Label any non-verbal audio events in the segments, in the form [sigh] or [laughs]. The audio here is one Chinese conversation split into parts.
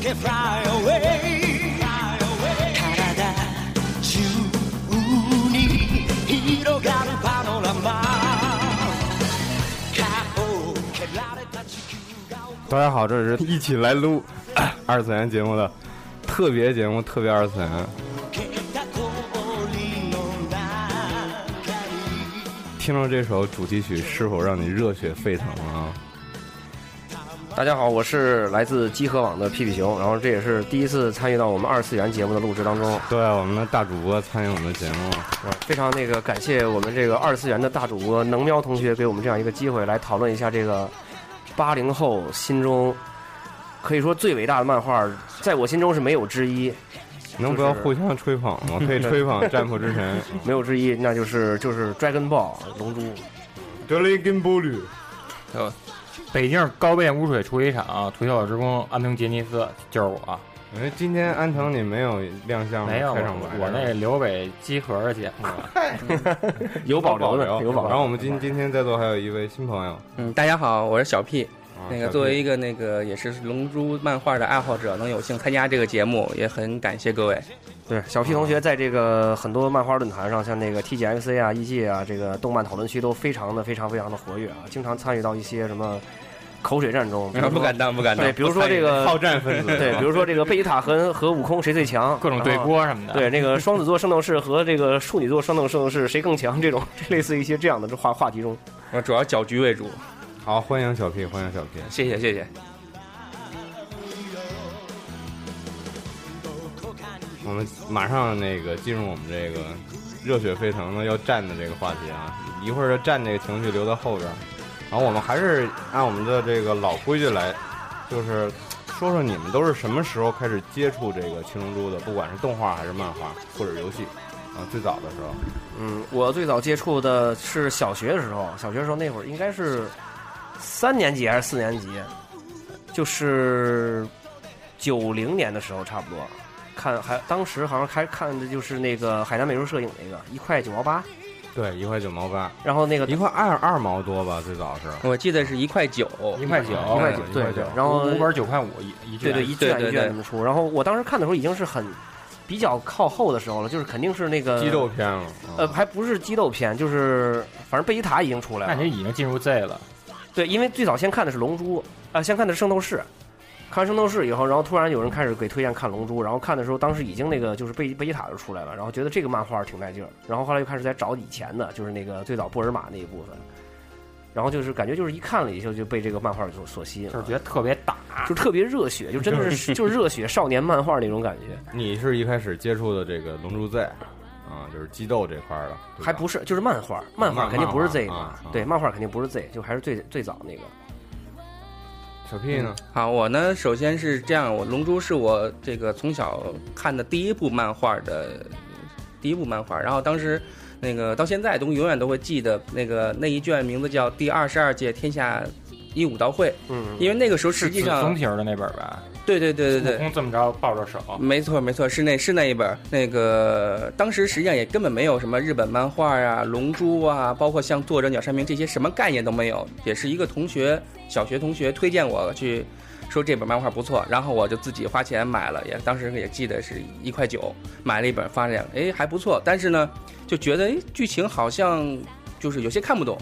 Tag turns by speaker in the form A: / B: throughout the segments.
A: can fly away. Fly away. 体中に広がるパノラマ。顔を蹴られた地球が
B: 大家好，这是 [laughs] 一起来撸 [coughs] 二次元节目的特别节目，特别二次元。
A: 受けた氷の中に。
B: 听着这首主题曲，是否让你热血沸腾啊？
C: 大家好，我是来自集合网的屁屁熊，然后这也是第一次参与到我们二次元节目的录制当中，
B: 对，啊我们的大主播参与我们的节目，
C: 呃非常那个感谢我们这个二次元的大主播能喵同学给我们这样一个机会来讨论一下这个八零后心中可以说最伟大的漫画，在我心中是没有之一，
B: 能不要互相吹捧吗？可以吹捧《战破之 [laughs] 神
C: 没有之一，那就是就是 Dragon Ball 龙珠，》
B: ，Dragon b l
D: 就北京高倍污水处理厂图小之工安藤杰尼斯就是我，
B: 哎，今天安藤你没有亮相吗？
D: 没有
B: 开场白啊
D: 我我那刘北集合的节目了，
C: 有保留的，有保留
B: 然后我们今今天在座还有一位新朋友，
E: 嗯，大家好，我是小 P。
B: 啊
E: 那
B: 小
E: 个
B: 弟
E: 作
B: [laughs]
E: 为一个那个也是《龙珠》漫画的爱好者，能有幸参加这个节目，也很感谢各位。
C: 对，小 P 同学在这个很多漫画论坛上，像那个 TGFC 啊、EG 啊，这个动漫讨论区都非常的、非常、非常的活跃啊，经常参与到一些什么口水战中，比如说
E: 不敢当，不敢当。
C: 对，比如说这
B: [laughs]
C: 个，
B: 好战分子，
C: 对，比如说这个贝吉塔和和悟空谁最强，
D: [laughs] 各种对
C: 然后。
D: 锅什么的。
C: 对，那个双子座圣斗士和这个处女座圣斗圣斗士谁更强？这种类似一些这样的这话话题中，
E: 我主要搅局为主。
B: 好，欢迎小 P，欢迎小 P。
E: 谢谢，谢谢。
B: 我们马上那个进入我们这个热血沸腾的要战的这个话题啊，一会儿就战这个情绪留到后边儿。然后我们还是按我们的这个老规矩来，就是说说你们都是什么时候开始接触这个七龙珠的，不管是动画还是漫画或者游戏啊，最早的时候，
C: 嗯，我最早接触的是小学的时候，小学的时候那会儿应该是三年级还是四年级，就是九零年的时候差不多。看还当时好像还看的就是那个海南美术摄影那个一块九毛八，
B: 对，一块九毛八，
C: 然后那个
B: 一块二二毛多吧，最早是。
E: 我记得是一块九，
D: 一块九，
B: 一块九
C: 对
B: 一块九
C: 对，然后
D: 五本九块五一一
C: 对
B: 啊
D: 卷
C: 对，一卷一
E: 对对
C: 卷
E: 对
C: 这么出。然后我当时看的时候已经是很比较靠后的时候了，就是肯定是那个
B: 激斗片了，嗯
C: 呃，还不是激斗片，就是反正贝吉塔已经出来了。
D: 那你已经进入 Z 了，
C: 对，因为最早先看的是《龙珠》，啊、先看的是《圣斗士》。看完《圣斗士》以后，然后突然有人开始给推荐看《龙珠》，然后看的时候，当时已经那个就是贝贝吉塔就出来了，然后觉得这个漫画挺带劲儿，然后后来又开始在找以前的，就是那个最早布尔玛那一部分，然后就是感觉就是一看了以后就被这个漫画所所吸引
D: 就是
C: 了，啊
D: 觉得特别大。
C: 就特别热血，就真的
B: [laughs]
C: 是就是热血少年漫画那种感觉。
B: 你是一开始接触的这个《龙珠 Z》，啊，就是激斗这块儿的，对吧
C: 还不是，就是漫画，漫画
B: 啊漫
C: 肯定不是
B: 漫画
C: Z 嘛
B: 啊啊，
C: 对，漫画肯定不是 Z，就还是最最早那个。
B: 小 P 呢？
E: 好，我呢，首先是这样，我《龙珠》是我这个从小看的第一部漫画的第一部漫画，然后当时那个到现在都永远都会记得那个那一卷名字叫《第二十二届天下一武道会》，
C: 嗯，
E: 因为那个时候
D: 是
E: 实际
D: 紫松
E: 上，
D: 皮儿的那本吧？
E: 对对对对
D: 悟
E: 对，
D: 空这么着抱着手，
E: 没错，没错，是那是那一本儿。那个当时实际上也根本没有什么日本漫画啊、龙珠啊，包括像作者鸟山明这些什么概念都没有。也是一个同学，小学同学推荐我去说这本漫画不错，然后我就自己花钱买了，也当时也记得是一块九买了一本发现，哎还不错，但是呢就觉得哎剧情好像就是有些看不懂。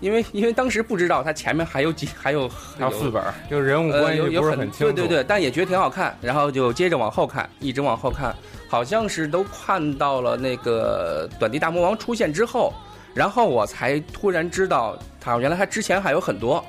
E: 因为因为当时不知道它前面还有几还有还
D: 还有四本儿，
B: 就人物
E: 呃，
B: 关
E: 有
B: 系
E: 有
B: 不是
E: 很
B: 清楚，
E: 对对对，但也觉得挺好看。然后就接着往后看，一直往后看，好像是都看到了那个短笛大魔王出现之后，然后我才突然知道，他原来他之前还有很多，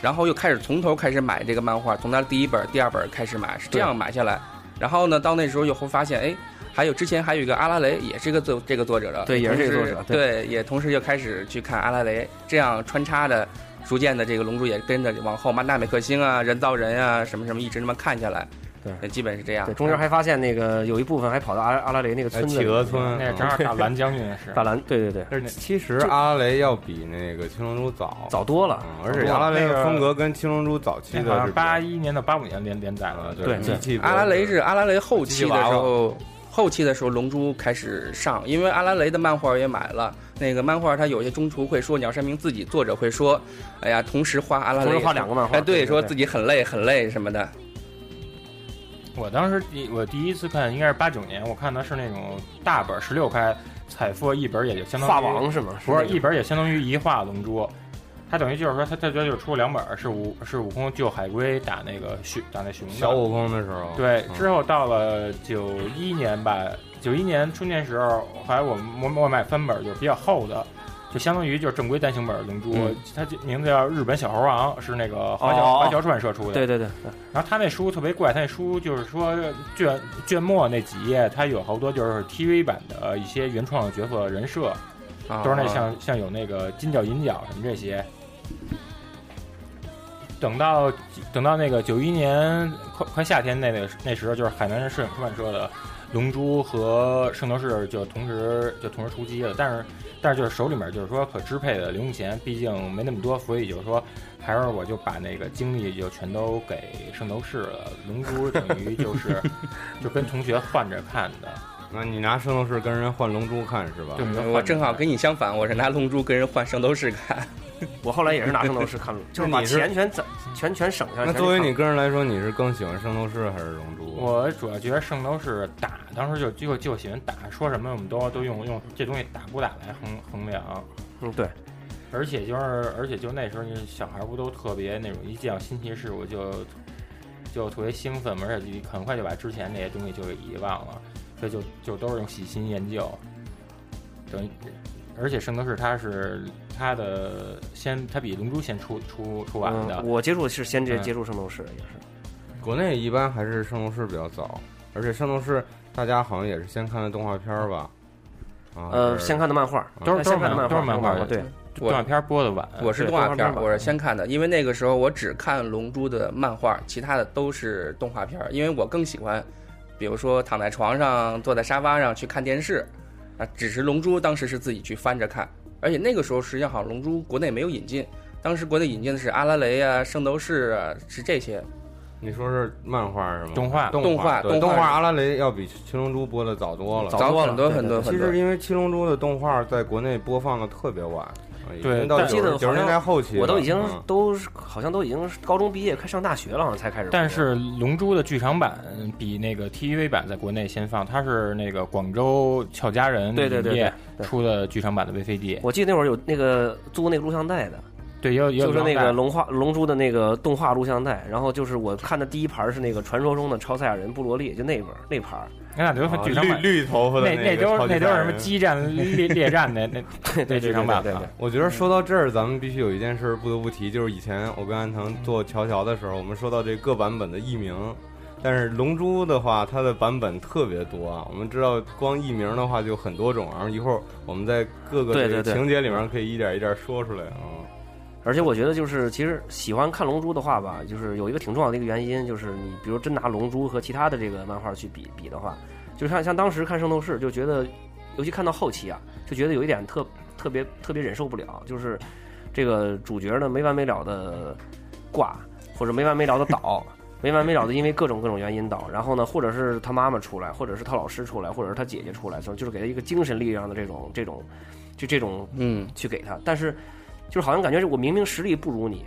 E: 然后又开始从头开始买这个漫画，从他第一本、第二本开始买，是这样买下来。然后呢，到那时候又会发现，哎。还有之前还有一个阿拉蕾，也是个作这个作者的，
C: 对也是这个作者
E: 同时
C: 对
E: 对，也同时又开始去看阿拉蕾，这样穿插着逐渐的这个龙珠也跟着往后嘛，纳美克星啊、人造人啊什么什么，一直那么看下来，
C: 对
E: 也基本是这样。
C: 对，中间还发现那个有一部分还跑到阿拉阿拉蕾那个
B: 啊哎，
C: 村子
B: 企
C: 里，
B: 鹅村，
D: 那正好大蓝将军是
C: [laughs] 大蓝，对对
B: [laughs]
C: 对，
B: 但是其实阿拉蕾要比那个青龙珠早，
C: 早多了
B: 嗯，而且阿拉蕾的风格跟青龙珠早期
D: 那好
B: 的是啊
D: 像八一年到八五年连连载了，
B: 对
C: 对
B: 机器
E: 阿拉蕾是阿拉蕾后
B: 机
E: 期
B: 器
E: 的
B: 娃娃
E: 时
C: 哦
E: 候，后期的时候龙珠开始上，因为阿拉蕾的漫画也买了。那个漫画它有些中途会说鸟山明自己作者会说，哎呀，同时画阿拉
C: 同
E: 蕾，
C: 时画两个漫画，
E: 哎，对，说自
C: 己
E: 己很累很累什么的。
D: 我当时第我第一次看应该是八九年，我看的是那种大本十六开彩色一本，也就相当于
C: 画王是吗？
D: 不是
C: 那个
D: 一本也相当于一画龙珠，它等于就是说它它它就出了两本，是悟是悟空救海龟打那个熊打那熊的
B: 小悟空的时候，
D: 对，
B: 嗯
D: 之后到了九一年吧，九一年春天时候，后来我我我买翻本儿就是比较厚的，就相当于就是正规单行本儿《龙珠》
C: 嗯
D: 它就名字叫《日本小猴王》，是那个华侨
C: 哦哦
D: 华侨出版社出的。
C: 对对对，
D: 然后他那书特别怪，他那书就是说卷卷末那几页，它有好多就是 TV 版的呃一些原创的角色人设，
E: 啊
D: 都是那像像有那个金角银角什么这些。等到等到那个九一年快快夏天那个时那时候，就是海南摄影出版社的《龙珠》和《圣斗士》就同时就同时出击了，但是但是就是手里面就是说可支配的零用钱毕竟没那么多，所以就是说还是我就把那个精力就全都给《圣斗士》了，《龙珠》等于就是
E: [laughs]
D: 就跟同学换着看的，啊
B: 那你拿圣斗士跟人换龙珠看是吧？
D: 对，
E: 嗯我正好
D: 跟
E: 跟你相反，我是拿龙珠跟人换圣斗士看，
C: 我后来也是拿圣斗士看了，就是把
B: 你是
C: 钱全攒全全省下来。
B: 那
C: 全
B: 作为
C: 看
B: 你个人来说，你是更喜欢圣斗士还是龙珠？
D: 我主要觉得圣斗士打，当时就就就喜欢打，说什么我们都都用用这东西打不打来衡衡量。
C: 嗯对，
D: 而且就是，而且就那时候，你小孩不都特别那种，一见到新奇事物就就特别兴奋嘛，而且很快就把之前那些东西就给遗忘了，所以就就都是用喜新厌旧。等于，而且圣斗士它是它的先，它比龙珠先出出出完的
C: 嗯，，我接触是先接
D: 嗯
C: 接触圣斗士也是。
B: 国内一般还是圣斗士比较早，而且圣斗士大家好像也是先看的动画片儿吧？啊，
C: 呃，
B: 是
C: 先看的漫画，
D: 都是
C: 先看
D: 漫
C: 的漫
D: 都是漫
C: 漫
D: 画
C: 画，对，
D: 动画片播的晚。
E: 我是
C: 对
E: 动画
C: 动画
E: 片
C: 片
E: 儿，
C: 吧嗯
E: 我是先看的，因为那个时候我只看龙珠的漫画，其他的都是动画片儿，因为我更喜欢，比如说躺在床上、坐在沙发上去看电视，啊，只是龙珠当时是自己去翻着看，而且那个时候实际上好像龙珠国内没有引进，当时国内引进的是阿拉蕾啊、圣斗士啊，是这些，
B: 你说是漫画是吗？
D: 动画
B: 动
E: 动画
B: 对
E: 动画
B: 动画阿拉蕾要比七龙珠播的早多了。
C: 早
E: 早
C: 多
E: 很
C: 了
E: 多
C: 对
E: 很多
C: 对
E: 很
B: 其
E: 多。
B: 实因为七龙珠的动画在国内播放的特别晚，啊已
D: 对
B: 经到
D: 但
B: 九
C: 记得
B: 十
C: 好
B: 九
C: 像
B: 十年代后期了，
C: 我都已经
B: 嗯
C: 都是好像都已经是高中毕业，快上大学了，好像才开始播。
D: 但是《龙珠》的剧场版比那个 TV 版在国内先放，它是那个广州俏佳人
C: 对对对
D: 影业
C: 对
D: 出的剧场版的 VCD，
C: 我记得那会儿有那个租那个录像带的，
D: 对，也有也有
C: 就是那
D: 动画
C: 个龙画龙珠的那个动画录像带，然后就是我看的第一盘是那个传说中的超赛亚人布罗利，就那本儿那盘儿，
D: 那俩都是
C: 哦
B: 啊
D: 哎剧场版，
B: 绿绿头发的
D: 那那
B: 个
D: 都是
B: 超级
D: 那都是
B: 大
D: 什么
B: 人
D: 激
C: [laughs]
D: 战、列列战的那那那剧场版
C: 对对对对
D: 啊
C: 对。
B: 我觉得说到这儿，咱们必须有一件事儿不得不提，就是以前我跟安藤做乔乔的时候，我们说到这各版本的译名，但是《龙珠》的话，它的版本特别多啊。我们知道，光译名的话就很多种，然后一会儿我们在各个
C: 对
B: 这个
C: 对对
B: 情节里面可以一点一点说出来啊。
C: 而且我觉得就是，其实喜欢看《龙珠》的话吧，就是有一个挺重要的一个原因，就是你比如真拿《龙珠》和其他的这个漫画去比比的话，就像像当时看《圣斗士》，就觉得，尤其看到后期啊，就觉得有一点特特别特别忍受不了，就是这个主角呢没完没了的挂，或者没完没了的倒。没完没了的，因为各种各种原因倒，然后呢，或者是他妈妈出来，或者是他老师出来，或者是他姐姐出来，就就是给他一个精神力量的这种这种，就这种
E: 嗯，
C: 去给他，但是就是好像感觉是我明明实力不如你，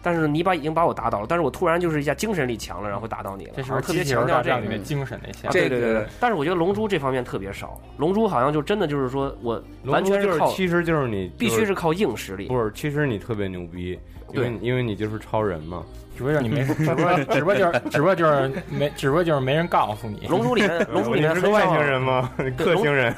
C: 但是你把已经把我打倒了，但是我突然就是一下精神力强了，然后打倒你了，
D: 这是
C: 好像哦特
D: 不是机
C: 别
D: 器人
C: 强调
D: 大
C: 这
D: 战
C: 个
D: 里。面精神那
C: 啊
D: 项？
C: 对
E: 这
C: 对
E: 个
C: 对对，但是我觉得《龙珠》这方面特别少，《龙珠》好像就真的就是说我完全
B: 龙珠就是
C: 靠
B: 其实就是你
C: 必
B: 就
C: 须是靠硬实力，
B: 不是，其实你特别牛逼，因为
C: 对
B: 因为你就是超人嘛。
D: 只不过就是
C: [laughs]
D: 你没，只不过只不过就是只不过就是没，只不过就是没人告诉你
C: 《龙珠》
B: [laughs]
C: 里面，《龙珠》里面
B: 你是
C: 很
B: 外
C: 少
B: 星人吗？克 [laughs]
C: 龙
B: 星人。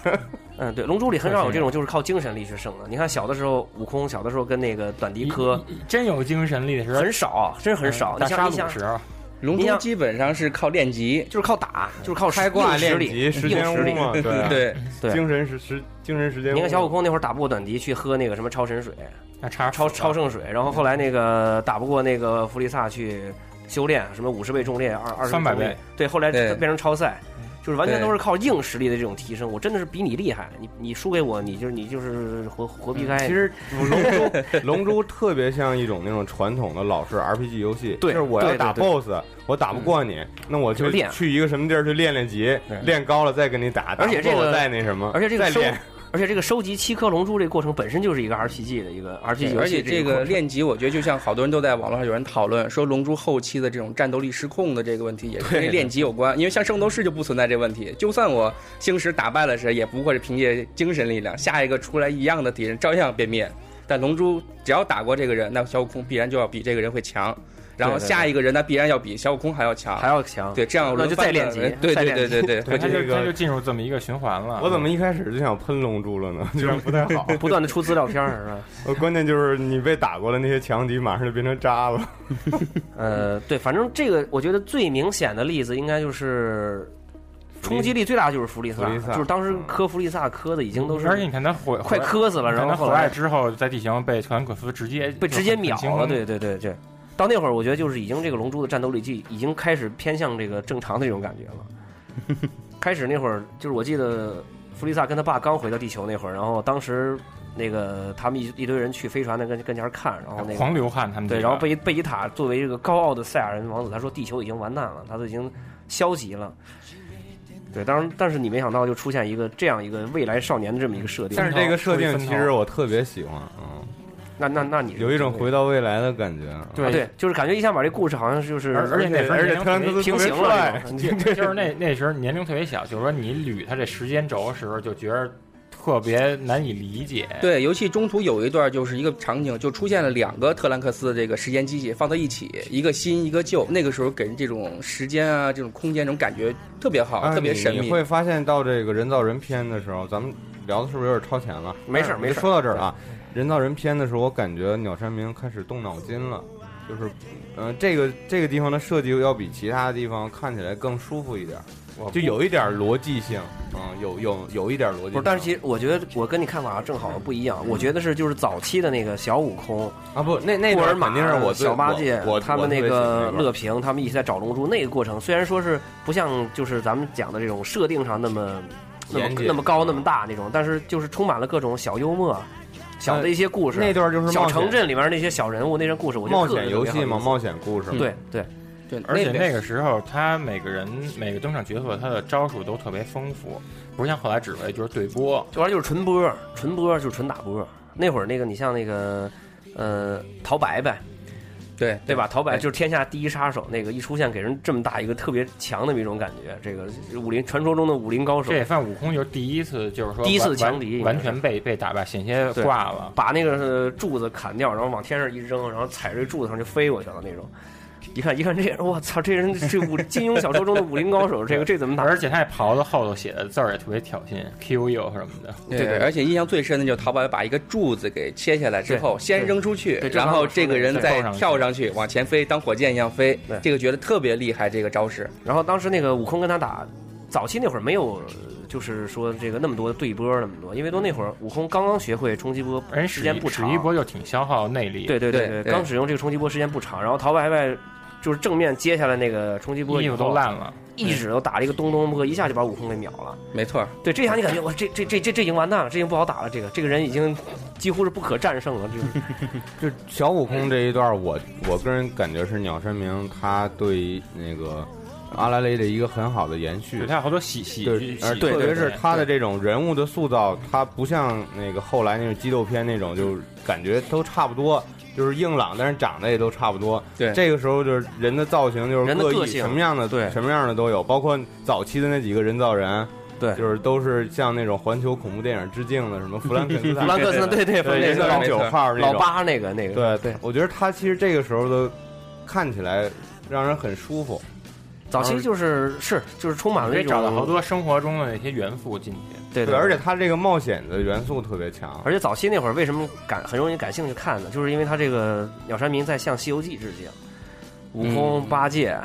C: 嗯，对，《龙珠》里很少有这种就是靠精神力去胜的。你看小的时候，悟空小的时候跟那个短笛科
D: 真有精神力的时候，
C: 很少，真很
B: 嗯
C: 少。
D: 大
C: 你
D: 杀
C: 像你
D: 戮
C: 想，
D: 时候，
E: 龙
C: 你
E: 珠
C: 想
E: 基本上是靠练级，
C: 就是靠打，就是靠
B: 开挂
C: 硬实
B: 练
C: 力
B: 级，时
C: 硬
B: 间
C: 实力
B: 屋。嘛，对啊
E: [laughs] 对，
C: 哦
B: [laughs]
C: 对
B: 精神时时精神时间屋。
C: 你看小悟空那会儿打不过短笛，去喝那个什么超神水，
D: 那叉
C: 超超圣水，然后后来那个打不过那个弗利萨去修炼，什么五十倍重练，二二十
D: 300倍，
C: 对，后来
E: 对
C: 变成超赛，
B: 嗯
C: 就是完全
E: 对
C: 都是靠硬实力的这种提升。我真的是比你厉害，你你输给我，你就是你就是活活避开。
B: 嗯其实哎 [laughs] 龙珠龙珠特别像一种那种传统的老式 RPG 游戏，
C: 对
B: 就是我要
C: 对对
B: 打
C: 对
B: BOSS，我打不过你，那我
C: 就
B: 就
C: 练
B: 去一个什么地儿去练练级
D: 对，
B: 练高了再跟你打，
C: 而且
B: 打不过
C: 这个
B: 我再那什么，
C: 而且这个
B: 再
C: 收
B: 练，
C: 而且这个收集七颗龙珠这个过程本身就是一个 RPG 的一个 RPG 游
E: 而
C: 戏
E: 且这
C: 个过
E: 个
C: 程
E: 练级，我觉得就像好多人都在网络上有人讨论说，《龙珠》后期的这种战斗力失控的这个问题，也跟
B: 对
E: 这练级有关。因为像圣斗士就不存在这问题，就算我星矢打败了谁，也不会是凭借精神力量，下一个出来一样的敌人照样被灭。但龙珠只要打过这个人，那小悟空必然就要比这个人会强，然后
C: 对对对
E: 下一个人那必然要比小悟空还要强
C: 还。要强，
E: 对，这样
C: 那就
E: 轮番
C: 再练
E: 的呃
C: 级
E: 对
C: 再
E: 对
C: 练
E: 对
C: 级 [laughs]
E: 对对，
D: 对，
E: 会
D: 他
E: 这
D: 就
B: 这个
D: 他就进入 [laughs] 这么一个循环了。
B: 我怎么一开始就想喷龙珠了呢？ [laughs] 居然不太好。
C: 不断的出资料片
E: [laughs]
C: 儿是吧？
B: 呃关键就是你被打过的那些强敌，马上就变成渣了。
C: 呃，对，反正这个我觉得最明显的例子应该就是冲击力最大的就是弗利萨
B: 弗利，萨
C: 就是当时
B: 嗯
C: 磕弗利萨磕的已经都
D: 而且
C: 是
D: 你看他回
C: 快磕死了，
D: 看
C: 然后
D: 他
C: 后
D: 回来
C: 来
D: 之后，在地形被特兰克斯直接
C: 被直接秒了，
D: 对
C: 对对对对。到那会儿，我觉得就是已经这个龙珠的战斗力就已经开始偏向这个正常的这种感觉了。
B: [laughs]
C: 开始那会儿，就是我记得弗利萨跟他爸刚回到地球那会儿，然后当时那个他们一一堆人去飞船的跟跟前儿看，然后那个
D: 狂流汗他们
C: 对，
D: 几个
C: 然后贝贝吉塔作为这个高傲的赛亚人王子，他说地球已经完蛋了，他都已经消极了。对，当然，但是你没想到就出现一个这样一个未来少年的这么一个设定，
B: 但是这 [laughs] 个设定
D: 分头
B: 其实我特别喜欢，嗯，
C: 那那那你
B: 有一种回到未来的感觉。
C: 啊
D: 对
C: 对，就是感觉一下把这故事好像是就是
D: 而而且那时候
B: 而且
D: 年龄
B: 特兰克
D: 特
B: 斯特
C: 平
D: 别
B: 别
C: 行了
B: 帅，
C: 这种，
B: [laughs]
D: [laughs] 就是那那时候年龄特别小，就是说你捋他这时间轴的时候，就觉得特别难以理解。
E: 对，游戏中途有一段就是一个场景，就出现了两个特兰克斯的这个时间机器放在一起，一个新一个旧。那个时候给人这种时间啊，这种空间这种感觉特别好，
B: 啊
E: 特别神
B: 你
E: 秘
B: 你。会发现到这个人造人篇的时候，咱们聊的是不是有点超前了？
C: 没事儿没事儿
B: 说到这儿啊，人造人篇的时候，我感觉鸟山明开始动脑筋了，就是，嗯、这个这个地方的设计要比其他地方看起来更舒服一点儿，
D: 我
B: 就有一点儿逻辑性，嗯，有有有一点儿逻辑性。
C: 不是，但是其实我觉得我跟你看法正好不一样，我觉得是就是早期的那个小悟空、
B: 啊，不，那那
C: 库
B: 段
C: 尔
B: 儿
C: 马、
B: 肯定是我最
C: 小八戒
B: 我我，
C: 他
B: 我
C: 们
B: 特
C: 那
B: 别喜欢
C: 个
B: 那段儿
C: 乐平，他们一起在找龙珠那个过程，虽然说是不像就是咱们讲的这种设定上那么那
B: 严
C: 么
B: 谨嗯
C: 那么高那么大那种，但是就是充满了各种小幽默、小的一些故事，
B: 呃那段儿就是
C: 小
B: 冒
C: 城
B: 险
C: 镇里面那些小人物那些故事，我觉得
B: 冒
C: 特别
B: 险游戏嘛，
C: 特
B: 冒险故事嘛
C: 别好。对对，
E: 对，
D: 而且那
E: 个
D: 个时候，他每个人每个登场角色，他的招数都特别丰富，不是像后来只为就是对波。
C: 这玩意儿就是纯波，纯波就是纯打波。那会儿那个你像那个呃陶白白，
E: 对
C: 对吧？陶白
D: 哎
E: 对
C: 就是天下第一杀手，那个一出现给人这么大一个特别强的那么一种感觉。这个武林传说中的武林高手
D: 这，也算悟空就是第一次，就是说
C: 第一次
D: 完
C: 强敌
D: 完完全被被打败，险些
C: 对
D: 挂了。
C: 把那个呃柱子砍掉，然后往天上一扔，然后踩着柱子上就飞过去了那种。一看一看这人，我操，这人是武金庸小说中的武林高手，这个这怎么打？
D: 而且他那袍子后头写的字儿也特别挑衅，Q U 什么的。
E: 对
C: 对对
E: 而且印象最深的就是陶白把一个柱子给切下来之后，先扔出去
C: 对，这
E: 然后
C: 刚才我说
E: 这个人
D: 的
E: 再
D: 对
E: 跳上去往前飞，当火箭一样飞
C: 对。
E: 这个觉得特别厉害，这个招式。
C: 然后当时那个悟空跟他打，早期那会儿没有，呃就是说这个那么多的对波那么多，因为都那会儿悟空刚刚学会冲击波，
D: 人
C: 时
D: 使
C: 间不
D: 使
C: 长，
D: 一波就挺消耗内力，
C: 对对对对，
E: 对对
C: 刚使用这个冲击波时间不长，然后陶白白就是正面接下来那个冲击波以
D: 衣服
C: 后
D: 都，烂了。
C: 一指头打了一个咚咚波，一下就把悟空给秒了。
E: 没错，
C: 对，这下你感觉哇，这这这这这已经完蛋了，这已经不好打了，这个这个人已经几乎是不可战胜了，这个
B: 就小悟空这一段儿，我我个人感觉是鸟山明他对那个阿拉蕾的一个很好的延续
D: 对，。他有好多喜喜
B: 对
D: 剧，，
B: 而
D: 喜
B: 特别
D: 对
B: 是他的这种人物的塑造，他不像那个后来那种激斗片那种，就是感觉都差不多，就是硬朗，但是长得也都差不多。
E: 对
B: 这个时候就是人的造型，就是
C: 人的
B: 各
C: 个
B: 异，
C: 性
B: 什么样的
C: 对
B: 什么样的都有，包括早期的那几个人造人，
C: 对
B: 就是都是向那种环球恐怖电影致敬的，什么弗兰肯斯
C: [laughs] 弗
B: 坦
C: 兰、克斯对对，
B: 对人造
C: 那
B: 人
C: 个
B: 九号那种
C: 老老，八那个那个，
B: 对
C: 对，
B: 我觉得他其实这个时候的看起来让人很舒服。
C: 早期就是是就是充满了
D: 可
C: 那
D: 以
C: 种
D: 找到好多生活中的那些元素进去。
C: 对
B: 对，而且他这个冒险的元素特别强。
C: 而且早期那会儿为什么感很容易感兴趣看呢？就是因为他这个鸟山明在向《西游记》致敬，悟空、八戒，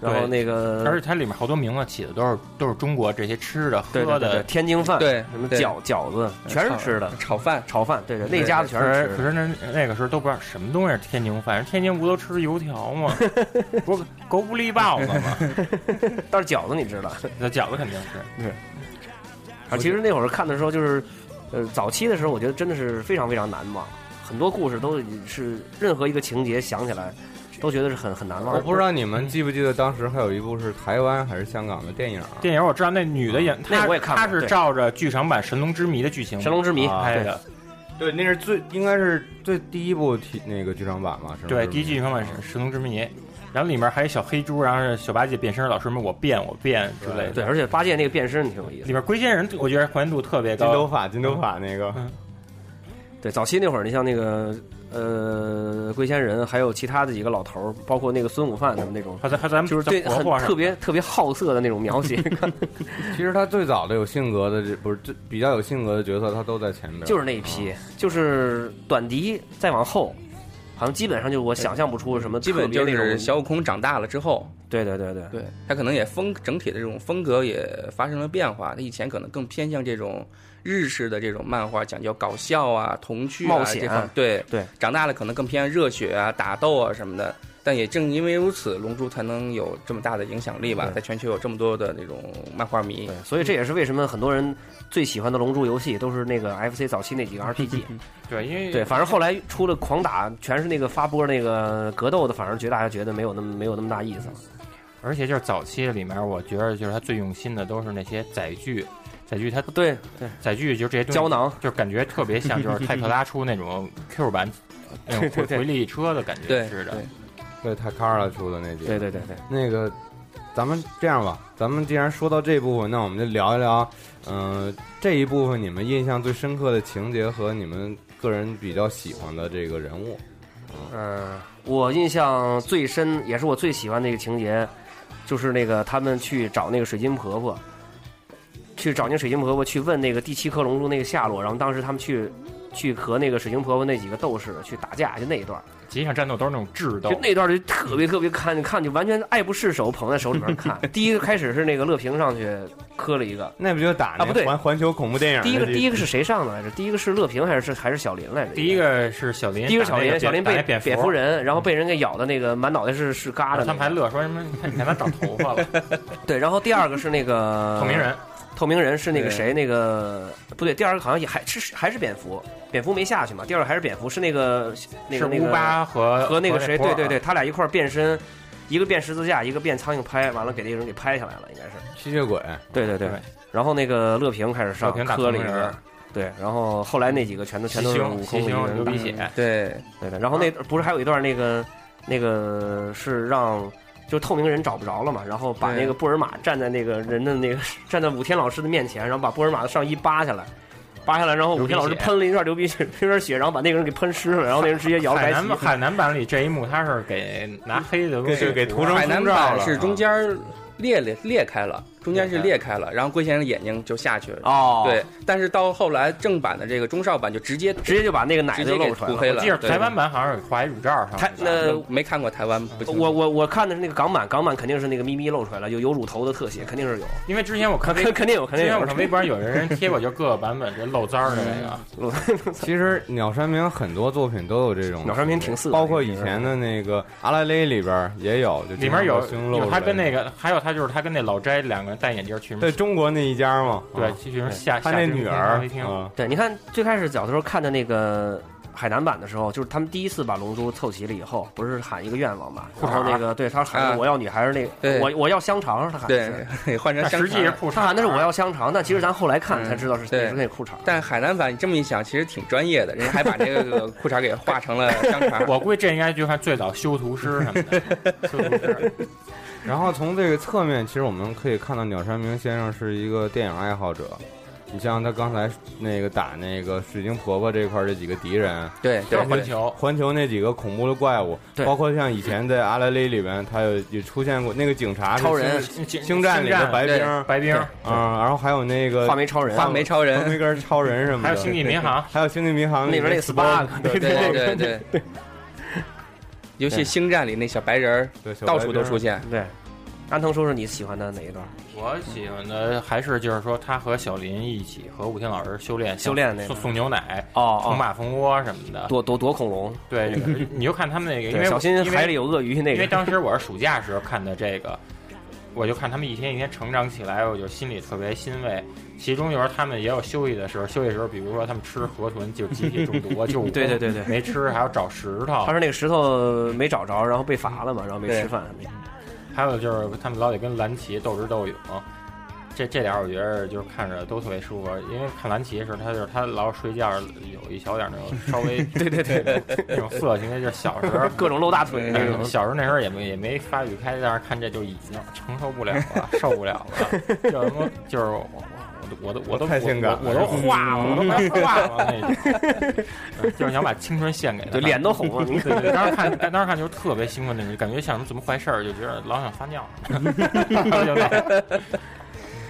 C: 然后
D: 对
C: 那个
D: 而且它里面好多名字起的都是都是中国这些吃的喝
C: 嗯对对对对
D: 的，
C: 天津饭，
E: 对
C: 啊什么
E: 对
C: 饺饺子全是吃的，
E: 炒饭。
C: 炒饭，对对，
D: 对
C: 那家子全
D: 可
C: 是
D: 是
C: 吃
D: 可
C: 的。
D: 是那那个时候都不知道什么东西是天津饭，天津不都吃油条吗？
C: [laughs]
D: 不是狗不理包子吗？
C: 但是饺子你知道，
D: 那饺子肯定是。
C: 啊，其实那会儿看的时候就是，呃，早期的时候我觉得真的是非常非常难忘，很多故事都是任何一个情节想起来，都觉得是很很难忘
B: 我
C: 的。
B: 不知道你们记不记得当时还有一部是台湾还是香港的电影啊，
D: 电影我知道那女的演，
C: 嗯那
D: 她
C: 我也看过
D: 她是
C: 对
D: 照着剧场版《神龙之谜》的剧情
C: 《神龙之谜》
B: 啊
D: 拍
C: 对
D: 的，
B: 对，那是最应该是最第一部体那个剧场版嘛，是吗？
D: 对，第一剧场版
C: 哦
D: 《神神龙之谜》，然后里面还有小黑猪，然后是小八戒变身，老师们我变我变之类的。
C: 对，而且八戒那个变身挺有意思
D: 里。面龟仙人我觉得还原度特别
B: 金头
D: 高，
B: 发，金头发那个，
C: 嗯对，早期那会儿，你像那个呃龟仙人，还有其他的几个老头儿，包括那个孙悟饭他们那种，
D: 还咱还咱
E: 嗯
D: 们
C: 就是对
D: 活
C: 很
D: 泼
C: 特别特别好色的那种描
E: [laughs]
C: 写，
B: 其实他最早的有性格的，这不是最比较有性格的角色，他都在前边。
C: 就是那一批，
E: 嗯
C: 就是短笛再往后，好像基本上就我想象不出什么
E: 基
C: 特
E: 本
C: 别
E: 就
C: 那
E: 是
C: 种
E: 小悟空长大了之后，
C: 对对对对
E: 对他可能也风整体的这种风格也发生了变化。他以前可能更偏向这种日式的这种漫画，讲究搞笑啊、童趣啊
C: 冒险
E: 这方对
C: 对，
E: 长大了可能更偏热血啊、打斗啊什么的。但也正因为如此，《龙珠》才能有这么大的影响力吧，
C: 对
E: 在全球有这么多的那种漫画迷
C: 对，。所以这也是为什么很多人最喜欢的龙珠游戏都是那个 FC 早期那几个 RPG，
D: 对，因为
C: 对，反正后来出了狂打，全是那个发波那个格斗的，反而觉得大家觉得没有那么没有那么大意思了。
D: 而且就是早期里面，我觉得就是他最用心的都是那些载具，载具他
C: 对对，
D: 载具就是这些东西
C: 胶，囊，
D: 就是感觉特别像就是泰克拉出那种
C: [laughs]
D: Q 版那种
C: 对对
D: 回回力车的感觉
E: 对
D: 似的
E: 对。
B: 对泰卡尔出的那集。
C: 对对对对，
B: 那个，咱们这样吧，咱们既然说到这部分，那我们就聊一聊，嗯、这一部分你们印象最深刻的情节和你们个人比较喜欢的这个人物。
C: 嗯，我印象最深也是我最喜欢的一个情节，就是那个他们去找那个水晶婆婆，去找那个水晶婆婆去问那个第七颗龙珠那个下落，然后当时他们去。去和那个水晶婆婆那几个斗士去打架，就那一段，
D: 极限战斗都是那种智斗
C: 就，那段就特别特别看，看就完全爱不释手，捧在手里边
D: [laughs]
C: 看。第一个开始是那个乐平上去磕了一个，
B: 那不就打那
C: 啊不对
B: 环环球恐怖电影
C: 第一个第一
B: 个
C: 个是谁上的来着？第一个是乐平还是还是小林来着？
D: 第一个是小林，
C: 第一个
D: 打
C: 小
D: 那
C: 林，
D: 个
C: 小林
D: 打那
C: 被
D: 蝙
C: 蝙蝠，人，然后被人给咬的那个满脑袋是是
D: 他
C: 疙瘩
D: 们还
C: 那个。
D: 乐说什么？你看你看他长头
C: [laughs]
D: 发了，
C: 对，然后第二个是那个
D: [laughs] 透明，人，
C: 透明人是那个
E: 对
C: 谁？那个不对，第二个好像也还是还是蝙蝠，蝙蝠没下去嘛。第二个还是蝙蝠，是那个那
D: 是
C: 个那
D: 乌
C: 个
D: 巴呃和
C: 和那个谁？
D: 普洱
C: 对对对，，他俩一块儿变身，一个变十字架，一个变苍蝇拍，完了给那个人给拍下来了，应该是。
B: 吸血鬼，
C: 对对对
D: 对。
C: 然后那个乐平开始上
D: 乐平打
C: 磕了一
D: 透明人
C: 个，对，然后后来那几个全都
D: 骑
C: 全都是
D: 行
C: 悟
D: 骑
C: 空一个
D: 行
C: 人
D: 流
C: 打
D: 鼻血，啊
E: 对，
C: 对的，然后那不是还有一段那个那个是让就透明人找不着了嘛，然后把
E: 对
C: 那个布尔玛站在那个人的那个站在武天老师的面前，然后把布尔玛的上衣扒下来，扒下来，然后武天老师
D: 流鼻血
C: 喷了一段流鼻血， [laughs] 喷一段血，然后把那个人给喷湿了，然后那人直接摇了白
D: 海南
C: 旗。
D: 海南版里这一幕，他是给拿黑的东西
B: 给给涂
D: 上。
B: 成
E: 海南
B: 胸罩
E: 版
B: 了
C: 啊
E: 是中间儿裂裂裂开了，中间是裂开了，然后龟仙人的眼睛就下去了。
C: 哦，
E: 对，，但是到后来正版的这个中少版就直接
C: 直接就把那个奶
E: 直
C: 就
E: 接给
C: 露出来
E: 涂
C: 了。
E: 黑
D: 我
E: 了。
D: 记得
E: 对
D: 台湾版好像是画一乳罩上的，
C: 台那
E: 我啊没看过台湾，不清楚啊
C: 我我我看的是那个港版，港版肯定是那个咪咪露出来了，有有乳头的特写，肯定是有，
D: 因为之前我看
C: [laughs]
D: 微
C: 肯肯定有，肯
D: 之
C: 定
D: 前
C: 有
D: 我。看微博上有人贴过，就各个版本这漏脏儿的那个，
B: 其实鸟山明很多作品都有这种，
C: 鸟山明挺色的
B: 包括以前的那个《阿拉蕾》里边也有，就
D: 里面
B: 经常
D: 有
B: 把胸露出来
D: 有他跟那个，还有他就是他跟那老斋两个人戴眼镜去什么
B: 对中国那一家嘛，
D: 对
B: 啊，
D: 去什么下
B: 他
D: 下
B: 那
D: 真空
B: 女儿
D: 咖啡厅
B: 啊，
C: [laughs] 对，你看最开始小的时候看的那个海南版的时候，就是他们第一次把龙珠凑齐了以后，不是喊一个愿望嘛？然后那个对他喊的
E: 啊
C: 我要女孩儿那个
E: 对
C: 我我要香肠，他喊的是。
E: 对 [laughs] 换成
D: 但
E: 香
D: 啊实际是
E: 肠。
D: 裤衩，
C: 他喊的是我要香肠，但其实咱后来看
E: 嗯
C: 才知道是
E: 对
C: 那是那裤衩。
E: 但海南版你这么一想，其实挺专业的，人家还把那个裤衩给画成了香肠。
D: 我估计这应该就是最早修图师什么的，修图师。
B: 然后从这个侧面，其实我们可以看到鸟山明先生是一个电影爱好者。你像他刚才那个打那个水晶婆婆这块儿这几个敌人，
E: 对对
D: 就是环球，
B: 环球那几个恐怖的怪物，
C: 对
B: 包括像以前在《阿拉蕾》里边，他有也出现过那个警察是
C: 超人
B: 星
D: 星
B: 星战里的白
E: 对
B: 冰儿
D: 白冰，
B: 啊，然后还有那个
C: 画眉超人，
E: 画眉超
B: 放
E: 人。
B: 那根超人什么的，
D: 还有星际迷航，
B: 还有星际迷航
C: 里边那 Spark，
B: 对
E: 对对对对。尤其星战里那小白人儿
B: 对小白
E: 到处都出现，
C: 对。安藤叔叔，你喜欢的哪一段？
D: 我喜欢的还是就是说他和小林一起和武天老师修炼
C: 修炼那个
D: 送送牛奶。
C: 哦
D: 捅，马蜂窝什么的，
C: 躲躲躲恐龙，
D: 对，
C: [laughs]
D: 你就看他们那个，因
C: 对，
D: 为
C: 小心
D: 因为
C: 海里有鳄鱼那
D: 因
C: 个。
D: 为当时我是暑假时候看的这个，我就看他们一天一天成长起来，我就心里特别欣慰。其中有时候他们也有休息的时候，休息的时候，比如说他们吃河豚就集体
C: [laughs]
D: 中毒，就
C: 对对对对
D: 没吃，还要找石头
C: 他，说那个石头没找着，然后被罚了嘛，然后没
E: 对
C: 吃饭。
D: 还有就是他们老得跟蓝旗斗智斗勇。这这点儿我觉得就是看着都特别舒服，因为看蓝旗的时候，他就是他老睡觉有一小点儿那种稍微 [laughs] 对对对那种色情的，就是小时候
C: 各种露大腿那
D: 嗯
C: 种，
D: 小时候那时候也没也没发育开，但是看这就已经承受不了了，受不了了，就什么就是我我我都我都
B: 太性感了
D: 我都我都 [laughs] 化了，我都快化了那种， [laughs] 嗯就是想把青春献给他，
C: 对脸都红了
D: 对对对，当时看当时看就是特别兴奋那种，感觉想怎么坏事儿，就觉得老想撒尿，就那种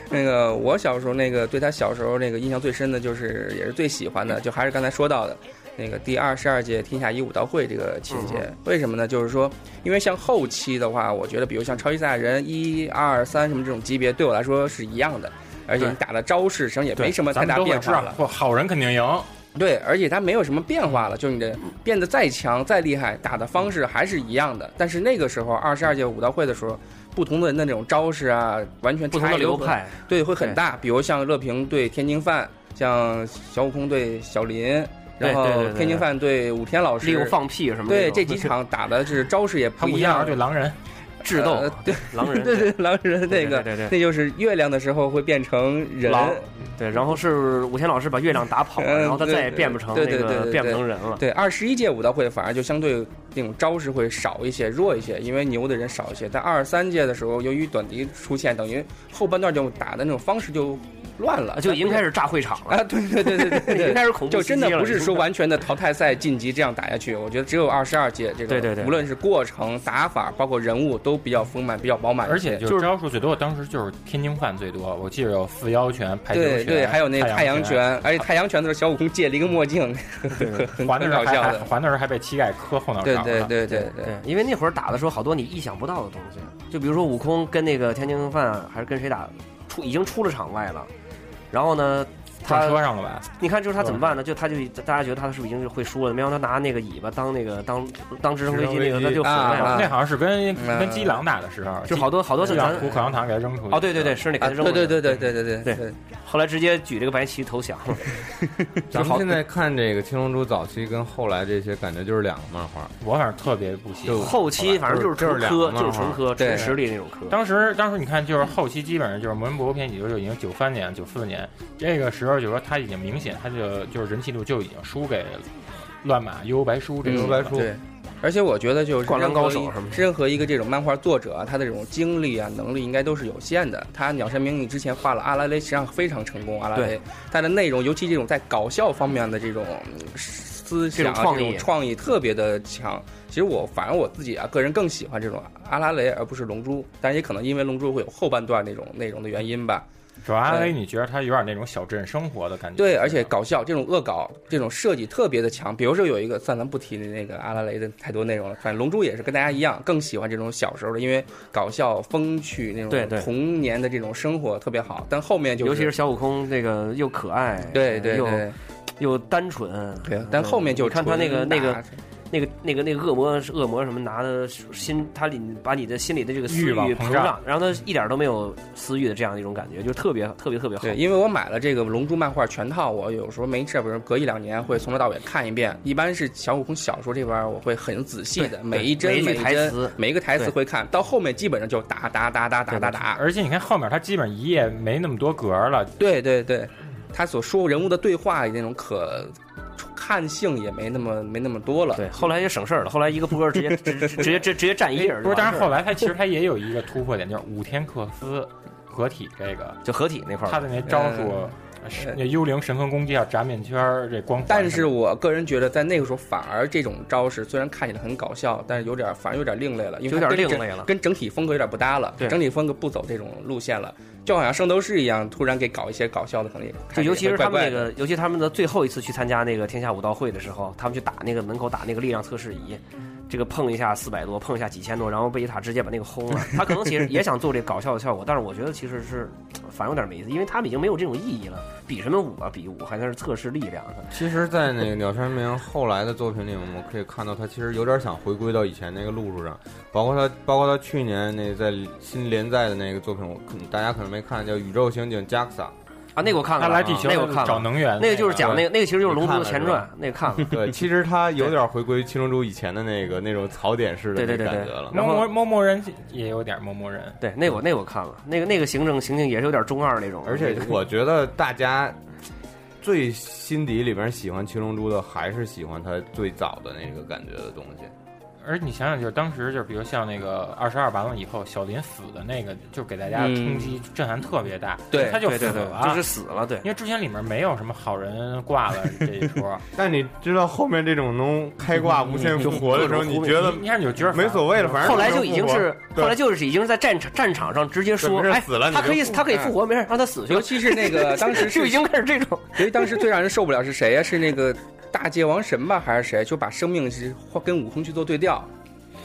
E: 那个我小时候那个对他小时候那个印象最深的就是也是最喜欢的，就还是刚才说到的那个第二十二届天下一武道会这个情
D: 嗯
E: 节。为什么呢？就是说，因为像后期的话，我觉得比如像超级赛亚人一二三什么这种级别，对我来说是一样的。而且你打的招式实际上也没什么太
D: 咱们
E: 大
D: 都
E: 变
D: 会知道
E: 化了，，
D: 嚯好人肯定赢，
E: 对，而且它没有什么变化了，就是你的变得再强再厉害，打的方式还是一样的。但是那个时候二十二届武道会的时候，不同的那种招式啊，完全
C: 不同
E: 差
C: 的
E: 异都
C: 流
E: 会
C: 派，
E: 对，会很大。比如像乐平对天津饭，像小悟空对小林，
C: 对
E: 然后
C: 对对对
E: 天津饭对武天老
C: 利用
E: 师。
C: 放屁什么
E: 对
C: 那种。
E: 这几场打的是招式也
D: 他
E: 不
D: 五
E: 一
D: 样
E: 样，
D: 对狼人，
C: [laughs] 智斗啊
E: 呃、对
C: 狼人，
E: [laughs] 对对狼人那
C: 对
E: 个，
C: 对对对
E: 那就是月亮的时候会变成人，
C: 狼对，然后是武天老师把月亮打跑了，
E: 嗯
C: 然后他再也变不成那
E: 对对对对
C: 个
E: 对
C: 变不成人了。
E: 对，二十一届武道会反而就相对那种招式会少一些、弱一些，因为牛的人少一些。但二十三届的时候，由于短笛出现，等于后半段就打的那种方式就乱了，
C: 啊就已经开始炸会场了，
E: 啊，对对对对对
C: 已经
E: 对
C: 开，始恐怖
E: 就
C: 袭
E: 真
C: 击
E: 的
C: 了
E: 不是说完全的淘汰赛晋级这样打下去，我觉得只有二十二届这个，
C: 对对对
E: 无论是过程、打法，包括人物都比较丰满、比较饱满，
D: 而
E: 哎
D: 且
E: 就
D: 就是招数最多，当时就是天津饭最多，我记得有四幺拳、排球
E: 对
D: 拳，
E: 对，还有那
D: 太
E: 太阳
D: 拳。
E: 拳，而且太阳拳的时候，小悟空借了一个墨镜， [laughs] 很
D: 还的
E: 很
D: 时
E: 搞
D: 候还
E: 笑
D: 还
E: 的，
D: 还的时候还被膝盖磕后脑勺
E: 对
D: 呢。
E: 对对对对
C: 对，因为那会儿打的时候，好多你意想不到的东西，就比如说悟空跟那个天津饭还是跟谁打，出已经出了场外了，然后呢，
D: 撞车
C: 他
D: 上了吧？
C: 你看就是他怎么办呢？就他就大家觉得他是不是已经是会输了？没想到他拿那个尾巴当那个当当直升飞机那个，他就回来
E: 啊
C: 了，
D: 那好像是跟
E: 嗯
D: 跟基朗打的时候，
C: 就好多好多
D: 基
C: 咱
D: 朗吐口香糖给他扔出去。
C: 哦对对对，，是那
E: 啊，
C: 个
E: 对对对对对对对对，
C: 后来直接举这个白旗投降了。
B: 咱们现在看这个《青龙珠》早期跟后来这些，感觉就是两个漫画。
D: 我反正特别不喜
B: 就
D: 欢。
C: 后期反正就是纯
B: 就是
C: 磕，
B: 两个
C: 就是纯磕，
E: 对
C: 纯实力那种磕。
D: 当时当时你看，就是后期基本上就是摩恩博篇，也就已经九三年、九四年这个时候，就说他已经明显，他就就是人气度就已经输给乱马幽白书这
E: 嗯
D: 个
B: 幽白书
E: 对。而且我觉得就是
C: 灌篮
E: 任何
C: 高手
E: 一
C: 什么的
E: 任何一个这种漫画作者啊，他的这种精力啊、能力应该都是有限的。他鸟山明，你之前画了阿拉蕾，实际上非常成功。阿拉蕾，他的内容，尤其这种在搞笑方面的这种嗯思想、啊、
C: 这种
E: 这
C: 创意
E: 种创意特别的强。其实我反正我自己啊，个人更喜欢这种阿拉蕾，而不是龙珠。但也可能因为龙珠会有后半段那种内容的原因吧。
D: 主要阿雷，你觉得他有点那种小镇生活的感觉？
E: 对，而且搞笑这种恶搞这种设计特别的强。比如说有一个，算咱不提那个阿拉蕾的太多内容了，反正龙珠也是跟大家一样，更喜欢这种小时候的，因为搞笑、风趣那
C: 对
E: 种
C: 对
E: 童年的这种生活特别好。但后面就是，
C: 尤其是小悟空那个又可爱，
E: 对对
C: 又
E: 对
C: 又单纯，
E: 对，但后面就
C: 你看他那个
E: 纯
C: 那个那
E: 打
C: 个那个那个恶魔是恶魔什么拿的心，他里把你的心里的这个私
D: 欲
C: 欲
D: 望
C: 膨
D: 膨
C: 胀
D: 胀，
C: 然后他一点都没有私欲的这样的一种感觉，就特别特别特别好。
E: 对，因为我买了这个《龙珠》漫画全套，我有时候没事儿，比如隔一两年会从头到尾看一遍。一般是小悟空小时候这边儿，我会很仔细的，每一帧
C: 每一句
E: 每一
C: 台
E: 帧
C: 词
E: 每一个台词
C: 对
E: 会看到后面，基本上就打打打打打打打。
D: 而且你看后面，他基本一页没那么多格了，
E: 对对对，他所说人物的对话那种可看性也没那么没那么多了。
C: 对，后来也省事儿了，后来一个波直接直直直接直直接占一页儿
D: 不
C: 就完事儿了，
D: 是，但是后来他其实他也有一个突破点，就是武天克斯合体这个，
C: 就合体那块
D: 他
C: 儿，
D: 的那招数，
C: 呃
D: 是那幽灵神风攻击要炸面圈儿，这光环
E: 但
D: 什
E: 是
D: 么
E: 我个人觉得，在那个时候反而这种招式虽然看起来很搞笑，但是有点反而有点另类了，因为
C: 有点
E: 它跟
C: 另
E: 整
C: 类了
E: 跟整体风格有点不搭了
C: 对，
E: 整体风格不走这种路线了，就好像圣斗士一样，突然给搞一些搞笑的，可能也
C: 就尤其是他们那
E: 看着也会怪怪的
C: 个，尤其他们的最后一次去参加那个天下武道会的时候，他们去打那个门口打那个力量测试仪，这个碰一下四百多，碰一下几千多，然后贝吉塔直接把那个轰了。他可能其实也想做这搞笑的效果，但是我觉得其实是反而有点没意思，因为他们已经没有这种意义了，比什么武啊，比武还在那是测试力量呢。
B: 其实，在那个鸟山明后来的作品里，我们可以看到他其实有点想回归到以前那个路数上，包括他，包括他去年那在新联载的那个作品，我可能大家可能没看，叫《宇宙刑警 JAXA
C: 啊，那个我看了，
D: 他来地球
C: 那个我看
D: 找
C: 了，
D: 能源，
C: 那个就是讲那个那个其实就是《龙珠》的前
B: 你看了
C: 传，那个看 [laughs] 了》。。
B: 对，其实他有点回归《七龙珠》以前的那个那种槽点式的
C: 对
B: 那
C: 对对
B: 感
C: 对
B: 觉了。
D: 猫魔猫魔人也有点猫魔人，
C: 对，那我那我看了，那个那个行政行径也是有点中二那种，
B: 而且我觉得大家最心底里边喜欢《七龙珠》的，还是喜欢他最早的那个感觉的东西。
D: 而你想想，就是当时就是比如像那个二十二完了以后，小林死的那个，就给大家
E: 嗯
D: 冲击震撼特别大，
E: 对
D: 他就
C: 对
D: 死
C: 对
D: 了，
C: 对，就是死了，对
D: 因为之前里面没有什么好人
C: [laughs]
D: 挂了这一说，
B: 但你知道后面这种能开挂无限复活的时候，
C: 嗯嗯嗯
B: 你觉得
D: 你一开始就觉得
B: 没所谓了，反正
C: 后来就已经是，
B: 对
C: 后来就是已经是在战场战场上直接
B: 对
C: 说，
B: 没事
C: 哎，
B: 死了你
C: 他
B: 就
C: 可以
B: 复
C: 他可以复活，没事，让他死去
E: 尤。其是那个当时
C: [laughs] 就是已经开始这种，
E: [laughs] 因为当时最让人受不了是谁呀、是那个大界王神吧，还是谁？就把生命是跟悟空去做对调。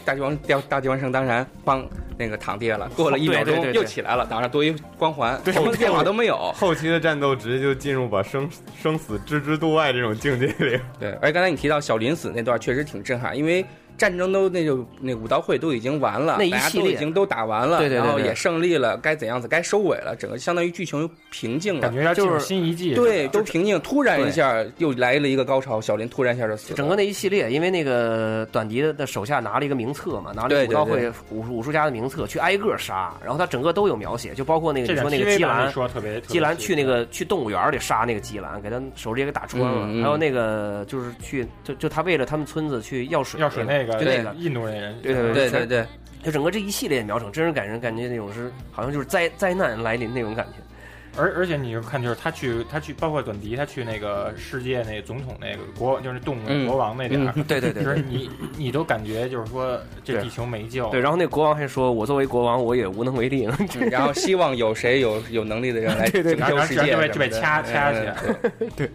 E: 大界王调大界王神当然帮那个躺地下了，过了一秒
C: 对对
E: 钟
C: 对对
E: 又起来了，当然多一光环，
B: 对
E: 什么变化都没有。
B: 后期的战斗直接就进入把生生死置之度外这种境界里。
E: 对，而刚才你提到小林死那段确实挺震撼，因为战争都那就那武道会都已经完了，
C: 那一
E: 大家
C: 系
E: 都
C: 列
E: 已经都打完了，
C: 对对对
E: 然后
C: 对
E: 也胜利了，该怎样子该收尾了，整个相当于剧情又平静了
D: 感。觉要进入
C: 就是
D: 新一季，
E: 对，都平静，突然一下又来了一个高潮，小林突然一下就死了。
C: 整个那一系列，因为那个短笛的手下拿了一个名册嘛，拿了
E: 对
C: 一个武道
E: 对
C: 会武术武术家的名册去挨个杀，然后他整个都有描写，就包括那个
D: 这
C: 你说那
D: 点 TV
C: 个基
D: 版
C: 兰，
D: 说得特别，特别
C: 基兰
D: 细
C: 去那个去动物园里杀那个基兰，给他手直接给打穿了，
E: 嗯嗯
C: 还有那个就是去就就他为了他们村子去要水
D: 药水那个
C: 就那个
D: 印度那人，
C: 对对
E: 对对对，
C: 就整个这一系列描整，真人感人，感觉那种是好像就是灾灾难来临那种感觉。
D: 而而且你就看，就是他去他去，包括短笛，他去那个世界那总统那个国，就是动
E: 嗯
D: 物国王那点儿，
C: 对对对
D: 就是你你都感觉就是说这
C: 对
D: 地球没救，
C: 对，然后那国王还说：“我作为国王，我也无能为力了。
E: [laughs] 嗯然后希望有谁有有能力的人来拯
D: 然后
E: 救
D: 然后
E: 世
D: 然后
E: 界什么
D: 就被
E: 的，
D: 就被掐掐起来，
E: 嗯。对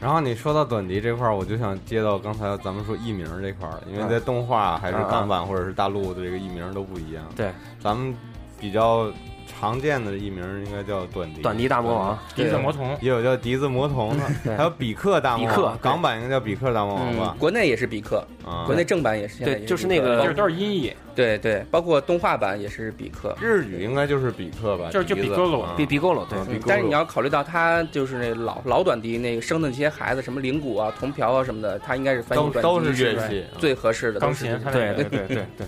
B: 然后你说到短笛这块儿，我就想接到刚才咱们说译名这块儿，因为在动画还是港版或者是大陆的这个译名都不一样。
C: 对，
B: 咱们比较常见的译名应该叫短笛，
C: 短笛大魔王，
D: 鼻子魔童，
B: 也有叫笛子魔童的，
C: 对
B: 还有比克大魔
C: 比
B: 王
C: 克，对
B: 港版应该叫比克大魔王吧
E: 嗯，？国内也是比克，
B: 啊，
E: 国内正版也是现在
C: 对
E: 也
C: 就是
E: 比克
C: 那个
E: 包
D: 就是都是音译，
E: 对对，包括动画版也是比克。
B: 日语应该就是比克吧，
D: 就是就
B: 笛子
D: 比克鲁
B: 啊
C: 比比够了。对，
B: 嗯比
E: 嗯
B: 克
E: 但是
B: 鲁
E: 你要考虑到他就是那老老短笛那个生的那些孩子，什么铃鼓啊、铜瓢啊什么的，他应该是翻译
B: 都
E: 短
B: 都
E: 笛
B: 是
E: 是
B: 乐器，
E: 最合适的。
D: 钢
E: 都是
D: 琴，他
C: 对对
D: 那个
C: 对
D: [laughs]
C: 对对，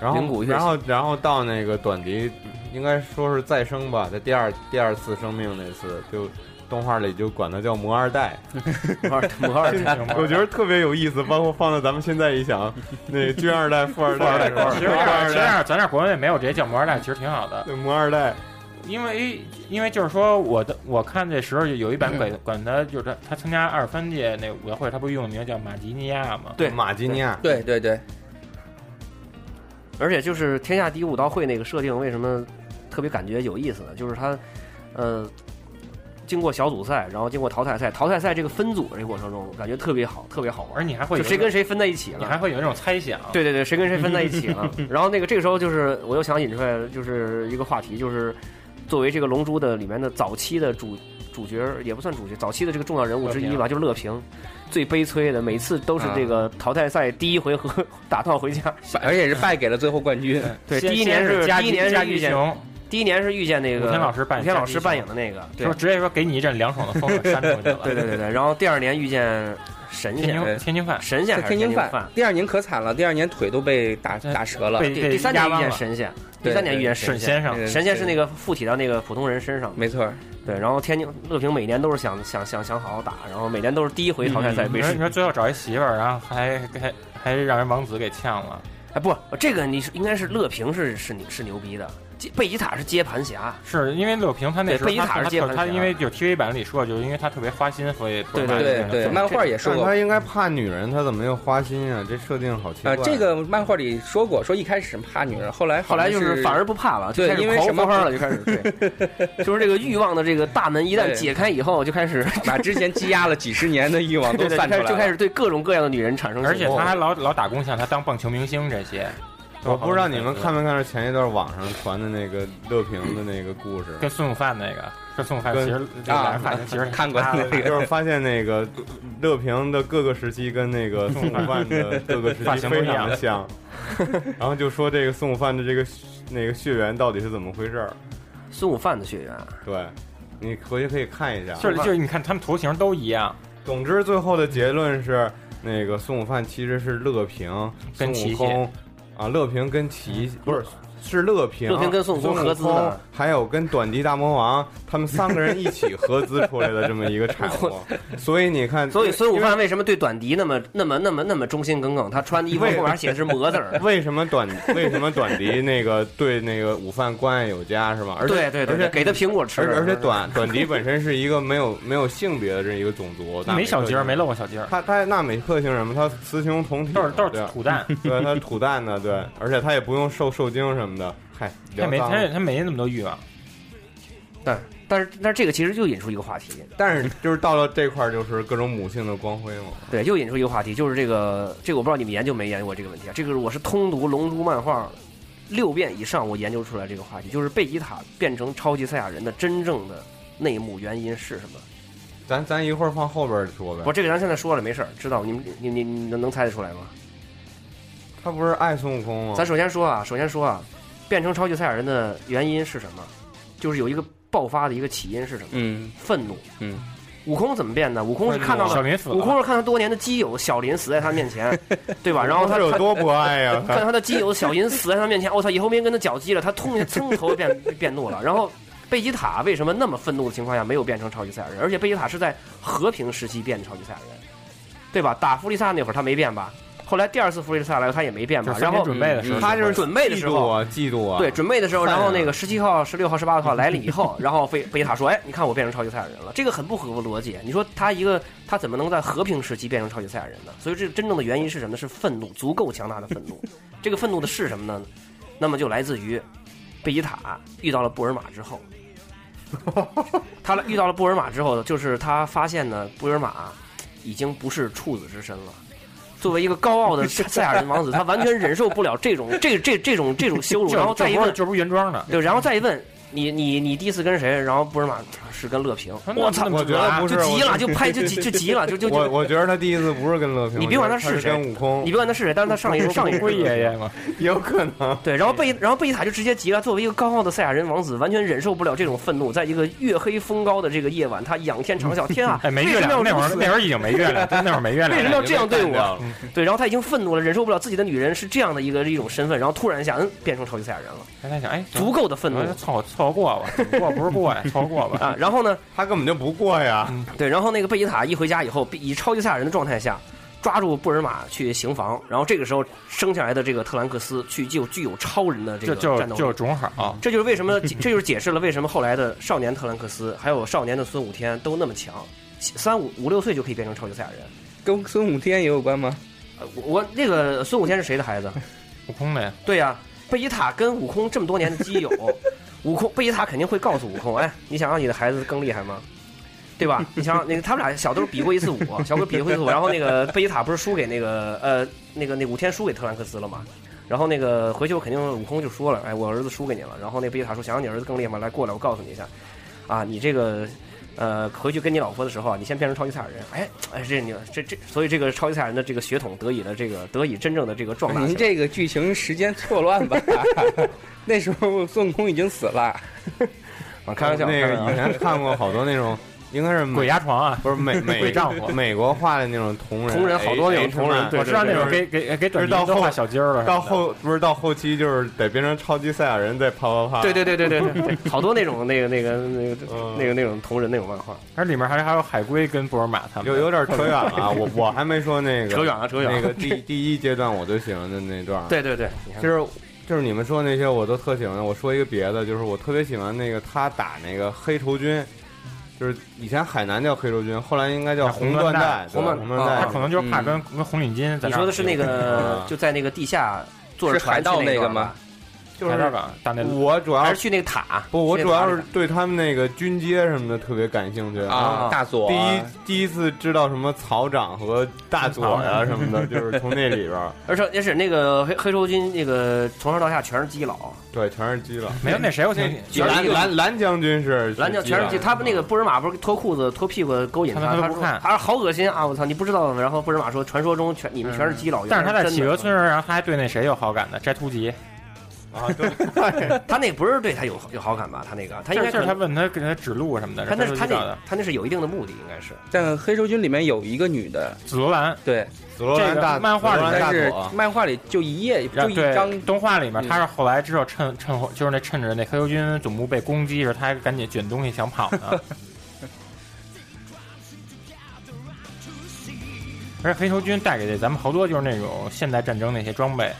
B: 然
C: 铃
B: 后
C: 鼓乐器
B: 然后然后到那个短笛，应该说是再生吧，在第二第二次生命那次，就动画里就管它叫魔二代，
C: 摩尔摩
B: [laughs]
C: 尔
D: 这种
B: 我觉得特别有意思。包括放到咱们现在一想，那军二代、富二代、富
D: 其实这样
B: 二
D: 其实这
B: 代、
D: 样咱这国内没有直接叫摩尔代，其实挺好
B: [laughs]
D: 的，
B: 对魔二代，
D: 因为因为就是说我的我看这时候有一版管管他就是他他参加二三届那舞蹈会，他不是用的名叫马吉尼亚吗？
C: 对
B: 马吉尼亚，
E: 对对对，
C: 而且就是天下第一武道会那个设定，为什么特别感觉有意思呢？就是它，呃，经过小组赛，然后经过淘汰赛，淘汰赛这个分组这个过程中，感觉特别好，特别好
D: 而
C: 玩。
D: 你还会
C: 就
D: 有
C: 谁
D: 一种
C: 跟谁分在一起
D: 你
C: 了，
D: 还会有一种猜想，
C: 对对对，谁跟谁分在一起
D: [laughs]
C: 了。然后那个这个时候就是，我又想引出来就是一个话题，就是作为这个《龙珠》的里面的早期的主主角儿，也不算主角，早期的这个重要人物之一吧，就是乐平，最悲催的，每次都是这
D: 啊
C: 个淘汰赛第一回合 [laughs] 打道回家。
E: 而且是败给了最后冠军。
C: 对
D: 先
C: 第一年
D: 先
C: 是
D: 加
C: 第一年是
D: 加
C: 遇
D: 一
C: 见
D: 雄，
C: 第一年是遇见那个
D: 武天老师扮演
C: 武天老师扮演的那个，对
D: 说直接说给你一阵凉爽的风扇出去了。
C: 对对对对。然后第二年遇见神
D: 天
C: 仙，
D: 津天津饭
C: 神仙还是
E: 天津
C: 津
E: 饭
C: 饭？，
E: 第二年可惨了，第二年腿都被打
D: 对
E: 打折了。
D: 被
C: 第
D: 被
C: 第三
D: 压
C: 年遇
D: 弯
C: 见
D: 了
C: 神仙，
E: 对
C: 第三年
E: 对
C: 遇见
E: 对
D: 沈
C: 神仙，
D: 先生，
C: 神仙是那个附体到那个普通人身上的。
E: 没错，
C: 对，然后天津乐平每年都是想想想想好好打，然后每年都是第一回淘汰赛
D: 你
C: 被
D: 说
C: 失
D: 你。说最后找一媳妇儿，然后还还还让人王子给呛了，
C: 哎，不，这个你是应该是乐平是是你是牛逼的，接贝吉塔是接盘侠，
D: 是因为柳平他那
C: 对
D: 时候
C: 贝
D: 他
C: 吉塔是
D: 他
C: 接
D: 特
C: 盘
D: 他
C: 侠
D: 因为就是 TV 版里说，就是因为他特别花心，所以
C: 对
D: 不让
E: 对
D: 他
E: 对，
D: 这
E: 漫画也说
B: 但
E: 过
B: 他应该怕女人，他怎么又花心啊？这设定好奇怪。
E: 啊，这个漫画里说过，说一开始怕女人，后来
C: 后来就是是反而不怕了，就
E: 对
C: 开始
E: 因为
C: 狂
E: 什么
C: 欢了，就
E: [laughs]
C: 开始对，就是这个欲望的这个大门一旦
E: 对
C: 解开以后，就开始
E: 把之前积压了几十年的欲望都
C: [laughs] 对对，
E: 散
C: 就开
E: 出来
C: 始
E: 了，
C: 就开始对各种各样的女人产生
D: 而且
C: 兴趣
D: 他还老老打工，像他当棒球明星这些。
B: 我不知道你们看没看到前一段网上传的那个乐平的那个故事，
D: 跟孙悟饭那个，说孙悟饭
B: 跟
D: 其实
E: 啊
D: 反正其实
E: 看过
B: [laughs]
D: 他 [laughs]
E: 那个
B: 就是发现那个乐平的各个时期跟那个宋午饭
D: [laughs]
B: 的各个时
D: 发
B: 期
D: 型都
B: 非
D: 一样
B: 常
D: [laughs]
B: 像，然后就说这个宋午饭的这个那个血缘到底是怎么回事儿？
C: 孙悟饭的血缘，
B: 对，你回去可以看一下。
D: 就是就是你看他们头型都一样，
B: 总之，最后的结论是，那个孙悟饭其实是乐平孙
D: 跟琪
B: 悟
D: 琪
B: 空啊，乐平跟琪不是是乐平，
C: 嗯乐平跟孙悟空合资的
B: 孙悟空还有跟短笛大魔王他们三个人一起合资出来的这么一个产
C: [laughs]
B: 物。所以你看，
C: 所以孙悟
B: 因为
C: 饭为什么对短笛那么那么那么那么忠心耿耿？他穿的衣服后
B: 为。
C: 面写的是“魔”字儿
B: [laughs] 为什么短为什么短笛那个对那个午饭关爱有加是吗？而且
C: 对对
B: 而
C: 对对，
B: 且
C: 给他苹果吃。
B: 而而且短短笛本身是一个没有 [laughs] 没有性别的这一个种族，纳
D: 没
B: 美
D: 小
B: 克
D: 鸡
B: 星
D: 儿，没露过小鸡儿，
B: 他他纳美克星人嘛，他雌雄同体
D: 都是都
B: 对
D: 是
B: [laughs]
D: 土蛋，
B: 对，他是土蛋的，对，而且他也不用受受精什么的，嗨，
D: 他
B: 聊
D: 没
B: 脏
D: 他
B: 了。
D: 他没那么多欲望，
C: 但但是但是这个其实又引出一个话题，
B: 但是就是到了这块儿，就是各种母性的光辉嘛。
C: 对，又引出一个话题，就是这个这个我不知道你们研究没研究过这个问题啊。这个我是通读《龙珠》漫画六遍以上，我研究出来这个话题，就是贝吉塔变成超级赛亚人的真正的内幕原因是什么？
B: 咱咱一会儿放后边儿说
C: 不，
B: 呗。
C: 这个咱现在说了没事儿，知道你们你你你能能猜得出来吗？
B: 他不是爱孙悟空吗？
C: 咱首先说啊，首先说啊，变成超级赛亚人的原因是什么？就是有一个爆发的一个起因是什么？
E: 嗯
C: 愤怒。
E: 嗯，
C: 悟空怎么变的？悟空是
B: 愤怒
C: 看到
D: 小
C: 了，
D: 林死
C: 悟
D: 了，
C: 空是看他多年的基友小林死在他面前，对吧？然后他
B: 他有
C: 他
B: 多不爱呀、
C: 看到他的基友小银死在他面前，我、操，以后没人跟他搅基了，他突然噌头变变怒了。然后贝吉塔为什么那么愤怒的情况下没有变成超级赛亚人？而且贝吉塔是在和平时期变的超级赛亚人，对吧？打弗利萨那会儿他没变吧？后来第二次弗利萨来了他也没变
D: 就
C: 吧
D: 是？三
C: 然
D: 天
C: 后
D: 准备的时候，
B: 他就是
C: 准备的时候
B: 嫉妒啊，嫉妒啊。
C: 对，准备的时候，
B: 看啊
C: 然后那个十七号、十六号、十八号来了以后，然后贝贝塔说：“哎，你看我变成超级赛亚人了。”这个很不合乎逻辑。你说他一个他怎么能在和平时期变成超级赛亚人呢？所以这真正的原因是什么呢？是愤怒， [laughs] 足够强大的愤怒。这个愤怒的是什么呢？那么就来自于贝吉塔遇到了布尔玛之后，他遇到了布尔玛之后，就是他发现呢，布尔玛已经不是处子之身了。作为一个高傲的赛亚人王子，他完全忍受不了这种这这这种这种羞辱，
D: 就
C: 然后再
D: 这
C: 一
D: 不是
C: 问，
D: 这不是原
C: [laughs]
D: 装的，
C: 对，然后再一问你你你第一次跟谁？然后布尔玛是跟乐平，我操，
B: 我觉得不，
C: 就是急
B: 我
C: 了，就拍就急就急了，就就
B: 我
C: 就
B: 我觉得他第一次不是跟乐平，
C: 你别管他
B: 我觉得
C: 是
B: 他
C: 谁
B: 跟悟空
C: 你别管他是谁，但是他上一上一
D: 龟爷爷嘛，
B: 有可能。
C: 对，然后贝然后贝吉塔就直接急了，作为一个高傲的赛亚人王子，完全忍受不了这种愤怒，在一个月黑风高的这个夜晚，他仰天长啸，天啊，
D: 哎，没
C: 为
D: 月
C: 什么要
D: 亮，那会儿
C: 如此
D: 那会儿已经没月亮，真那会儿没月
C: 为什么要
D: 亮。
C: 这样对
B: 已经被干掉
C: 我？对，然后他已经愤怒了，忍受不了自己的女人是这样的一个一种身份，然后突然一下，嗯，变成超级赛亚人了，
D: 他在想，哎，
C: 足够的愤怒
D: 我说凑合凑合过吧，过不是过呀，凑合过吧。
C: 啊！然后呢，
B: 他根本就不过呀。
C: 对，然后那个贝吉塔一回家以后，以超级赛亚人的状态下，抓住布尔玛去行房，然后这个时候生下来的这个特兰克斯去具有具有超人的这
D: 就
C: 个
D: 就
C: 战斗
D: 就
C: 力。嗯
D: 种好，
C: 这就是为什么，这就是解释了为什么后来的少年特兰克斯还有少年的孙武天都那么强，三五五六岁就可以变成超级赛亚人。
E: 跟孙悟天也有关吗？
C: 呃我我那个孙武天是谁的孩子？
D: 悟空的呀，
C: 对呀、贝吉塔跟悟空这么多年的基友，悟空贝吉塔肯定会告诉悟空，哎，你想让你的孩子更厉害吗？对吧？你想让那个他们俩小时候比过一次武，小时候比过一次武，然后那个贝吉塔不是输给那个呃那个那五天输给特兰克斯了吗？然后那个回去我肯定悟空就说了，哎，我儿子输给你了。然后那贝吉塔说，想让你儿子更厉害吗？来过来，我告诉你一下，啊，你这个。呃，回去跟你老婆的时候啊，你先变成超级赛亚人，哎，哎，这你这这，所以这个超级赛亚人的这个血统得以了这个得以真正的这个壮大起来。
E: 您这个剧情时间错乱吧？那时候孙悟空已经死了，
C: 啊 [laughs] 开玩笑，
B: 那
C: 开
B: 个
C: 玩笑
B: 以前看过好多那
C: [laughs]
B: 种，应该
C: 嗯
B: 是美
D: 鬼压床啊，
B: 不是美美
D: 鬼丈夫
B: 美国画的那种同人，
C: 同人好多那种
B: H-
C: 同人
B: H-
C: 嗯对
D: 我知道那种
B: 就是
D: 给给给短
B: 就是到
D: 笛都
B: 后
D: 画小鸡儿了，
B: 到后不是到后期就是得变成超级赛亚人再啪啪啪。
C: 对对对对对对，啊 [laughs] 对好多那种那个那个那个
B: 嗯
C: 那个那种同人那种漫画，
D: 而里面还还有海龟跟布尔玛他们，
B: 有有点扯远了，啊我我还没说那个
C: [laughs] 扯远了扯远了
B: 那个第第一阶段我最喜欢的那段，，
C: 对对对，你看
B: 就是就是你们说那些我都特喜欢的。我说一个别的，就是我特别喜欢那个他打那个黑绸军，就是以前海南叫黑绸军，后来应该叫
D: 叫红
B: 缎
D: 缎
B: 带
D: 带，
B: 对
C: 红缎
B: 红缎
C: 啊
D: 他
B: 带
D: 可能就是怕跟跟红领巾在
C: 你
D: 那儿
C: 说的是那个
B: 嗯
C: 就在那个地下坐着
E: 是海
C: 船去
E: 盗
C: 那
E: 那个
C: 段
E: 吗
C: 吧？
B: 就
D: 海南
B: 是
D: 岛大内
C: 嗯
D: 陆
B: 我主要
C: 还是去那个塔？
B: 啊不，我
C: 去
B: 主
C: 那个塔
B: 要
C: 里
B: 是对他们那个军阶什么的特别感兴趣。
E: 啊
C: 啊，
E: 大佐
B: 第
E: 啊
B: 一第一次知道什么草长和大佐呀、什么的，就是从那里边儿，
C: 而且也是那个黑黑手军，那个从上到下全是基佬，
B: 对，全是基佬。
D: 没有那谁我听
C: 有
B: 蓝
C: 一个
B: 蓝蓝将军是
C: 蓝鸟全是基。他们那个布尔玛不是脱裤子脱屁股勾引
D: 他们
C: 他
D: 都不
C: 说
D: 看
C: 他说好恶心啊！我操，你不知道吗？然后布尔玛说，传说中全你们全是基佬，
D: 但是他在
C: 原来
D: 企
C: 真的嗯
D: 鹅村，然后他还对那谁有好感的斋秃吉，
B: 啊，对，
C: [laughs] 他那不是对他有有好感吧？他那个他应
D: 就
C: 该
D: 是就是他问他给他指路什么的，
C: 他那是他
D: 他
C: 那他那是有一定的目的，应该是
E: 但黑手军里面有一个女的，
D: 紫罗兰，
E: 对，
B: 紫罗兰大
D: 这个漫
B: 紫
D: 画里
B: 罗兰大
E: 但是
B: 佐，
E: 漫画里就一页，
D: 然
E: 就
D: 后
E: 一
D: 对
E: 张，
D: 动画里面
E: 嗯
D: 他是后来之后趁趁火就是那趁着那黑油军总部被攻击时，他还赶紧卷东西想跑
E: [laughs]
D: 呢。而且黑球军带给这咱们好多就是那种现代战争那些装备，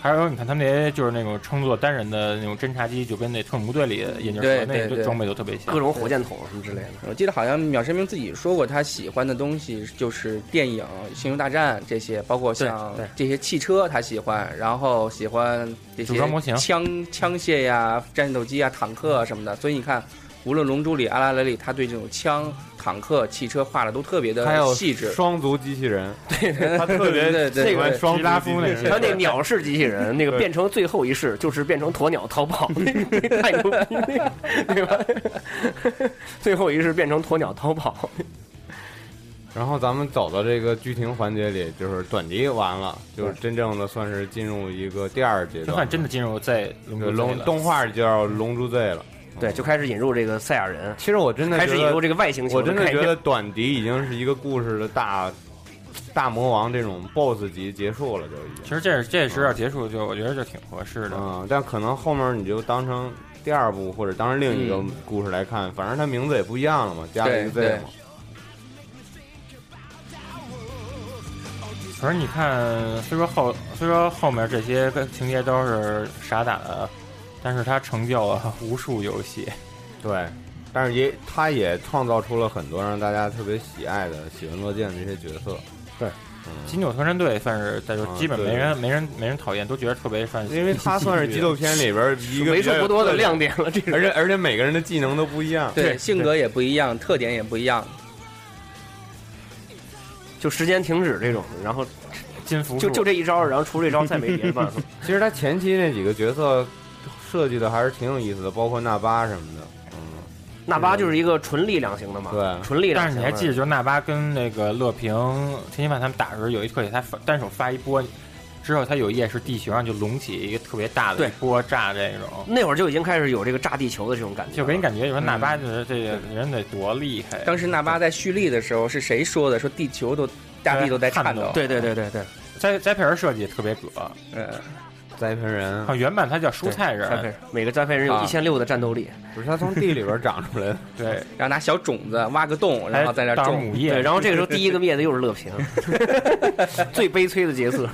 D: 还有你看他们那些就是那种称作单人的那种侦察机，就跟那特种部队里眼镜蛇
E: 对
D: 那
E: 对
D: 个
E: 对
D: 装备都特别像
C: 各。种火箭筒什么之类的。
E: 我记得好像秒神明自己说过，他喜欢的东西就是电影、星球大战这些，包括像
D: 对对
E: 这些汽车他喜欢，然后喜欢这些
D: 组装模型
E: 枪枪械呀、战斗机啊、坦克啊什么的。所以你看，无论《龙珠》里、阿拉蕾里，他对这种枪、坦克、汽车画的都特别的
B: 还有
E: 细致。
B: 双足机器人，
E: [laughs] 对
B: 他特
E: 对
B: 别
E: 对对
B: 喜欢
E: 对
B: 双
D: 吉拉
B: 足
D: 夫
B: 机器
D: 那
B: 人
D: 是
C: 然后那鸟式机器人，那个变成最后一式就是变成鸵鸟逃跑，那个太牛逼了，对吧？最后一式变成鸵鸟逃跑，
B: 然后咱们走到这个剧情环节里，就是短集完了，
E: 嗯
B: 就是真正的算是进入一个第二阶
D: 就算
B: 段。
D: 真的进入在龙
B: 对
D: 珠
B: 龙
D: 东
B: 动画叫《龙珠 Z》了。
C: 对，就开始引入这个赛亚人，
B: 其实我真的
C: 开
B: 觉
C: 始
B: 得
C: 引入这个外星球
B: 我真的
C: 概
B: 觉
C: 念
B: 得短笛已经是一个故事的大大魔王这种 BOSS 级结束了，就已
D: 其
B: 经。
D: 实这这时候结束就我觉得就挺合适的。
B: 嗯，但可能后面你就当成第二部或者当成另一个故事来看，反正它名字也不一样了嘛，加了一个
E: 嗯对
B: Z 嘛。
D: 可是你看，虽说后虽说后面这些个情节都是傻打的，但是它成就了无数游戏。
B: 对，但是也它也创造出了很多让大家特别喜爱的、喜闻乐见的这些角色。
D: 对，
B: 嗯，
D: 金九特战队算是，但是
B: 啊
D: 基本
B: 对
D: 没人、没人没人讨厌，都觉得特别算，
B: 因为它算
D: [laughs]
B: 是激斗片里边
C: [laughs]
B: 一个
C: 为数不多的亮
B: 点，
C: 点了。这
B: 而
C: 是
B: 且而且每个人的技能都不一样。
E: 对，
D: 对
E: 性格也不一样，特点也不一样。
C: 就时间停止这种，然后
D: 金服
C: 就就这一招，然后除这招再没别的办法。
B: 其实他前期那几个角色设计的还是挺有意思的，包括纳巴什么的。嗯，
C: 纳巴就是一个纯力量型的嘛，
B: 对
C: 纯力量
D: 但
C: 型的。
D: 是你还记得，就是纳巴跟那个乐平、天津饭他们打的时候，有一特写，他发单手发一波，之后他有一页是地球上就隆起一个特别大的
C: 对嗯
D: 一波炸这种，
C: 那会儿就已经开始有这个炸地球的这种感觉了，
D: 就给你感觉，你说纳巴就是这个人得多厉害。啊
E: 当时纳巴在蓄力的时候，是谁说的？说地球都大地都在颤抖
D: 对。
C: 对对对对对，
D: 栽栽培人设计也特别葛，
E: 嗯，
B: 栽培 [laughs] 人
D: 好，原版它叫蔬菜人，
C: 栽培人每个栽培人有
E: 啊
C: 一千六的战斗力，
B: 不是他从地里边长出来的，
D: 对，
E: 然后拿小种子挖个洞，然后在那
D: 还当
E: 种
D: 母。夜，
C: 对，然后这个时候第一个灭的又是乐 [laughs] 平，最悲催的角色，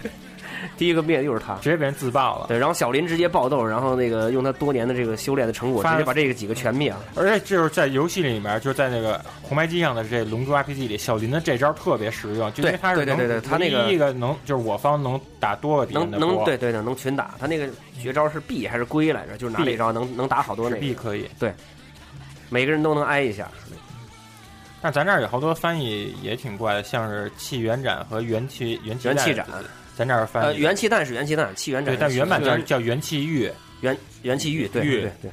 C: 第一个灭的又是他。
D: 直接被人自爆了。
C: 对，然后小林直接暴斗，然后那个用他多年的这个修炼的成果，
D: 发
C: 直接把这个几个全灭了。
D: 而且就是在游戏里面，就是在那个红白机上的这《龙珠 RPG》里，小林的这招特别实用，就因为
C: 对
D: 他是
C: 对
D: 能
C: 对对对他那个
D: 第一个能就是我方能打多个敌
C: 能
D: 人的
C: 能
D: 波
C: 对对对，能群打。他那个绝招是 B 还是龟来着？就是拿
D: B
C: 这招能能打好多
D: 是
C: 那
D: 必
C: 个，
D: 可以。
C: 每个人都能挨一下。
D: 但咱这儿有好多翻译也挺怪的，像是气元斩和元气元气
C: 元气斩，
D: 弹咱这儿翻译
C: 呃，元气弹是元气弹，气元斩
D: 对，
C: 是
D: 但
C: 气
D: 原版
C: 元
D: 叫叫元气玉，
C: 元元气玉，对
B: 玉
C: 对对对，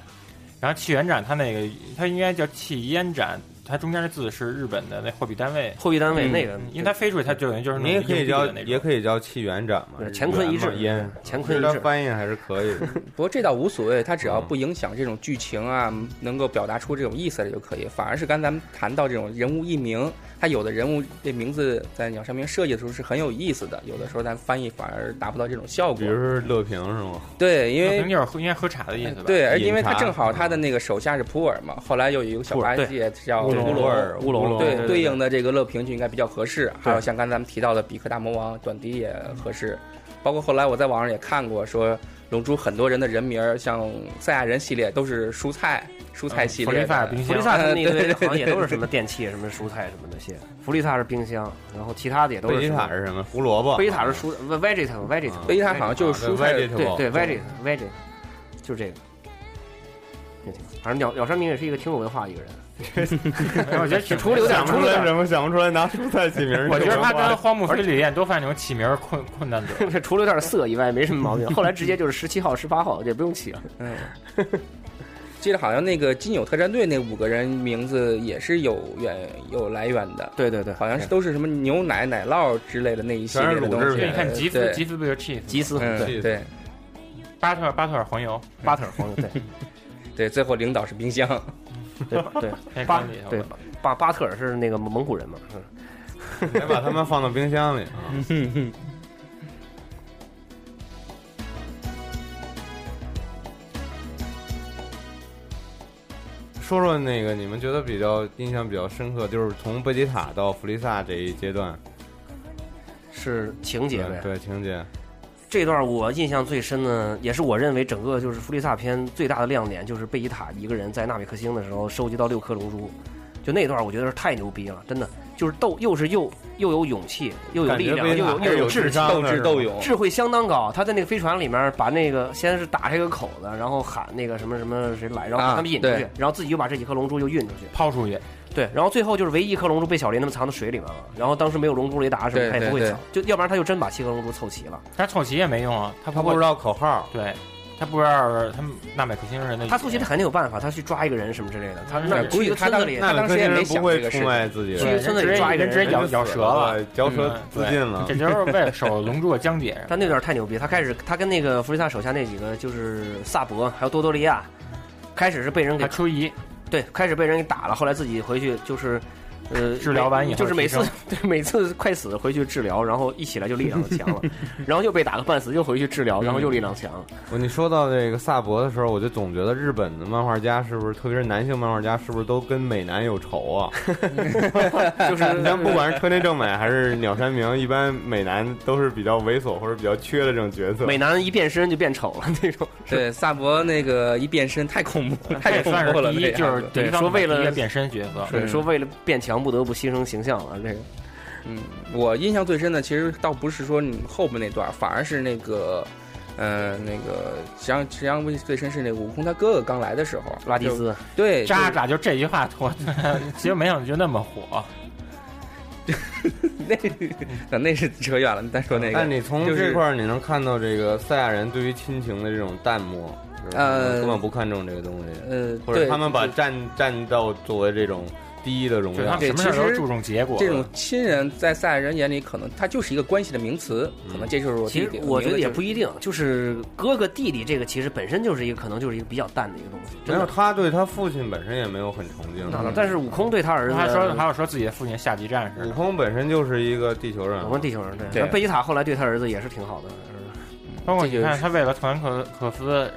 D: 然后气元斩它那个它应该叫气烟斩，它中间的字是日本的那货币单位，
C: 后续单位
E: 嗯
C: 那个
D: 因为它飞出去它就等于就
B: [laughs]
D: 是
B: 你也可以叫嗯
D: 那种
B: 也可以叫气源斩嘛
C: 对，乾坤一致
B: 源嘛
C: 乾
B: 烟，
C: 坤
B: 其实
C: 一
B: 他
C: 致。
B: 翻译还是可以 [laughs] 的。
E: 不过这倒无所谓，它只要
B: 嗯
E: 不影响这种剧情啊，能够表达出这种意思来就可以。反而是刚才咱们谈到这种人物译名，它有的人物这名字在鸟山明设计的时候是很有意思的，有的时候咱翻译反而达不到这种效
B: 比
E: 果
B: 如。说乐平是吗？
E: 对，因
D: 肯
E: 为
D: 定就是喝应该喝茶的意思吧？
E: 对，而
B: 饮
E: 因为他
B: 茶
E: 正好他的那个手下是普洱嘛，后来又有一个小
C: 普洱
E: 八
C: 啊对
E: 戒叫乌
B: 龙
E: 龙
B: 普洱
C: 乌龙，
E: 对
C: 对
E: 对应的这个乐平就应该比较合适。还有
C: 对
E: 像刚才咱们提到的比克大魔王短笛也合适。包括后来我在网上也看过，说《龙珠》很多人的人名儿，像赛亚人系列都是蔬菜，蔬菜系
D: 嗯弗
E: 列
D: 利
E: 的。
D: 萨冰
C: 弗
D: 箱。
C: 利萨
E: 呃
C: 他们那一
E: 对
C: 堆
E: 对
C: 好像也都是什么电器、什么蔬菜什么那些。弗利萨是冰箱，然后其他的也都
B: 贝
C: 是
B: 吉
C: 什
B: 塔
C: 么。
B: 是什么？胡萝卜。
C: 贝吉塔是蔬，veget veget，
E: 贝吉塔好像就是蔬
B: 嗯
E: 菜
B: 对 vegetable
C: 对对 veget veget，就是这个。也挺反正鸟鸟山明也是一个挺有文化的
B: [laughs]
C: 一个人，我觉得除了有点
B: 想
C: 除
B: 不出
C: 了有
B: 来
C: 点
B: 什么，想不出来拿蔬菜起名儿
D: 我觉得他
B: 这
D: 跟
B: 种话
D: 荒木飞吕彦多犯那种起名儿困困难者。
C: 这除了有点色以外没什么毛病。后来直接就是十七号、十八号也不用起
B: [laughs]
C: 了。
E: 嗯，记得好像那个金友特战队那五个人名字也是有源有来源的，
C: 对对对，
E: 好像是都是什么牛奶、奶酪之类的那一系列的东
B: 全是乳制
E: 西。
D: 因为
B: 品
D: 你看吉夫
E: 对
D: 吉夫不就是 cheese，
C: 吉斯
E: 嗯，
B: 对
E: 对
D: 巴特尔巴特尔黄油，
C: 巴特尔黄油，对
E: 对，最后领导是冰箱，
B: [laughs]
C: 对对
D: 太
C: 巴
D: 坑里头
C: 对
D: 了。
C: 巴巴特尔是那个蒙古人嘛，嗯
B: 得把它们放到冰箱里啊。 [laughs] 说说那个你们觉得比较印象比较深刻，就是从贝吉塔到弗利萨这一阶段，
C: 是情节呗
B: 对。对情节，
C: 这段我印象最深呢，也是我认为整个就是弗利萨篇最大的亮点，就是贝吉塔一个人在纳米克星的时候收集到六颗龙珠，就那段我觉得是太牛逼了，真的就是斗又是又又有勇气，又有
B: 感
C: 力
B: 觉
C: 量，
B: 贝
C: 又
B: 吉塔
C: 有又
B: 是有
C: 智
B: 智
C: 商，
B: 商
E: 斗
B: 的
E: 智
B: 是
E: 斗
B: 吧
E: 勇。
C: 智慧相当高。他在那个飞船里面把那个先是打开个口子，然后喊那个什么什么谁来，然后把
E: 啊
C: 他们引出去，
E: 对
C: 然后自己又把这几颗龙珠又运出去。
D: 抛出去，
C: 对，然后最后就是唯一一颗龙珠被小林他们藏到水里面了，然后当时没有龙珠雷达什么，
E: 对
C: 他也不会
E: 对
C: 藏，就要不然他就真把七颗龙珠凑齐了。
D: 但是凑齐也没用啊，他
B: 他不知
D: 道，
B: 道口号，
D: 对他不知道他们纳美克星人的语言，
C: 他凑齐他肯定有办法，他去抓一个人什么之类的。他
D: 嗯
C: 那
D: 对
C: 去一个
E: 他
C: 村
E: 当
C: 子里，
E: 他
B: 那两
E: 当时
B: 颗
E: 也
B: 星人
E: 没
B: 不
E: 想这
B: 会
E: 个
B: 出
E: 事情。
B: 卖自己
C: 去一
B: 的，
C: 个村子里
D: 对
C: 抓一个
D: 人直接
C: 人。
D: 咬
B: 人家
D: 咬
B: 死
D: 折了，
B: 嚼舌自
D: 对
B: 尽了
D: 这。就是为了守龙珠的江姐。
C: 但那段太牛逼，他开始他跟那个弗利萨手下那几个就是萨博还有多多利亚，开始是被人给
D: 他初一
C: 对，开始被人给打了，后来自己回去就是，呃，
D: 治疗完以后
C: 就是每
D: 提升
C: 次 [laughs] 对每次快死回去治疗，然后一起来就力量就
D: [laughs]
C: 强了，然后又被打个半死，又回去治疗，然后又力量强了。
B: 我你说到这个萨博的时候，我就总觉得日本的漫画家是不是，特别是男性漫画家，是不是都跟美男有仇啊？
D: 嗯
C: 就是
D: [laughs]
B: 你像不管是车内正美还是鸟山明，一般美男都是比较猥琐或者比较缺的这种角色。
C: 美男一变身就变丑了那种，
E: 对，萨博那个一变身太恐怖了，
D: 他
E: 太
D: 也
E: 恐
D: 算
E: 怖
D: 是
E: 了，
D: 第
E: 那
D: 一，
E: 样
D: 就是
E: 子
D: 敌方
C: 对说为了
D: 第一个变身角色，
E: 对
C: 说为了变强不得不牺牲形象了，这个
E: 嗯，我印象最深的其实倒不是说你后面那段，反而是那个，呃，那个实际上实际上最深是那个悟空他哥哥刚来的时候，
C: 拉蒂斯
E: 就对
D: 渣渣就这句话，我 [laughs] 其实没想到就那么火。
E: [laughs] 那那是扯远了，咱说那
B: 但
E: 个
B: 你从
E: 就是
B: 这块儿你能看到这个赛亚人对于亲情的这种淡漠，是吧
E: 呃
B: 根本不看重这个东西，
E: 呃，
B: 或者
E: 对
B: 他们把战战斗作为这种第一的荣
D: 就是他
B: 耀
D: 们。什么事儿
E: 对其
D: 都
E: 实
D: 注重结果。
E: 这种亲人在赛亚人眼里，可能他就是一个关系的名词，可能这就是我
C: 其
E: 弟
C: 实
E: 弟。
C: 我觉得也
E: 名字
C: 不一定，就是哥哥弟弟这个其实本身就是一个可能就是一个比较淡的一个东西，
B: 没
C: 真
B: 有，
C: 的。
B: 他对他父亲本身也没有很崇敬。
C: 那倒但是悟空对他儿子，
D: 嗯他说还有说自己的父亲下级战
B: 悟
D: 士，
B: 空本身就是一个地球人，啊
C: 嗯我们地球人对，
E: 对
C: 那贝吉塔后来对他儿子也是挺好的。是吧
D: 包括
E: 嗯这
D: 你
E: 就
D: 看
E: 是
D: 他为了特兰克克斯，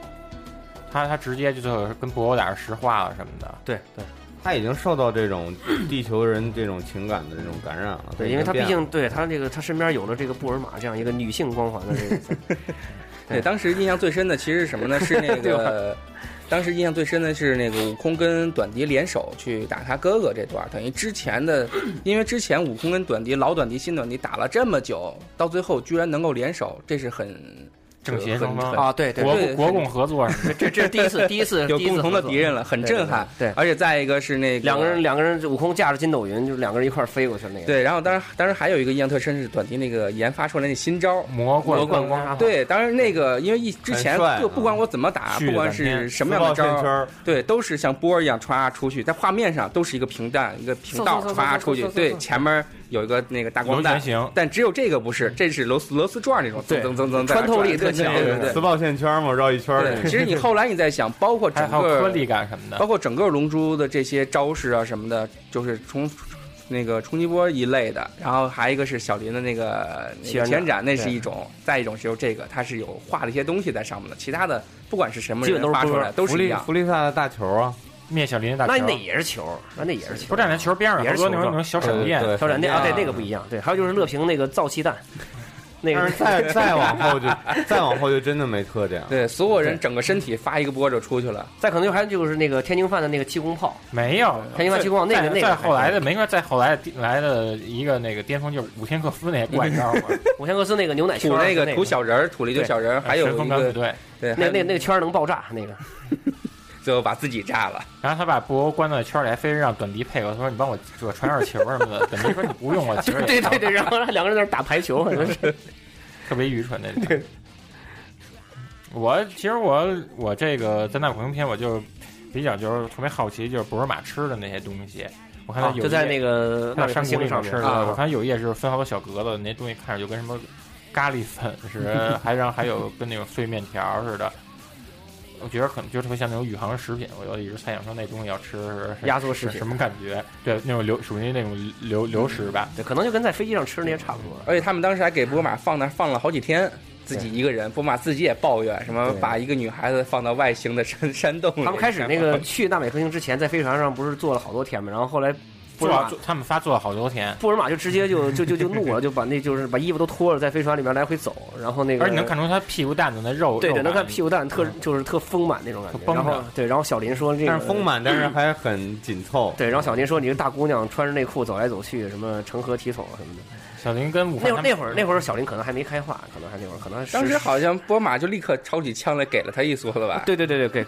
D: 他他直接就最后跟布欧打石化了什么的。
C: 对对。
B: 他已经受到这种地球人这种情感的这种感染了。
C: 对，因为他毕
B: 已经变了
C: 竟对他这个他身边有了这个布尔玛这样一个女性光环的这个，
E: 对，当时印象最深的其实是什么呢？是那个，当时印象最深的是那个悟空跟短笛联手去打他哥哥这段儿，等于之前的，因为之前悟空跟短笛老短笛新短笛打了这么久，到最后居然能够联手，这是很
D: 正
E: 很
D: 邪双方
E: 很
C: 啊，对对，
D: 国
E: 对
D: 国共
E: [laughs]
D: 合作什么的，
C: 这这这是第一次，第一次
E: 有共同的敌人，了，很
C: 对
E: 震撼。
C: 对对
E: 而且再一个是那个
C: 第一次合作两个人两个人，悟空驾着筋斗云，就是两个人一块儿飞过去那个，
E: 对，然后当然当然还有一个印象特深是短笛那个研发出来那新招儿。
D: 魔
C: 夺
D: 棍
C: 冠光沙，
E: 对，当然那个，因为一之前
B: 很帅啊
E: 就不管我怎么打，
D: 去
E: 不管
D: 了半天
E: 是什么样的
B: 自
E: 招
B: 爆
E: 儿
B: 线，圈儿
E: 对，都是像波儿一样歘出去，在画面上都是一个平淡一个平道
C: 嗖嗖嗖
E: 歘
C: 嗖
E: 出去
C: 嗖嗖，
E: 对
C: 嗖，
E: 前面有一个那个大光
D: 螺旋
E: 弹，
D: 形，
E: 但只有这个不是，这是螺丝螺丝转那种，
C: 对
E: 噌噌噌噌，
C: 穿透力
E: 再
C: 特强
E: 对对对
B: 磁。爆线圈儿嘛，绕一圈儿
E: 对
B: 那
E: 其
B: 个。
E: 实你后来你再想，包括
D: 还
E: 整
D: 还有颗
E: 个
D: 粒感什么的
E: 包。括整个龙珠的这些招式啊什么的，就是冲那个冲击波一类的，然后还有一个是小林的那个那
C: 旋
E: 个
C: 斩
E: 旋斩，那是
C: 对
E: 一种；再一种是由这个，它是有画了一些东西在上面的，其他的不管是什么
C: 基本
E: 人
C: 都是
E: 发出
C: 波儿
E: 来都
B: 弗
E: 是一
B: 利
E: 样。
B: 弗利萨的大球啊，
D: 灭小林的大
C: 那
D: 球，
C: 那也是球，那那也是球，
D: 不站在球边上，
C: 也
D: 好
C: 是
D: 多
C: 球
D: 那种那
C: 状
D: 种小闪电，
B: 呃对
C: 小闪电啊，
E: 啊
C: 对那个不一样，对，还有就是乐平那个造气弹，那
B: 但
C: 个
B: 是再再往后就再往后就真的没特
C: 啊
B: 点了。
E: 对，所有人整个身体发一个波就出去了。
C: 再可能就还就是那个天津饭的那个气功炮，
D: 没有，
C: 天津湾激光那个
D: 再
C: 那个
D: 再
C: 还
D: 后来的没法，再后来的来的一个那个巅峰就是武天克夫那些
E: [laughs]
D: 怪招嘛，
C: 五千克斯那个牛奶圈
E: 吐
C: 儿
E: 那
C: 那
E: 个吐小人儿，吐了一堆小
C: 哎
E: 人儿，还有
D: 神风
E: 一
D: 敢死
E: 个
D: 队，
E: 对，还
C: 那
E: 有
C: 那那个圈儿能爆炸那个，
E: 最后把自己炸了。
D: 然后他把布欧关在圈里，还非让短笛配合，他说你帮我我传点球什么的，短笛说你不用
C: [laughs]
D: 我，其实也
C: 对对对，然后两个人在那儿打排球，好像是
D: 特别愚蠢的。我其实我我这个在那恐龙片，我就比较就是特别好奇，就是博尔玛吃的那些东西。我看他
C: 啊
D: 有
C: 就在那个
D: 个
C: 那
D: 那山谷
C: 星
D: 里
C: 上
D: 面
C: 面
D: 吃的，
C: 啊
D: 我看有一页是分好多小格子，那东西看着就跟什么咖喱粉似
C: [laughs]
D: 的，还然后还有跟那种碎面条似的。我觉得可能就特别像那种宇航食品，我就一直猜想说那东西要吃是
C: 压缩食
D: 是
C: 品
D: 什，么感觉？对，那种流属于那种流流食吧。
C: 对，可能就跟在飞机上吃那些差不多。
E: 而且他们当时还给波马放那儿放了好几天，自己一个人。波马自己也抱怨什么，
D: 对
E: 把一个女孩子放到外星的山 [laughs] 山洞里。
C: 他们开始那个去纳美克星之前，在飞船上不是坐了好多天嘛，然后后来布
D: 做
C: 尔
D: 了
C: 玛
D: 做他们发做了好多天，
C: 布尔玛就直接就就就就怒了，就把那就是把衣服都脱了，在飞船里面来回走，然后那个
D: 而且能看出他屁股蛋子那肉，
C: 对对，
D: 肉
C: 能看
D: 感
C: 屁股蛋特就是特丰满那种感
D: 特
C: 觉。
D: 绷
C: 然后
D: 着
C: 对，然后小林说这
B: 但
C: 个
B: 是丰满，但是还很紧凑。
C: 对，然后小林说：“你这大姑娘穿着内裤走来走去，什么成何体统什么的。
D: 小林跟武”
C: 那会儿
D: 汉他们
C: 那会儿那会儿小林可能还没开化，可能还那会儿可能还是
E: 当时好像波马就立刻抄起枪来给了他一梭子吧。
C: 对对对对给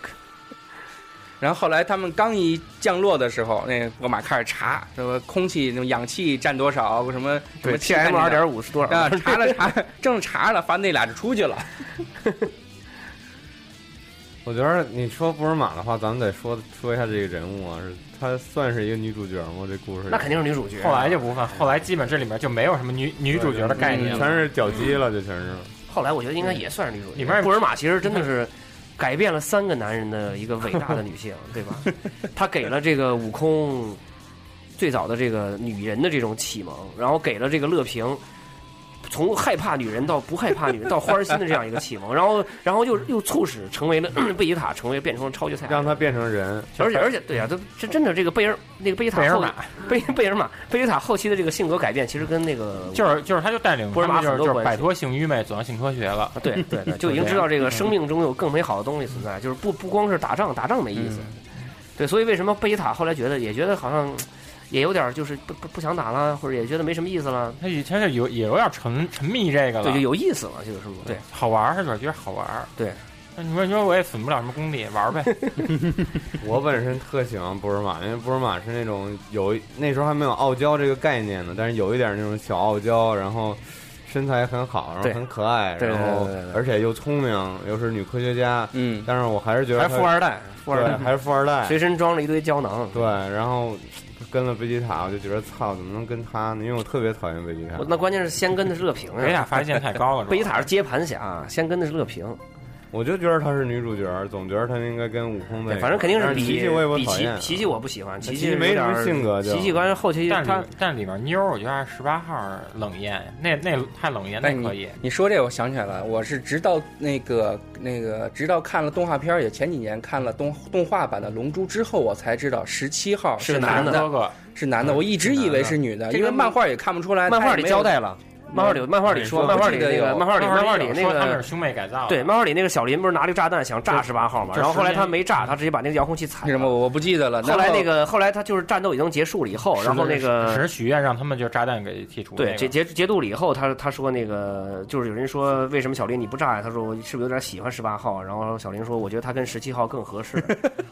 E: 然后后来他们刚一降落的时候，那个波马开始查，什么空气那种氧气占多少，什么什么
C: 对 T M 二
E: 五
C: 点五是多
E: 啊，
C: 少？
E: 查了查，正查了，发现那俩就出去了。
B: 我觉得你说布尔玛的话，咱们得说说一下这个人物啊，是她算是一个女主角吗？这故事
C: 那肯定是女主角。
D: [laughs]
C: 啊
D: 后来就不犯，后来基本这里面就没有什么女女主角的概
C: 嗯
D: 念
B: 嗯全
D: 了。
B: 是脚鸡了，这全是。
C: 后来我觉得应该也算是女主角。
D: 里面
C: 布尔玛其实真的是改变了三个男人的一个伟大的女
D: [laughs]
C: 性，对吧？她给了这个悟空最早的这个女人的这种启蒙，然后给了这个乐平。从害怕女人到不害怕女人，到花儿心的这样一个启蒙， [laughs] 然后，然后又又促使成为了 [coughs] 贝吉塔，成为变成了超级赛亚人
B: 让她变成人，
C: 而且而且，对呀、啊，这这真的这个贝尔那个贝吉塔
D: 贝尔
C: 后
D: 玛
C: 贝贝尔玛贝吉塔后期的这个性格改变，其实跟那个
D: 就是就是，他就带领
C: 布尔
D: 他
C: 玛
D: 们
C: 很
D: 就是
C: 多
D: 就是
C: 关系
D: 摆脱性愚昧，走向性科学了。
C: 啊，对
D: 呃
C: 对对，就已经知道这个生命中有更美好的东西存在，就是不不光是打仗，打仗没意思。对，所以为什么贝吉塔后来觉得也觉得好像嗯也有点儿就是不不不想打了，或者也觉得没什么意思了，
D: 他以前就有也有点沉沉迷这个
C: 对，就
D: 了，
C: 有意思了，就是说对。
D: 好玩儿，他主要觉得好玩儿。
C: 对
D: 那你说你说我也损不了什么功力，
C: [laughs]
D: 玩儿呗。
B: 我本身特喜欢布尔玛，因为布尔玛是那种有那时候还没有傲娇这个概念呢，但是有一点那种小傲娇，然后身材很好，然后
C: 对
B: 很可爱，
C: 对对
B: 然后
C: 对对对
B: 而且又聪明，又是女科学家，
E: 嗯，
B: 但是我还是觉得
C: 还
B: 她
C: 富二代，富二
B: 对
C: 代，
B: 还是富二代，
C: 随身装了一堆胶囊。
B: 对，然后跟了贝吉塔，我就觉得操，怎么能跟他呢？因为我特别讨厌贝吉塔
C: [laughs] 我。那关键是先跟的是乐平
D: 北塔
C: 啊，
D: 发现太高了，是吧
C: [laughs] 贝吉塔是接盘侠，先跟的是乐平。
B: 我就觉得她是女主角，总觉得她应该跟悟空在一块儿。
C: 反正肯定
B: 但
C: 是
B: 是
C: 比
B: 琪琪我也不
C: 比
B: 讨
C: 琪
B: 厌，啊
C: 琪琪我不喜欢，琪
B: 琪琪
C: 有
B: 没什么
C: 点儿
B: 性格就
C: 琪琪关键后期
D: 但
C: 他
D: 里但里面妞儿，我觉得还是十八号冷艳，那那太冷艳，
C: 哎
D: 那
E: 但
D: 可
E: 你
D: 以。
E: 你说这，我想起来了，我是直到那个那个，直到看了动画片儿，也前几年看了动动画版的《龙珠》之后，我才知道十七号
C: 是男
E: 男
C: 嗯
E: 的，
D: 哥哥，
E: 是男的，我一直以为是女的，
C: 这个
E: 因为漫画也看不出来。
C: 漫画
E: 它也
C: 里
E: 没有
C: 交，代了，漫画里漫画里说，
B: 没
E: 错
C: 漫画里
E: 我记
C: 那
E: 得
C: 个
E: 有
C: 漫画里漫画里
D: 有
C: 那
D: 说他们
C: 个
D: 是兄妹改造的，
C: 对，漫画里那个小林不是拿着炸弹想炸
D: 这
C: 十八号嘛，
D: 啊这
C: 然后
D: 时
C: 后来
D: 间
C: 他没炸，他直接把那个遥控器踩
E: 是什么
C: 了。
E: 我不记得了。
C: 啊后来
E: 然
C: 那个后来他就是战斗已经结束了以后，
D: 是的，
C: 然后那
D: 只
C: 个
D: 是许愿让他们就炸弹给剔除那个。
C: 对结结结束了以后，他他说那个就是有人说为什么小林你不炸呀？他说我是不是有点喜欢十八号？然后小林说我觉得他跟十七号更合适。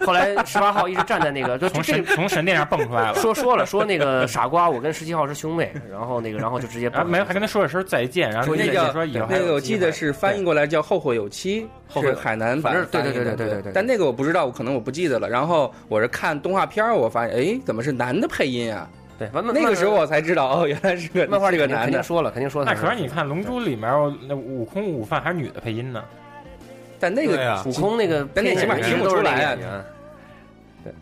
C: 后来十八号一直站在那个就
D: 从
C: 这
D: 神
C: 个。
D: 从神殿上蹦出来了。
C: 说说了，说那个傻瓜，我跟十七号是兄妹，然后那个，然后就直接
D: 然啊后没有，还跟他说了声再见，然后
E: 后
D: 那
E: 那
D: 就
E: 叫
D: 说以后还
E: 那
D: 有
E: 个，我
D: 机
E: 记
D: 会
E: 得是翻译过来叫《后会有期
C: 后》，会
E: 是
C: 有
E: 海南
C: 反
E: 版
C: 正
E: 翻译的。
C: 对对对对对对
E: 但那个我不知道，我可能我不记得了。然后我是看动画片儿，我发现哎，怎么是男的配音啊？
C: 对，完
E: 那个时候我才知道，哦，原来是个
C: 漫画里
E: 是个
C: 肯定肯
E: 男
C: 定
E: 的。
C: 说了，肯定说
D: 那
C: 他
D: 可是你看《龙珠》里面，那悟空、悟饭还是女的配音呢。
E: 但那
B: 对
E: 个
B: 啊
C: 悟空那个
E: 但那起码
C: 配音
E: 听不
C: 都是
E: 出
C: 那
E: 来啊
C: 个演员对，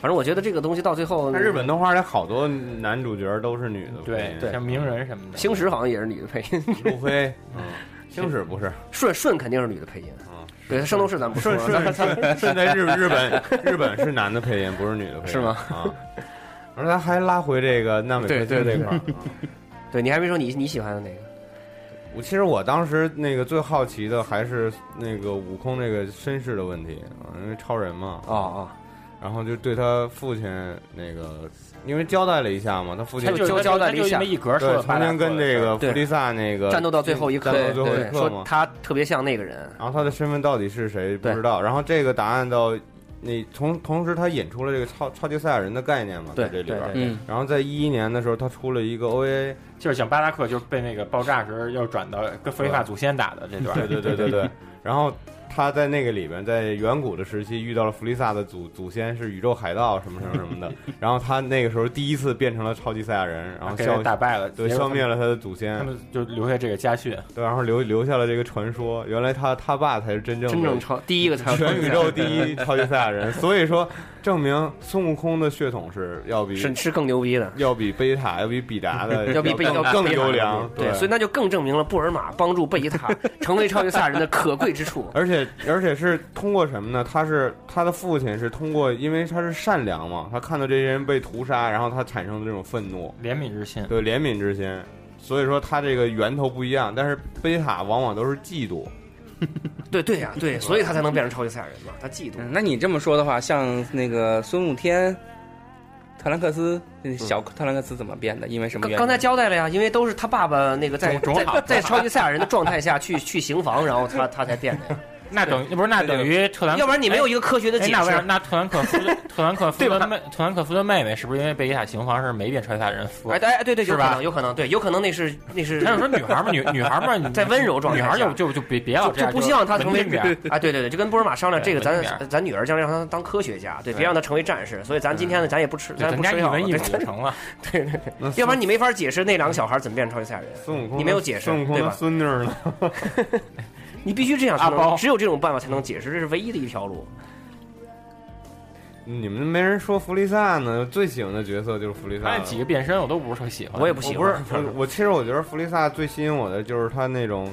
C: 反正我觉得这个东西到最后，
B: 那日本动画里好多男主角都是女的，
D: 对，
C: 对
D: 像鸣人什么的。
C: 星矢好像也是女的配音，
B: 路飞，嗯，星矢不是，
C: 顺顺肯定是女的配音
B: 嗯。
C: 对，圣斗士咱不说
B: 顺，顺顺顺在日日本日本是男的配音，不是女的配音，
C: 是吗？
B: 啊，而咱还拉回这个纳美克
C: 对
B: 星
C: 对
B: 这块儿，啊
C: 对你还没说你你喜欢的那个，
B: 我其实我当时那个最好奇的还是那个悟空这个身世的问题，啊因为超人嘛，
C: 啊啊，
B: 然后就对他父亲那个，因为交代了一下嘛，他父亲
D: 他就
C: 就交代
D: 他
C: 了
D: 就
C: 一下
D: 那么一格说
B: 对
D: 了八
B: 曾
D: 大
B: 经跟
D: 口
B: 这个
C: 对
B: 弗利萨那个
C: 战斗到最后一刻，
B: 战斗最后
C: 对
B: 一刻
C: 说
B: 嘛，
C: 他特别像那个人，
B: 然后他的身份到底是谁不
C: 对
B: 知道，然后这个答案到你同同时他引出了这个超超级赛亚人的概念嘛，
C: 对
B: 在这里
C: 对
B: 边儿
C: 对，
E: 嗯，
B: 然后在一一年的时候，他出了一个 OA，
D: 就是讲巴拉克就是被那个爆炸时又转到跟非法祖先打的这段，
B: 对对对对对，然后他在那个里边，在远古的时期遇到了弗利萨的祖祖先是宇宙海盗什么什么什么的，然后他那个时候第一次变成了超级赛亚人，然后
D: 啊给人打
B: 消
D: 败了，
B: 对
D: 结果
B: 消
D: 他们
B: 灭了他的祖先
D: 他，们就留下这个家训，
B: 对，然后留留下了这个传说，原来他他爸才是真正的
C: 真正超第一个才有
B: 全宇
C: 超
B: 宙
C: 级
B: 第一超级赛亚人，所以说证明孙悟空的血统是要比
C: 是是更牛逼的，
B: 要比贝塔要比比达的
C: 要比贝
B: 更
C: 要
B: 更
C: 贝塔
B: 优
C: 牛逼
B: 良，
C: 对，所以那就更证明了布尔玛帮助贝吉塔成为超级赛亚人的可贵之处。
B: 而且而且是通过什么呢？他是他的父亲是通过，因为他是善良嘛，他看到这些人被屠杀，然后他产生的这种愤怒，
D: 怜悯之心。
B: 对怜悯之心。所以说他这个源头不一样，但是贝塔往往都是嫉妒，
C: 对对呀、对，所以他才能变成超级赛亚人嘛，他嫉妒。
E: 嗯那你这么说的话，像那个孙悟天、特兰克斯，那小特兰克斯怎么变的？因为什么
C: 刚
E: 原因？
C: 刚才交代了呀，因为都是他爸爸那个在
D: 种种好
C: 在在超级赛亚人的状态下去去刑房，然后
D: [laughs]
C: 他他才变的呀，
D: 那等于不是那等于特兰克，
C: 要不然你没有一个科学的
D: 哎
C: 解
D: 那为啥
C: 释。啊
D: 那特兰克夫的特兰克夫的妹特兰克夫的妹妹是不是因为贝吉塔刑房是没变穿萨人服？
C: 哎哎，对对，有
D: 是
C: 可
D: 吧
C: 能，有可能，对，有可能那是那是
D: 他就说女孩嘛，女女孩嘛，你
C: 在温柔状态
D: 女
C: 下
D: 孩就就就别别老
C: 就
D: 这样，
C: 就不希望他成为
D: 文静点儿
C: [laughs] 啊，对对对，就跟波尔玛商量
D: 对
C: 这个，
D: 文明点
C: 咱咱女儿将来让她当科学家，对，别让她成为战士。所以咱今天呢，咱也不吃，咱也
D: 人
C: 不
D: 嗯家
C: 吃
D: 一
C: 药了，
D: 文一
C: 对
D: 武就成了。
C: 对对对，要不然你没法解释那两个小孩怎么变成超级赛亚人。
B: 孙悟空
C: 你没有解释
B: 孙悟空
C: 对
B: 的
C: 吧
B: 孙女儿呢？
C: 你必须这样才
D: 阿包
C: 能，只有这种办法才能解释，这是唯一的一条路。
B: 你们没人说弗利萨呢？最喜欢的角色就是弗利萨
D: 发
B: 了。
D: 现几个变身我都不是特喜欢，
C: 我也不喜
B: 我不是
C: 欢，，
B: 我我其实我觉得弗利萨最吸引我的就是他那种，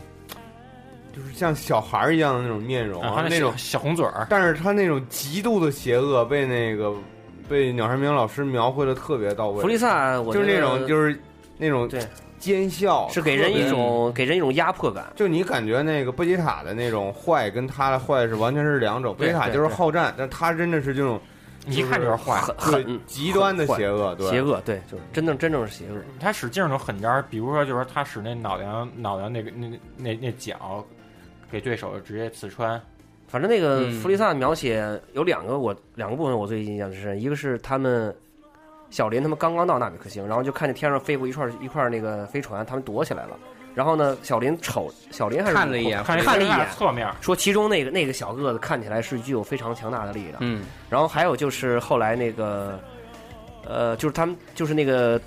B: 就是像小孩儿一样的那种面容
D: 啊，他
B: 那
D: 小
B: 种，
D: 小红嘴儿，
B: 但是他那种极度的邪恶被那个被鸟山明老师描绘的特别到位，
C: 弗利萨，我
B: 就是
C: 觉
B: 那
C: 得
B: 种就是那种
C: 对
B: 奸笑，
C: 是给人
B: 特别
C: 一种给人一种压迫感。
B: 就你感觉那个贝吉塔的那种坏跟他的坏是完全是两种，贝
C: 对
B: 吉塔就是好战，但他真的是这种
D: 你一看就是坏。
C: 很
B: 对
C: 很
B: 极端的邪恶，对，
C: 邪恶，对，就是真正真正是邪恶。
D: 他使劲儿那种狠招儿，比如说就是他使那脑袋上脑袋上那个那那那脚，给对手直接刺穿。
C: 反正那个
E: 嗯
C: 弗利萨的描写有两个我两个部分我最印象最深，一个是他们小林他们刚刚到纳米克星，然后就看见天上飞过一串一块那个飞船，他们躲起来了。然后呢，小林瞅小林还是
E: 看了一眼
D: 看
C: 看了一
D: 他
C: 眼，
D: 侧面，
C: 说其中那个那个小个子看起来是具有非常强大的力量。
E: 嗯，
C: 然后还有就是后来那个，呃，就是他们就是那个，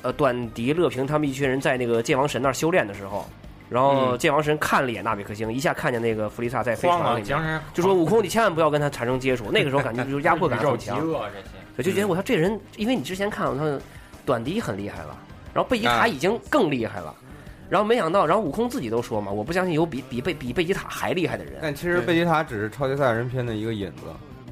C: 呃，短笛乐平他们一群人在那个界王神那儿修炼的时候，然后
E: 嗯
C: 界王神看了一眼纳米克星，一下看见那个弗利萨在飞
D: 慌
C: 船
D: 了，
C: 里面，
D: 僵尸
C: 就说悟空你千万不要跟他产生接触。那个时候
D: [laughs]
C: 感觉就是压迫感
D: 宇宙
C: 很
D: 极
C: 强，
D: 恶这些。
C: 对就觉得哎我操这人，因为你之前看过他短笛很厉害了，然后贝吉塔
E: 啊
C: 已经更厉害了。然后没想到，然后悟空自己都说嘛，我不相信有比比贝比贝吉塔还厉害的人。
B: 但其实贝吉塔只是超级赛亚人篇的一个引子，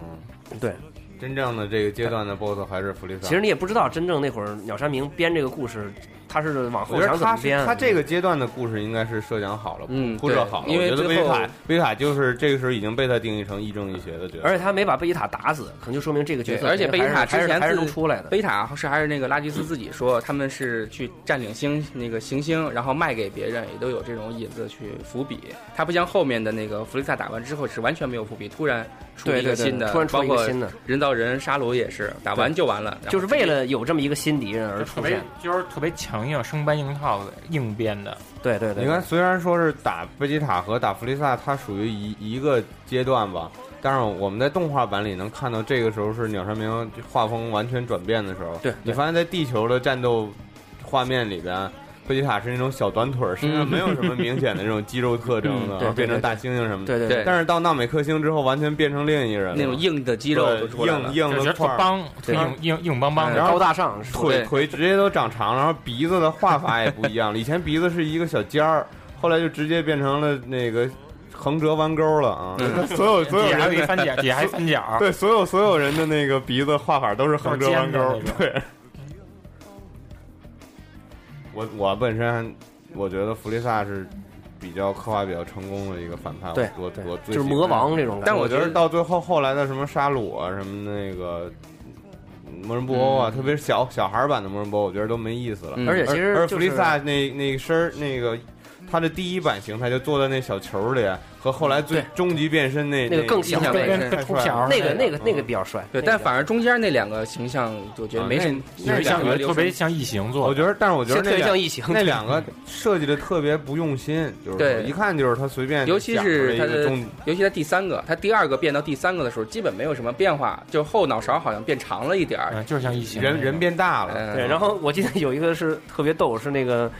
B: 嗯。
C: 对，
B: 真正的这个阶段的 BOSS 还是弗利萨。
C: 其实你也不知道，真正那会儿鸟山明编这个故事，他是往后
B: 我觉
C: 想
B: 得
C: 怎
B: 他
C: 么嗯
B: 是
C: 编。
B: 他这个阶段的故事应该是设想好了，
E: 嗯
B: 铺设好了。
E: 对因
B: 我
E: 为
B: 觉得
E: 最
B: 贝
E: 后
B: 塔贝塔就是这个时候已经被他定义成亦正亦邪的角色，
C: 而且他没把贝吉塔打死，可能就说明这个角色
E: 对而且贝吉
C: 还
E: 塔
C: 是
E: 之前
C: 还是还是能
E: 自
C: 出来的。
E: 贝塔是还是那个拉吉斯自己说，他们是去占领星那个行星，然后卖给别人，也都有这种引子去伏笔。它不像后面的那个弗利萨打完之后是完全没有伏笔，突然出
C: 对
E: 一
C: 对
E: 个
C: 对
E: 新，的，
C: 突然出一个
E: 包括
C: 新的，
E: 人造人沙鲁也是打完就完了，
C: 就是为了有这么一个新敌人而
D: 就
C: 出
D: 特
C: 现
D: 别。就是特别强硬、生搬硬套的硬编的，
C: 对对对，
B: 你看，虽然说是打贝吉塔和打弗利萨，它属于一一个阶段吧，但是我们在动画版里能看到，这个时候是鸟山明画风完全转变的时候。
C: 对
B: 你发现在地球的战斗画面里边，贝吉塔是那种小短腿儿，身上没有什么明显的这种肌肉特征的，
C: 嗯嗯对
B: 然后变成
C: 对对
B: 大猩猩什么的。
C: 对对
E: 对
B: 但是到纳美克星之后，完全变成另一人了，
E: 那种硬的肌
B: 对
E: 肉都出来了
B: 硬。硬
D: 就觉得
B: 的
D: 特
B: 块儿。
D: 帮，特
C: 对
D: 硬硬硬邦邦
E: 嗯
D: 的。
B: 然后
C: 高大上，是吧
B: 腿
E: 对
B: 腿直接都长长了，然后鼻子的画法也不一样了。以前鼻子是一个小尖儿，后来就直接变成了那个横折弯钩了啊！ [laughs] 所有所有
D: 底下还有
B: 人
D: 一
B: 的
D: 翻角，底下还有一翻角，
B: 对所有所有人的那个鼻子画法都是横折弯钩
D: 都是尖的。
B: [laughs] 对，我我本身我觉得弗利萨是比较刻画比较成功的一个反派。
C: 对
B: 我
C: 对
B: 我最
C: 就是
B: 喜欢
C: 魔王这种感
E: 但
B: 我
E: 我
B: 觉
E: 觉
B: 得
E: 得
B: 到最后后来的什么沙鲁啊，什么那个魔人布欧啊，特别是小小孩版的魔人布欧，我觉得都没意思了。
E: 嗯
C: 而且
B: 而
C: 嗯其实
B: 而
C: 就是
B: 弗利萨那那身儿那个。他的第一版形态就坐在那小球里，和后来最
C: 对
B: 终极变身那
C: 那个更小
B: 印象
C: 对
B: 太
D: 跟跟
B: 太帅
D: 秃瓢
B: 了
D: 儿
C: 那个那个
B: 嗯
C: 那个比较帅，
E: 对，
C: 那个
E: 但反而中间那两个形象，我觉得没什么
B: 啊，
E: 那
D: 就是像
E: 两个
D: 特别像异形做
C: 哦
B: 我
D: 的，
B: 觉得，但是我觉得
C: 现在
B: 那
C: 特别
B: 两
C: 像异形，
B: 那两个设计的特别不用心，就是说
E: 对
B: 一看就是他随便
E: 尤其
B: 想出来
E: 是
B: 一
E: 他
B: 个
E: 的
B: 终，
E: 尤其他第三个，他第二个变到第三个的时候，基本没有什么变化，就后脑勺好像变长了一点儿。
D: 嗯，就是像异形
B: 人人变大了，
E: 嗯，
C: 对，然后我记得有一个是特别逗，是那个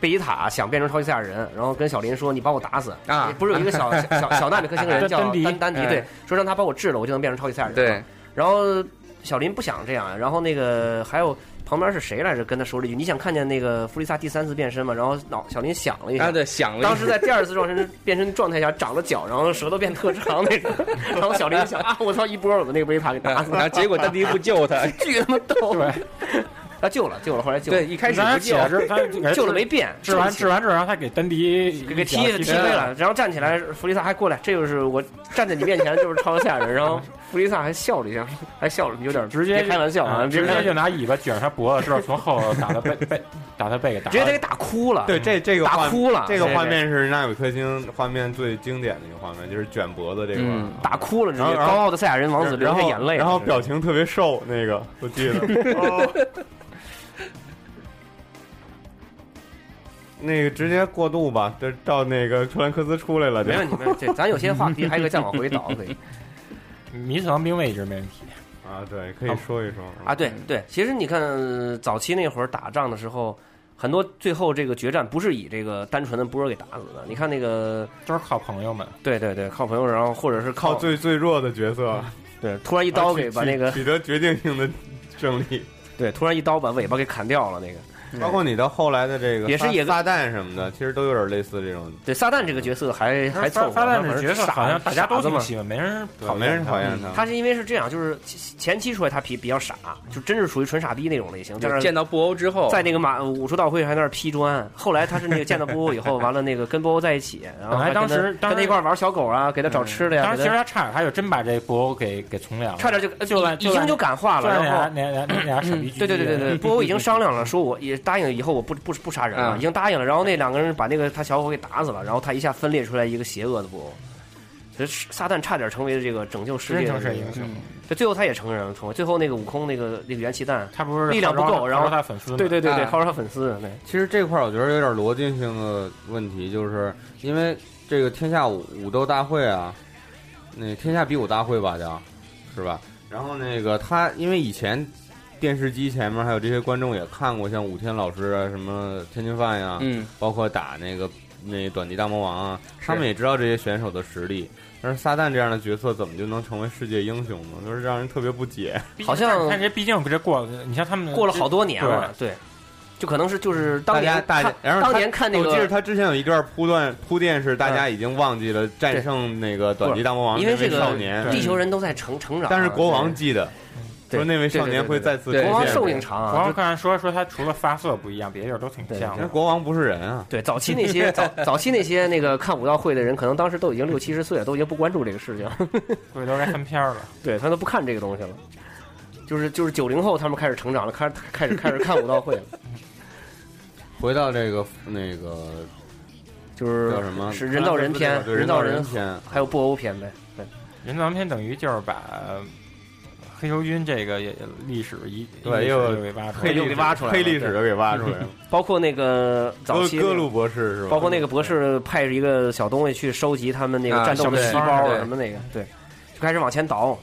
C: 贝吉塔想变成超级赛亚人，然后跟小林说：“你把我打死。”
E: 啊，
C: 不是有一个
E: [laughs]
C: 小小小小纳米克星人
D: 丹
C: 叫
D: 丹迪
C: 丹丹迪，
E: 哎
C: 对，说让他把我治了，我就能变成超级赛亚人。，
E: 对，
C: 然后小林不想这样，然后那个还有旁边是谁来着？跟他说了一句：“你想看见那个弗利萨第三次变身吗？”然后脑小林想了一下，
E: 啊对，响了一下。
C: 当时在第二次撞身变身状态下长了脚，然后舌头变特长
E: [laughs]
C: 那种，然后小林想啊，我操，一波我把那个维塔给打
E: 啊，
C: 死了，
E: 然后结果丹迪不救他， [laughs]
C: 巨他妈逗。
D: 对，
C: 他救了，救了，后来救了
E: 对，，一开始
D: 咱
E: 不
D: 起
E: 救，
D: 来之后，
C: [laughs]
D: 咱
C: 救了没变，
D: 治完
C: 治
D: 治完之后，然后他给丹迪
C: 给给踢
D: 一脚
C: 踢
D: 飞
C: 飞
B: 啊
C: 了，然后站起来，弗利萨还过来，这就是我站在你面前就是超吓人，然后弗利萨还笑了一下，还笑了，有点
D: 直接
C: 别开玩笑啊，
D: 嗯
C: 别
D: 直
C: 开
D: 接
C: 玩笑
D: 就拿尾巴卷着他脖子，之后从后头打他
C: [laughs]
D: 背背，打他背给打
C: 直接给给打哭了，
B: 对，这这个
C: 打
B: 画
C: 哭了，
B: 这个
C: 对
B: 画，面是纳米克星画面最经典的一个画面，就是卷脖子这个画面
E: 嗯
C: 对打哭了，直接
B: 然后然后
C: 高傲的赛亚人王子流
B: 然
C: 下
B: 后
C: 眼泪了，
B: 然后
C: 是
B: 表情特别瘦，那个我记
C: [laughs]
B: 得。哦那个直接过渡吧，就到那个特兰克斯出来了，就
C: 没问题，没问题，这咱有些话题还可以再往回倒，
B: [laughs]
C: 可以
D: 迷死亡兵卫一直没人提，
B: 啊，对，可以说一说
C: 啊，对对，其实你看呃早期那会儿打仗的时候。很多最后这个决战不是以这个单纯的波儿给打死的，你看那个，
D: 都是靠朋友们。
C: 对对对，靠朋友，然后或者是
B: 靠最最弱的角色
C: 对，突然一刀给
B: 取
C: 嗯把那个
B: 取取得决定性的胜利，
C: 对，突然一刀把尾巴给砍掉了。那个
B: 包括你到后来的这个
C: 嗯也是
B: 撒
C: 也
B: 撒旦什么的，其实都有点类似这种，
C: 对撒旦这个角色还还凑合，
D: 发
C: 反
D: 发烂
C: 正
D: 这角色
C: 傻
D: 好像大家都
C: 傻子
D: 挺
C: 嘛。
D: 喜欢，没人
B: 好没人讨厌他。
C: 嗯他是因为是这样，就是前前期出来他比比较傻，就真是属于纯傻逼那种类型，在那
E: 见
C: 儿
E: 到布欧之后，
C: 在那个马武术大会还在那儿劈砖。后来他是那个见到波欧以后，完了那个跟波欧在一起，然后
D: 本来
C: 还跟
D: 当
C: 他
D: 时当
C: 跟他
D: 时
C: 一块儿玩小狗啊，给他找吃的
D: 当
C: 呀，
D: 然，
C: 给
D: 其实
C: 他
D: 他差点，他就真把这布欧给给从良了，
C: 差点就
D: 就
C: 呃
D: 按
C: 已已经就感化
D: 就
C: 了，
D: 按
C: 然后嗯
D: 俩俩俩俩俩傻逼狙击
C: 对对对对对，波欧已经商量了，说我也答应以后我不不不杀人了，
E: 嗯
C: 已经答应了。然后那两个人把那个他小伙给打死了，然后他一下分裂出来一个邪恶的波欧。其实撒旦差点成为这个拯救世
D: 真
C: 界
D: 正
C: 的
D: 是
C: 这个
D: 英雄，
C: 这最后他也成人了，成为最后那个悟空那个那个元气弹，
D: 他不是
C: 力量不够
D: 号召
C: 然后
D: 号召他粉丝嘛
C: 对对对对，
E: 啊
C: 号召他粉丝，对
B: 其实这块儿我觉得有点逻辑性的问题，就是因为这个天下武武斗大会啊，那天下比武大会吧叫，是吧？然后那个他因为以前电视机前面还有这些观众也看过，像武天老师啊，什么天津饭呀、
E: 嗯，
B: 包括打那个那短笛大魔王啊，
E: 是
B: 他们也知道这些选手的实力。但是撒旦这样的角色怎么就能成为世界英雄呢？就是让人特别不解。
D: 毕竟
C: 好像
D: 但是毕竟这过，你像他们
C: 过了好多年了，对，就可能是就是当
B: 大家
C: 年
B: 大家
C: 看，
B: 然后他
C: 当年看那
B: 哦我记得
C: 个。嗯
B: 他之前有一段铺段铺垫是大家已经忘记了战胜那个短笛大魔王
C: 因
B: 那
C: 为
B: 位
C: 这
B: 少
C: 个
B: 年，嗯
C: 地球人都在成成长，
B: 但是国王
C: 对
B: 记得
C: 对
B: 说那位少年会再次出
E: 对
C: 国王
B: 现。
C: 寿命长啊，
D: 我刚才说说他除了发色不一样，别的地儿都挺像
B: 那
D: 的。
B: 国王不是人啊，
C: 对，早期那些 [laughs] 早早期那些那个看武道会的人，可能当时都已经六七十岁了，都已经不关注这个事情了， [laughs]
D: 回头该看片儿了，
C: 对他都不看这个东西了。就是就是九零后，他们开始成长了，开始开始开始看武道会了，
B: 回到这个那个
C: 就是
B: 叫什么
C: 是人造人篇，
B: 对
C: 人
B: 人
C: 造
B: 人
C: 人，
B: 篇，
C: 还有布欧篇呗。对，
D: 人造片等于就是把呃黑球军这个也历史一
B: 对
D: 历史
B: 又
D: 给挖出来
B: 黑
D: 了，
C: 又
B: 历
C: 给
B: 史
C: 挖出来了
B: 黑历史都给挖出来了。
C: 包括那个早期那个
B: 哥鲁博士是吧？
C: 包括那个博士派着一个小东西去收集他们那个
E: 啊
C: 战斗的细
E: 小
C: 胞
E: 面包
C: 啊
E: 对
C: 什么那个，对，就开始往前倒。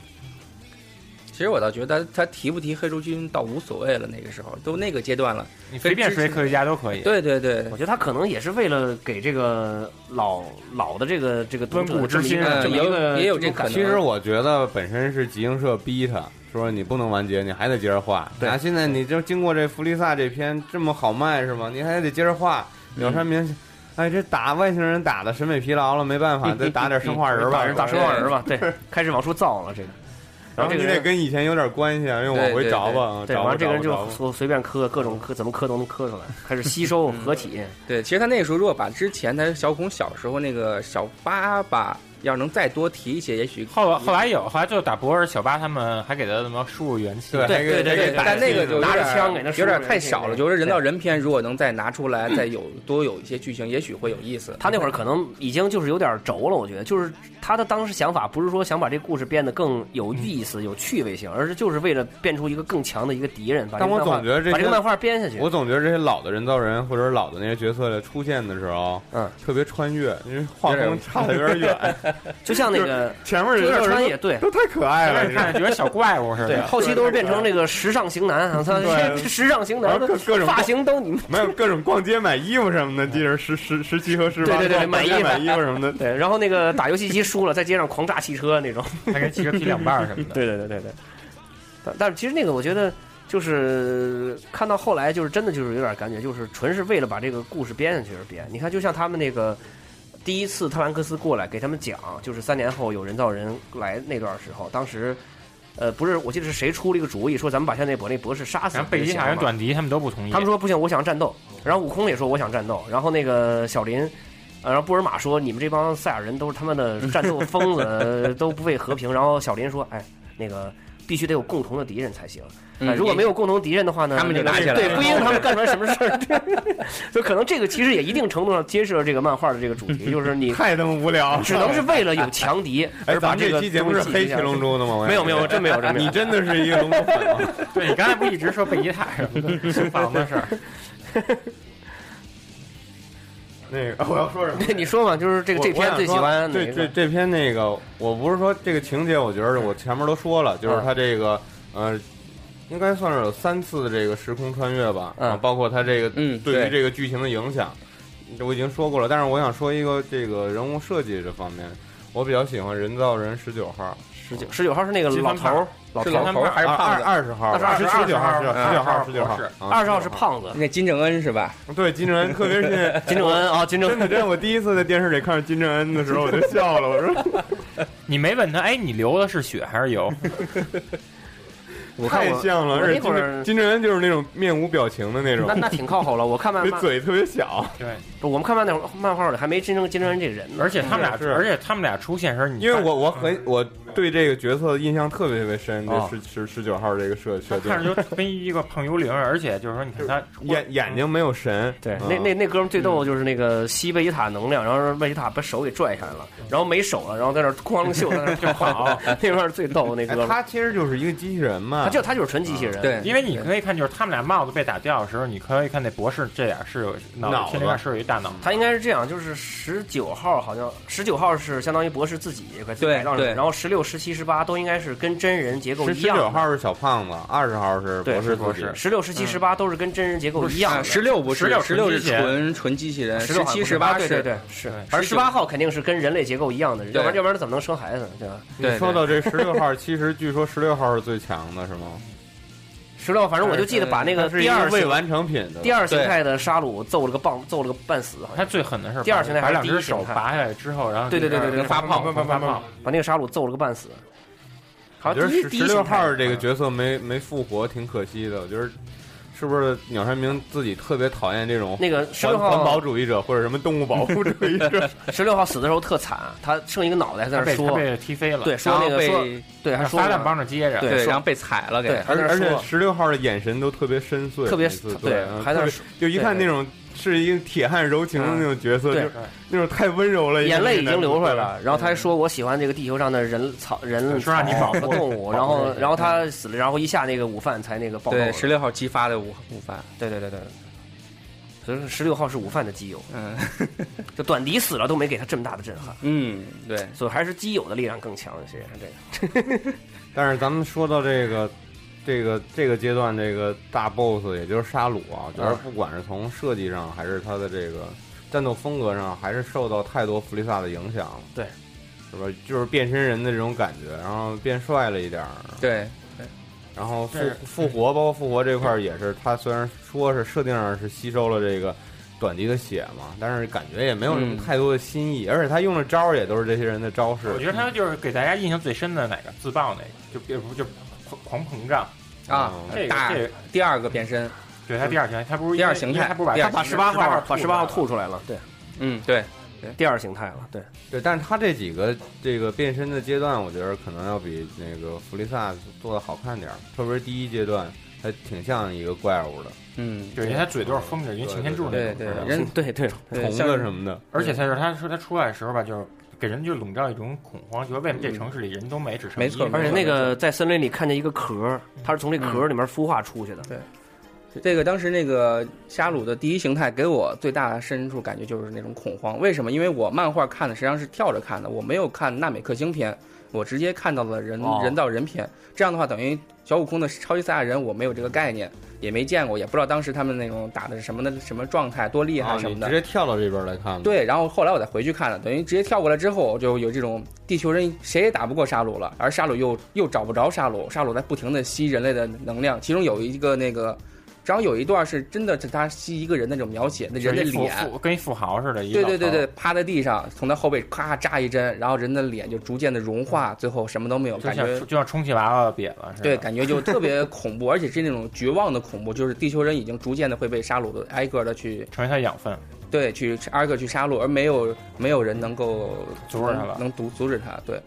E: 其实我倒觉得他提不提黑猪军倒无所谓了，那个时候都那个阶段了。
D: 你随便谁科学家都可以。
E: 对对对
C: 我，觉得他可能也是为了给这个老老的这个这个读
D: 温
C: 者
D: 故
C: 这
D: 知
C: 么一
D: 新
C: 个
E: 嗯
C: 这么
E: 也
C: 一
E: 有
C: 个
E: 也有这可能啊
B: 其实我觉得本身是集英社逼他说你不能完结，你还得接着画。
C: 对
B: 啊，现在你就经过这弗利萨这篇这么好卖是吗？你还得接着画。鸟山明，哎，这打外星人打的
C: [laughs] 啊
B: 审美疲劳了，没办法，再打点生化人吧。
C: 打生化人吧，对，开始往出造了这个。
B: 然
C: [laughs] 然
B: 后
C: 后这
B: 你
C: 个
B: 得
C: 人，
B: 跟以前有点关系啊，因为往
E: 对
B: 回
E: 对
B: 找吧，啊
C: 对，
B: 找
C: 然
B: 吧
C: 后这个人
B: 找吧
C: 就随随便磕，各种磕，怎么磕都能磕出来，开始吸收合体。
E: 对，其实他那个时候如果把之前他小孔小时候那个小爸爸要能再多提一些，也许
D: 后后来有，后来就打博尔、小巴他们还给他什么输入元气，
B: 对
C: 对对对对
E: 但那个就有
C: 拿着
E: 点
C: 枪给那
E: 有点
C: 输入
E: 太
C: 人家
E: 少
C: 那
E: 了，
C: 个
E: 就是人到人篇，如果能再拿出来，再有多有一些剧情，也许会有意思。
C: 他那会儿可能已经就是有点轴了，我觉得，就是他的当时想法不是说想把这故事变得更有意思、有趣味性，而是就是为了变出一个更强的一个敌人，把这
B: 但
C: 个
B: 我
C: 漫画
B: 总觉得这
C: 把这个
B: 些
C: 漫画编下去。
B: 我总觉得这些老的人造人或者老的那些角色出现的时候，
C: 嗯，
B: 特别穿越，因为画风差的有点远，
C: 就像那个
B: 前面
C: 有
B: 有
C: 点
B: 点
C: 穿
B: 人
C: 也对。
B: 都都太可爱了，
D: 但
B: 你知道吗
D: 是看着觉得小怪物似
C: 对，啊
D: 的。
C: 后期都是变成这个时尚型男，我操，
B: 对
C: [laughs] 时尚型男
B: 然后各各种
C: 发型都你们
B: 没有各种逛街买衣服什么的，记着十十十七和十八，
C: 嗯对对对
B: 逛
C: 买衣服
B: 街买衣服什么的，
C: 对，然后那个打游戏机输了，在街上狂炸汽车那种。
D: 还给汽车劈两半儿什么的。
C: 对对对对对。但但是其实那个我觉得就是看到后来就是真的就是有点感觉，就是纯是为了把这个故事编下去而编。你看，就像他们那个第一次特兰克斯过来给他们讲，就是三年后有人造人来那段时候，当时。呃，不是，我记得是谁出了一个主意，说咱们把现在把那博士杀死。
D: 然后贝吉塔
C: 人
D: 跟短笛他们都不同意，
C: 他们说不行，我想战斗。然后悟空也说我想战斗。然后那个小林，呃，然后布尔玛说你们这帮赛亚人都是他妈的战斗疯子，呃都不为和平。然后小林说，哎，那个必须得有共同的敌人才行。哎
E: 嗯
C: 如果没有共同敌人的话呢，
E: 他们就
C: 那个
E: 打起来了
C: 对，不一定他们干出来什么事儿。 [laughs] 就可能这个其实也一定程度上揭示了这个漫画的这个主题，就
B: [laughs]
C: 是你
B: 太他妈无聊了。
C: 只能是为了有强敌
B: 哎，
C: 而
B: 咱
C: 把
B: 们
C: 这
B: 这
C: 个
B: 期节目是
C: 东西
B: 黑
C: 记
B: 七
C: 下来
B: 龙珠的吗？我也
C: 没有没有，真没有真没有
B: 你。真的是一个龙珠粉
C: [laughs]
B: 吗？
D: 对你刚才不一直说贝吉塔什么的修房的事儿，
B: 那个我要说什么？
C: [laughs] 你说嘛，就是这个
B: 我
C: 这篇最喜欢
B: 我想说
C: 哪
B: 这
C: 个
B: 这？这篇那个，我不是说这个情节，我觉得我前面都说了，
C: 嗯
B: 就是他这个呃，应该算是有三次的这个时空穿越吧，
C: 嗯
B: 啊包括他这个
E: 嗯
B: 对于
E: 对
B: 这个剧情的影响，这我已经说过了。但是我想说一个这个人物设计这方面，我比较喜欢人造人十九号，
C: 十九十九号是那个
D: 金
C: 老
D: 方
C: 头
D: 胖
C: 儿，老
E: 是
C: 头
E: 老
C: 儿
E: 头儿还是
B: 啊
E: 胖
B: 二
E: 子？
B: 二十号，
C: 二
B: 十
C: 十
B: 十九号，
D: 二
B: 十
D: 十
B: 九
D: 二
B: 号，十
D: 十
B: 九号，
C: 二啊十号是胖子，
E: 那金正恩是吧？
B: 啊，对金正恩，特
C: [laughs]
B: 别是
C: 金正恩啊，金正
B: 真的，
C: 恩，
B: 真的，我第一次在电视里看着金正恩的时候，我就笑了，我说。
D: 你没问他，哎，你流的是血还是油？
C: 我看
B: 太
C: 我
B: 像了，
C: 我
B: 而且
C: 那
B: 金
C: 会
B: 正
C: 儿
B: 金正恩就是那种面无表情的那种
C: 那，那挺靠后了。我看漫
B: 那
C: 漫，
B: 嘴特别小，
D: 对，
C: 不我们看漫那会儿漫画里还没金正金正恩这个人呢。
D: 而且他们俩，
B: 是
D: 而且他们俩出现时候，你
B: 因为我我很我对这个角色印象特别特别深，这
C: 哦
B: 十十十九号这个设设
D: 看看
B: 定，
D: 着就跟一个胖幽灵，而且就是说，你看他
B: 眼眼睛没有神，
C: 对，
B: 嗯
C: 那那那哥们最逗的就是那个吸贝吉塔能量，然后让贝吉塔把手给拽下来了，然后没手了，然后在那儿光袖在那儿跑，那块儿最逗那
B: 哎
C: 哥们儿，
B: 他其实就是一个机器人嘛，
C: 他就他就是纯机器人，
E: 嗯对，
D: 因为你可以看，就是他们俩帽子被打掉的时候，你可以看那博士这点是有
B: 脑
D: 脑
B: 子
D: 心里面是有一大脑，
C: 他应该是这样，就是十九号好像十九号是相当于博士自己给自己
E: 对
C: 改造上去
E: 对
C: 然后十六、十七、十八都应该是跟真人结构
B: 十
C: 一
B: 十九
C: 样，
B: 号是小胖子，二十号是
C: 对
B: 博士
C: 是
B: 自
D: 博
B: 己
D: 士
C: 十六、十七、十八都是跟真人结构一样
E: 啊，
C: 的。
E: 十六不是，
D: 16
E: 十六是
D: 纯机器
E: 纯
D: 人
E: 纯机器
C: 16
E: 人，呃十
C: 好
E: 七
C: 像
E: 十八
C: 对
E: 是，
C: 对对是
D: 对，
C: 而
E: 19
C: 十八号肯定是跟人类结构一样的，要不然要不然怎么能生孩子呢？对吧？
E: 对
B: 你说到这十六号，其实据说十六号是最强的，是吗？
C: 十六，反正我就记得把那个
B: 它呃是
C: 第
B: 一
C: 二
B: 个未
C: 形
B: 完成品的，
C: 第二形
E: 对
C: 态的沙鲁揍了个棒，揍了个半死，好像
D: 他最狠的是把
C: 第二形态
D: 把
C: 还是
D: 两
C: 第一
D: 只手
C: 形态
D: 拔下来之后，然后
C: 对对对对对
D: 能发泡
B: 发泡
D: 发
B: 发泡
D: 泡，
C: 把那个沙鲁揍了个半死。
B: 我
C: 好
B: 觉
C: 像
B: 得
C: 第一
B: 十
C: 第
B: 十
C: 一
B: 六
C: 形
B: 号
C: 态，啊嗯
B: 这个角色没没复活，挺可惜的。我觉得是不是鸟山明自己特别讨厌这种
C: 那个十
B: 环
C: 六
B: 环保
C: 号
B: 主义者或者什么动物保护主义者？
C: 十六号死的时候特惨，他剩一个脑袋在
D: 他
C: 那儿
D: 被他
C: 说，
D: 被踢飞了，
C: 对，说
E: 然
C: 那
E: 后
C: 个说
E: 被
C: 对，还
D: 然后
C: 说
D: 撒旦
C: 呢
D: 帮着接着，
C: 对
E: 对，
C: 说
E: 然后被踩了
C: [laughs]
E: 给，
C: 对还在
B: 而 [laughs]
C: 那
B: 而且
C: 说
B: 十六号的眼神都特别深邃，
C: 特别
B: 每次
C: 对
B: 对，嗯
C: 还在那
B: 特别
C: 说
B: 就一看
C: 对嗯
B: 那种是一个铁汉柔情的那种角色，
C: 对
B: 就是那种太温柔了，
C: 眼泪
B: 一
C: 已
B: 个
C: 经
B: 男
C: 流出来
B: 主角
C: 了，。然后他还说：“我喜欢这个地球上的人、草、人、
D: 说让你
C: 草
D: 保护
C: 和动物。”然后，然后他死了，然后一下那个午饭才那个爆头
E: 对，十六号激发的午午饭，
C: 对对对对，所以说十六号是午饭的基友，
E: 嗯
C: 就短笛死了都没给他这么大的震撼，
E: 嗯，对，
C: 所以还是基友的力量更强一些。这个
B: 但是咱们说到这个。这个这个阶段，这个大 boss 也就是沙鲁
D: 嗯
B: 啊，我觉得
C: 啊
B: 不管是从设计上，还是他的这个战斗风格上，还是受到太多弗利萨的影响了。
C: 对，
B: 是吧？就是变身人的这种感觉，然后变帅了一点儿，
E: 对，
B: 然后复
D: 对
B: 复活，包括复活这块儿也是，它虽然说是设定上是吸收了这个短笛的血嘛，但是感觉也没有什么
E: 嗯
B: 太多的新意，而且他用的招儿也都是这些人的招式。
D: 我觉得他就是给大家印象最深的哪个自爆那个，就别不就狂狂膨胀，
E: 啊
B: 哦，
D: 这个
E: 打
D: 这个
E: 第二个变身，
D: 对他第二条，他不是
E: 第二
D: 因为
E: 形态
D: 因为他不是把
E: 第二
C: 把十八号把十八号
D: 吐
C: 吐出来了，对，
E: 嗯，对，
C: 第二形态了，对，
B: 对，但是他这几个这个变身的阶段，我觉得可能要比那个弗利萨做的好看点儿，特别是第一阶段，他挺像一个怪物的，
E: 嗯，
D: 对，因为他嘴都是封着，因为擎天柱那
E: 对
D: 种
E: 对
D: 似的。
E: 人
C: 对对，
E: 对
B: 虫
E: 像
B: 子什么的。
D: 而且他就是他说他出来的时候吧，就是给人就笼罩一种恐慌，就是为什么这城市里人都没，只剩
E: 嗯没
D: 一
E: 错
D: 人
C: 而且那个在森林里看见一个壳，它是从这壳里面孵化出去的，
E: 这个当时那个沙鲁的第一形态给我最大的深处感觉就是那种恐慌。为什么？因为我漫画看的实际上是跳着看的，我没有看纳美克星篇，我直接看到了人、
C: 哦
E: 人造人篇。这样的话，等于小悟空的超级赛亚人我没有这个概念，也没见过，也不知道当时他们那种打的是什么的什么状态，多厉害
B: 啊，
E: 什
B: 你
E: 么的。
B: 直接跳到这边来看了。，
E: 对，然后后来我再回去看了，等于直接跳过来之后，我就有这种地球人谁也打不过沙鲁了，而沙鲁又又找不着沙鲁，沙鲁在不停的吸人类的能量，其中有一个那个，然后有一段是真的是他吸一个人那种描写，那
D: 就
E: 人的
D: 是一富
E: 脸，
D: 富跟一富豪似的，一
E: 对
D: 老
E: 对对
D: 头
E: 对，趴在地上，从他后背咔扎一针，然后人的脸就逐渐的融化，最后什么都没有，
D: 就
E: 感
D: 像
E: 觉
D: 就像充气娃娃瘪了似的。
E: 对，感觉就特别恐怖，而且是那种绝望的恐怖，就是地球人已经逐渐的会被沙鲁的挨个的去
D: 成为他养分，
E: 对，去挨个去杀戮，而没有没有人能够
D: 阻止他了
E: 能能阻阻止他。对，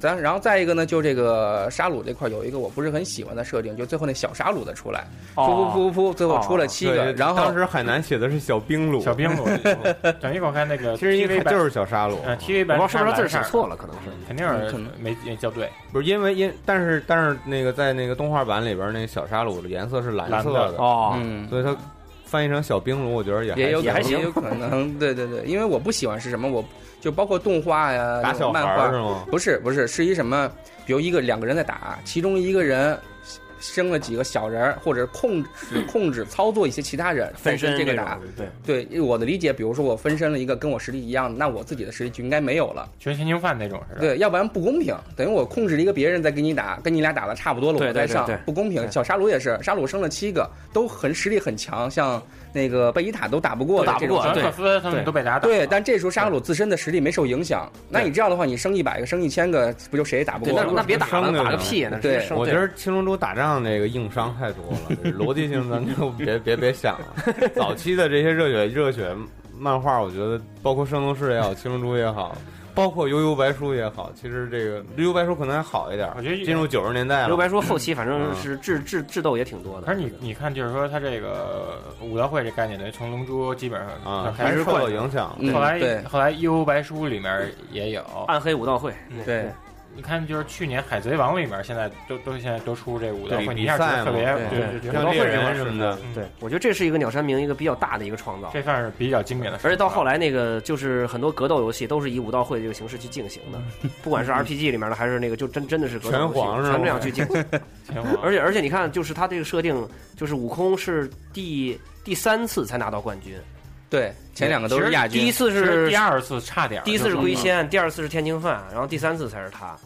E: 咱然后再一个呢，就这个沙鲁这块有一个我不是很喜欢的设定，就最后那小沙鲁的出来，噗噗
D: 哦
E: 噗噗噗，最后出了七个，然后
B: 当时海南写的是小冰鲁，
D: 小冰鲁，
E: [laughs]
D: 等于我看那个
B: 其实一
D: TV
B: 看
D: 版
B: 就是小沙鲁，
D: 嗯 TV
C: 我
D: 版
C: 不知道是不是他字儿
D: 上
C: 写
D: 蓝
C: 错了，可能是
D: 色儿，肯定
E: 嗯
D: 是
E: 可能
D: 没没校对，
B: 不是因为因，但是但是那个在那个动画版里边，那个小沙鲁的颜色是蓝色
D: 蓝的
C: 哦，
E: 嗯。
B: 所以它翻译成小冰鲁，我觉得也
E: 也有
B: 还
E: 可能
C: 还行
E: 也有可能， [laughs] 对对对，因为我不喜欢是什么，我就包括动画呀、
B: 打
E: 那
B: 小孩
E: 种漫
B: 儿是
E: 画，
B: 吗？
E: 不是不是，是一什么，比如一个两个人在打，其中一个人生了几个小人儿，或者控制控制操作一些其他人，再跟这个打，
D: 对，
E: 对我的理解，比如说我分身了一个跟我实力一样的，那我自己的实力就应该没有了，
D: 全刑警犯那种似的。
E: 对，要不然不公平。等于我控制了一个别人在跟你打，跟你俩打的差不多了，
C: 对
E: 我再
C: 对对
E: 上
C: 对，
E: 不公平。小沙鲁也是，沙鲁生了七个，都很实力很强，像那个贝伊塔都打不过的
C: 打不
E: 这种
C: 过
D: 小
E: 情况
D: 克斯他们
C: 对
D: 都被打倒了。
E: 对，但这时候沙鲁自身的实力没受影响，那你这样的话，你生一百个，生一千个，不就谁也打不
C: 对，
E: 过
C: 那
E: 了
C: 那
E: 吗？
C: 别打了，打个屁，那直接
E: 对
C: 生
B: 我觉得青龙珠打仗那个硬伤太多了，这逻辑性咱就别别别想了。早期的这些热血热血漫画，我觉得包括《圣斗士》也好，《青龙珠》也好，包括《悠悠白书》也好，其实这个《悠悠白书》可能还好一点儿
D: 我觉得，
B: 进入九十年代了。
C: 刘白说后期反正是智智智斗也挺多
D: 可
C: 的，
D: 是你你看，就是说他这个武道会这概念，等于从龙珠基本上
B: 啊，
D: 就
B: 还
D: 开
B: 是
D: 始
B: 受
D: 灌
B: 到影响。
E: 嗯
D: 后
E: 对
D: 来后来《幽白书》里面也有，
C: 暗黑武道会，
E: 对，
D: 你看就是去年《海贼王》里面，现在都都现在都出这武道
B: 对
D: 会，你
B: 比
D: 一下觉
B: 赛
D: 得特
B: 嘛
D: 别
E: 对
D: 对对，
B: 像
D: 武道
B: 猎
D: 会这
B: 人
D: 种
B: 什
D: 事
B: 么的，
D: 嗯
C: 对我觉得这是一个鸟山明一个比较大的一个创造。
D: 这算是比较经典的。
C: 而且到后，来，那个就是很多格斗游戏都是以武道会这个形式去进行的，不管是 RPG 里面的，还是那个就真真的是格斗游戏
B: 拳皇是吧
C: 全这样去进行。
D: 天皇
C: 而且而且你看，就是他这个设定，就是悟空是第第三次才拿到冠军，
E: 对，前两个都是亚
C: 第一
E: 军，
C: 次
D: 其实
C: 是
D: 第二次差点儿就，
C: 第一次是龟仙，第二次是天津饭，然后第三次才是他。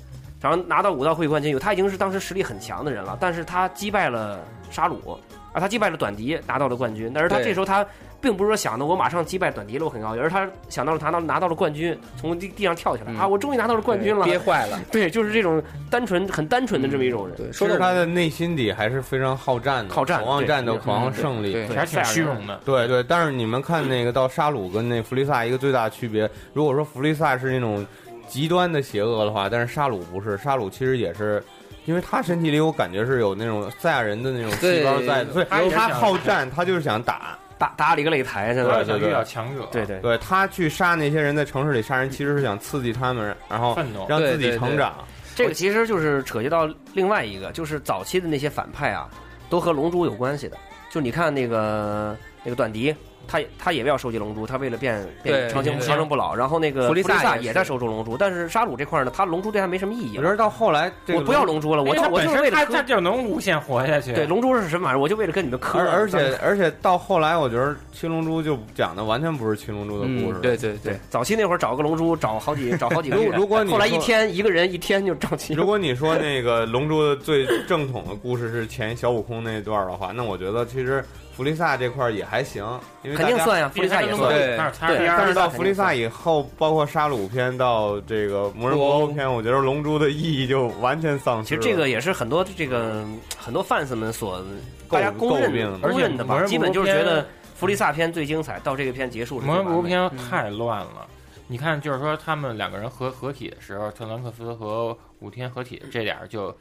C: 然后拿到武道会冠军以后，他已经是当时实力很强的人了，但是他击败了沙鲁啊，他击败了短笛，拿到了冠军。但是他
E: 对
C: 这时候他并不是说想的我马上击败短笛了，我很高兴，而是他想到了拿到拿到了冠军，从地地上跳起来、
E: 嗯
C: 啊，我终于拿到了冠军了。
E: 憋坏了。
C: [laughs] 对，就是这种单纯很单纯的这么一种人。
E: 对，
B: 其
E: 说
B: 实
E: 到
B: 他的内心底还是非常好战的，
C: 好战
B: 狂妄
C: 对
B: 战斗，
C: 对
B: 狂妄
E: 对
B: 胜利。
E: 对
D: 还挺虚荣的。
B: 对对，但是你们看那个到沙鲁跟那弗利萨一个最大的区别，如果说弗利萨是那种极端的邪恶的话，但是沙鲁不是，沙鲁其实也是。因为他身体里我感觉是有那种赛亚人的那种细胞在的，所以
D: 他也
B: 他
D: 想
B: 好战，他就是想打。
C: 打打了一个擂台，现
D: 我
C: 在
D: 也想
B: 对对
D: 遇到强者，
C: 对对
B: 对他去杀那些人，在城市里杀人，其实是想刺激他们，然后
D: 愤怒
B: 让
E: 对
B: 自己
E: 对
B: 成
E: 对
B: 长。
C: 这个其实就是扯及到另外一个，就是早期的那些反派啊，都和龙珠有关系的。就你看那个那个短笛，他也他也要收集龙珠，他为了变变
E: 对
C: 长生
D: 对
C: 长生不老。然后那个
E: 弗
C: 弗
E: 利
C: 利
E: 萨
C: 萨
E: 也是
C: 也在收集龙珠，但是沙鲁这块呢，他龙珠对他没什么意义
B: 我觉
C: 了。
B: 得到后来，这个
C: 我不要龙珠了，我
D: 因为
C: 就
D: 他
C: 我
D: 本
C: 就是为
D: 身
C: 了
D: 他
C: 磕
D: 他哎就能无限活下去。
C: 对龙珠是什么玩意儿，我就为了跟你们磕。
B: 而而
C: [laughs]
B: 且而且到后来，我觉得《七龙珠》就讲的完全不是《七龙珠》的故事。
E: 嗯，对对对，
C: 早期那会儿找个龙珠，找好几找好几个月
B: 如如果你
C: 后来一
B: 说
C: 天一个人一天就找 [laughs] 齐了。
B: 如果你说那个《龙珠》的最正统的故事是前小悟空那段儿的话，那我觉得其实弗利萨这块儿也还行，因为大
C: 肯定
B: 家
C: 算呀，弗利萨也算。
E: 对
D: 那是
C: 对
D: 他
B: 但是到
C: 肯定
B: 弗利萨以后，包括沙鲁篇到这个魔人布欧篇，我觉得龙珠的意义就完全丧
C: 其
B: 失
C: 实
B: 了。
C: 这个也是很多这个很多 fans 们所
B: 诟
C: 大家公认
B: 诟病的
C: 公认的
D: 而
C: 吧，
D: 且
C: 基
D: 魔
C: 本
D: 人布
C: 就
D: 欧
C: 是觉
D: 篇
C: 得弗利萨篇最精彩，到这个篇结束是最
D: 魔
C: 完
D: 人
C: 美的。
D: 布欧篇太乱了。你看，就是说他们两个人合合体的时候，特兰克斯和武天合体，这点儿就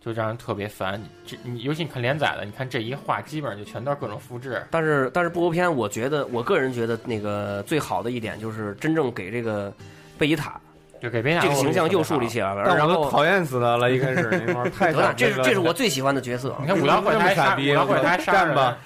D: 就让人特别烦。这你尤其你看连载的，你看这一画基本上就全都是各种复制。
C: 但是但是布欧篇，我觉得我个人觉得那个最好的一点就是真正给这个贝吉塔
D: 就给别人
C: 这个形象又树立起来了，
B: 但
C: 然
B: 我都
C: 后
B: 讨厌死他了，一开始那会儿太
C: 德纳，
B: 傻逼
C: [laughs] 这是
B: 了
C: 这
B: [laughs]
C: 是我最喜欢的角
D: [laughs]
C: 色。
D: 你看五条会他还杀，
B: 这么傻
D: 五
B: 逼
D: 条会他还杀
B: 干吧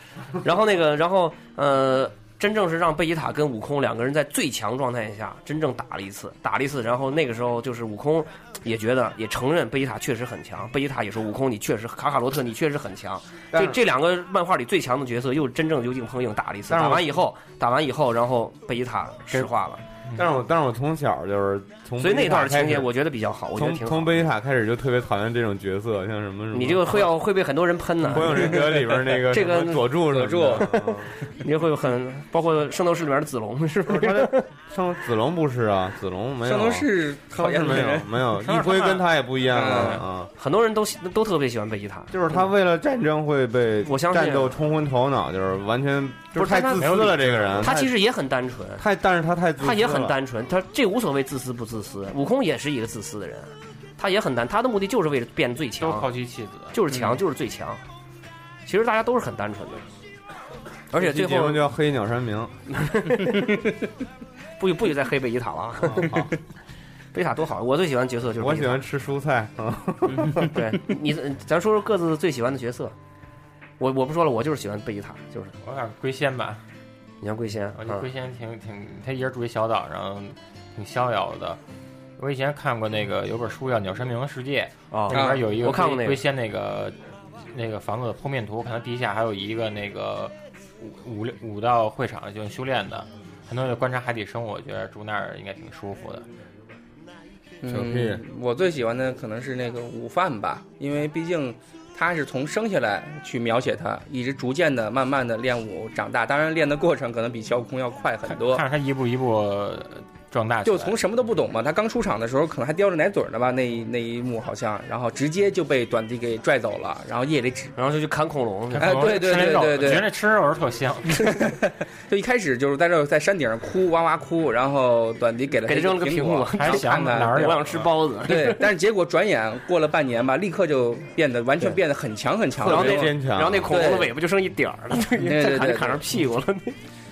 C: 然后那个然后呃，真正是让贝吉塔跟悟空两个人在最强状态下真正打了一次，打了一次。然后那个时候就是悟空也觉得也承认贝吉塔确实很强，贝吉塔也说悟空你确实卡卡罗特你确实很强。
B: 但
C: 这
B: 是
C: 这两个漫画里最强的角色又真正就硬碰硬打了一次，
B: 但是
C: 打
B: 我
C: 完以后打完以后，然后贝吉塔石化了。
B: 但是我但是我从小就是从
C: 所以
B: 贝
C: 那段
B: 塔开
C: 情
B: 始
C: 节我觉得比较好，我觉得
B: 从
C: 挺
B: 从
C: 好。
B: 贝吉塔开始就特别讨厌这种角色，像什么什么
C: 你这个会要会被很多人喷呢
B: 《火，影忍者》里边那个
C: 这个
B: 什么佐助什么的
E: 佐
B: 嗯
C: 你这会很包括《圣斗士》里面的子龙是不
B: [laughs] 不 [laughs]
C: 是？
B: 是他的上子龙不是啊，子龙没有，
E: 圣斗士
B: 他
E: 讨
B: 是
E: 厌的
B: 没有
E: 人，
B: 没有，
D: 上
B: 一
D: 面
B: 辉
D: 上面
B: 跟他也不一样了
E: 嗯
B: 啊。
C: 很多人都喜都特别喜欢贝吉塔，
B: 就是他为了战争会被
C: 我相信
B: 战斗冲昏头脑，就是完全
C: 不
B: 就是太
C: 他
B: 自
D: 没有
B: 私了。
D: 理
B: 这个人
C: 他
B: 太
C: 其实也很单纯，
B: 太，但是他太自私了
C: 他也很单纯，他这无所谓自私不自私。悟空也是一个自私的人，他也很单，他的目的就是为了变最
D: 都
C: 强，
D: 抛妻弃子。
C: 就是强，就是最强。其实大家都是很单纯的，而且最
B: 这期节
C: 后
B: 目叫黑鸟
C: [laughs]
B: 山明，啊
C: 不许不许再黑贝吉塔了啊！
B: 好
C: 贝吉塔多好，我最喜欢角色就是
B: 我
C: 贝吉
B: 喜
C: 塔
B: 欢吃蔬菜啊。
C: 对你，咱说说各自最喜欢的角色。我我不说了，我就是喜欢贝吉塔，就是
D: 我想龟仙吧，
C: 你像龟仙
D: 我
C: 啊
D: 觉，得龟仙挺挺，他一人住一小岛上，挺逍遥的。我以前看过那个有本书叫《鸟山明的世界》，
C: 哦
D: 那里边有一个
C: 我看过那
D: 龟
C: 个
D: 龟仙那个那个房子的剖面图，我看它地下还有一个那个五五六五道会场，就是修炼的，还能观察海底生物，我觉得住那儿应该挺舒服的。
B: 小屁
E: 嗯，我最喜欢的可能是那个午饭吧，因为毕竟他是从生下来去描写他，一直逐渐的、慢慢的练武长大。当然，练的过程可能比小悟空要快很
D: 看
E: 多。
D: 看着他一步一步呃壮大起
E: 就
D: 来，
E: 从什么都不懂嘛，他刚出场的时候可能还叼着奶嘴呢吧，那一那一幕好像，然后直接就被短笛给拽走了，然后夜里只
C: 然后就去砍恐龙去。
E: 哎对对
D: 吃那肉
E: 对对对
D: 觉得那吃肉是特
C: [laughs]
D: 香。
E: 就一开始就是在这儿在山顶上哭哇哇哭，然后短笛给了
C: 给
E: 他
C: 他
E: 一
C: 扔了个
E: 苹
C: 苹果
D: 还想
E: 看看
D: 哪儿
C: 我
D: 有
C: 想吃包子，
E: 对，但是结果转眼过了半年吧，立刻就变得完全变得很强很强
C: [laughs] 然后
E: 了。
B: 特
C: 那
B: 别坚强啊
C: 然后那恐龙的
E: 对
C: 尾巴就剩一点儿了，
E: 对
C: 再砍
E: 对
C: 就
E: 对
C: 砍上屁股了。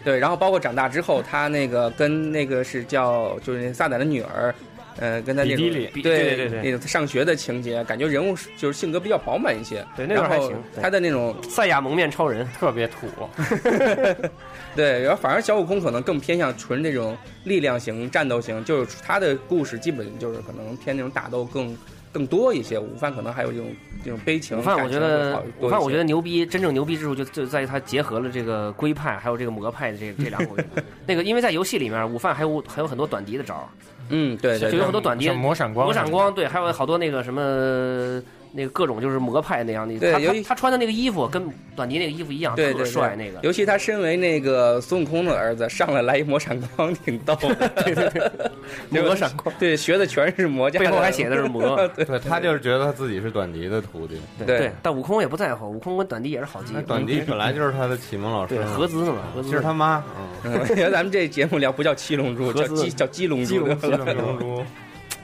E: 对，然后包括长大之后，他那个跟那个是叫就是那萨满的女儿，呃，跟他那
D: 比基
E: 种
D: 里
E: 对
C: 对对对
E: 那种上学的情节，感觉人物是就是性格比较饱满一些。
C: 对那段还行
E: 然后
C: 对
E: 他的那种
C: 赛亚蒙面超人，
D: 特别土，
E: 对，然后反而小悟空可能更偏向纯那种力量型、战斗型，就是他的故事基本就是可能偏那种打斗更更多一些。午饭可能还有这种这种悲情
C: 午
E: 感
C: 饭我
E: 情会
C: 觉
E: 好多一些。
C: 得午饭我觉得牛逼，真正牛逼之处就就在于它结合了这个龟派还有这个魔派的这这两股。
E: [laughs]
C: 那个因为在游戏里面，午饭还有还有很多短笛的招儿，
E: 嗯，对对
C: 就有
E: 对
C: 很多短笛
D: 像魔闪光，
C: 魔闪光，对，还有好多那个什么那个各种就是魔派那样的，
E: 对
C: 他
E: 尤
C: 他
E: 其
C: 他穿的那个衣服跟短笛那个衣服一样，
E: 对
C: 特
E: 对
C: 帅
E: 对，
C: 那个。
E: 尤其他身为那个孙悟空的儿子，上来来一魔闪光，挺逗的。对 [laughs] 对，
C: 魔闪
E: 光，对，学的全是魔家的，
C: 背后还写的是魔
E: 对
B: 对他就是觉得他自己是短笛的徒弟，
E: [laughs] 对
C: 对，但悟空也不在乎，悟空跟短笛也是好基友，
B: 短笛本来就是他的启蒙老师
C: 对
B: 嘛，
C: 合资的嘛，合资
B: 其
C: 的
B: 实他妈
C: [laughs]
E: 嗯我觉得咱们这节目聊不叫七龙珠，
C: 合
E: 叫
C: 资
E: 鸡叫鸡龙
D: 基
E: 珠
D: 隆
E: 得
D: 基
E: 了。
B: 嗯，
D: 隆基隆
B: 珠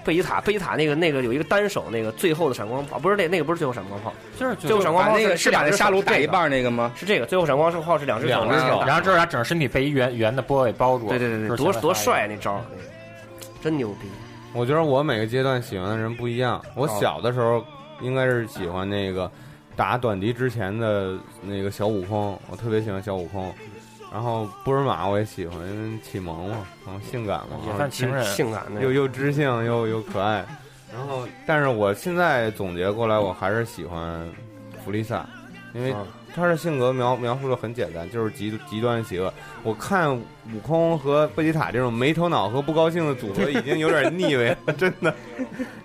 C: 贝吉塔，贝吉塔那个那个有一个单手那个最后的闪光炮，不是那那个不是最后闪光炮，
D: 就是
C: 最后闪光
E: 把
C: 炮
E: 那个
C: 是
E: 是把
C: 两
E: 那
C: 只
E: 沙
C: 手
E: 鲁打
C: 这
E: 一
C: 啊个
E: 半儿那个吗？
C: 是这个，最后闪光炮是两只手
B: 两只
C: 往前
B: 手
C: 打
D: 然后之后他整个身体被一圆圆的波给包住，
C: 对对对对，多
D: 就是前面
C: 多
D: 发一
C: 帅
D: 个！
C: 那招儿，那个真牛逼。
B: 我觉得我每个阶段喜欢的人不一样。我小的时候应该是喜欢那个打短笛之前的那个小悟空，我特别喜欢小悟空。然后波尔玛我也喜欢，因为启蒙嘛，然后性感嘛，
D: 也
B: 然后
D: 算情
C: 啊
D: 人
C: 性感的
B: 又又知性又又可爱。然后，但是我现在总结过来，我还是喜欢弗利萨，因为
C: 啊
B: 他的性格描描述的很简单，就是极极端邪恶。我看悟空和贝吉塔这种没头脑和不高兴的组合，已经有点腻味了， [laughs] 真的，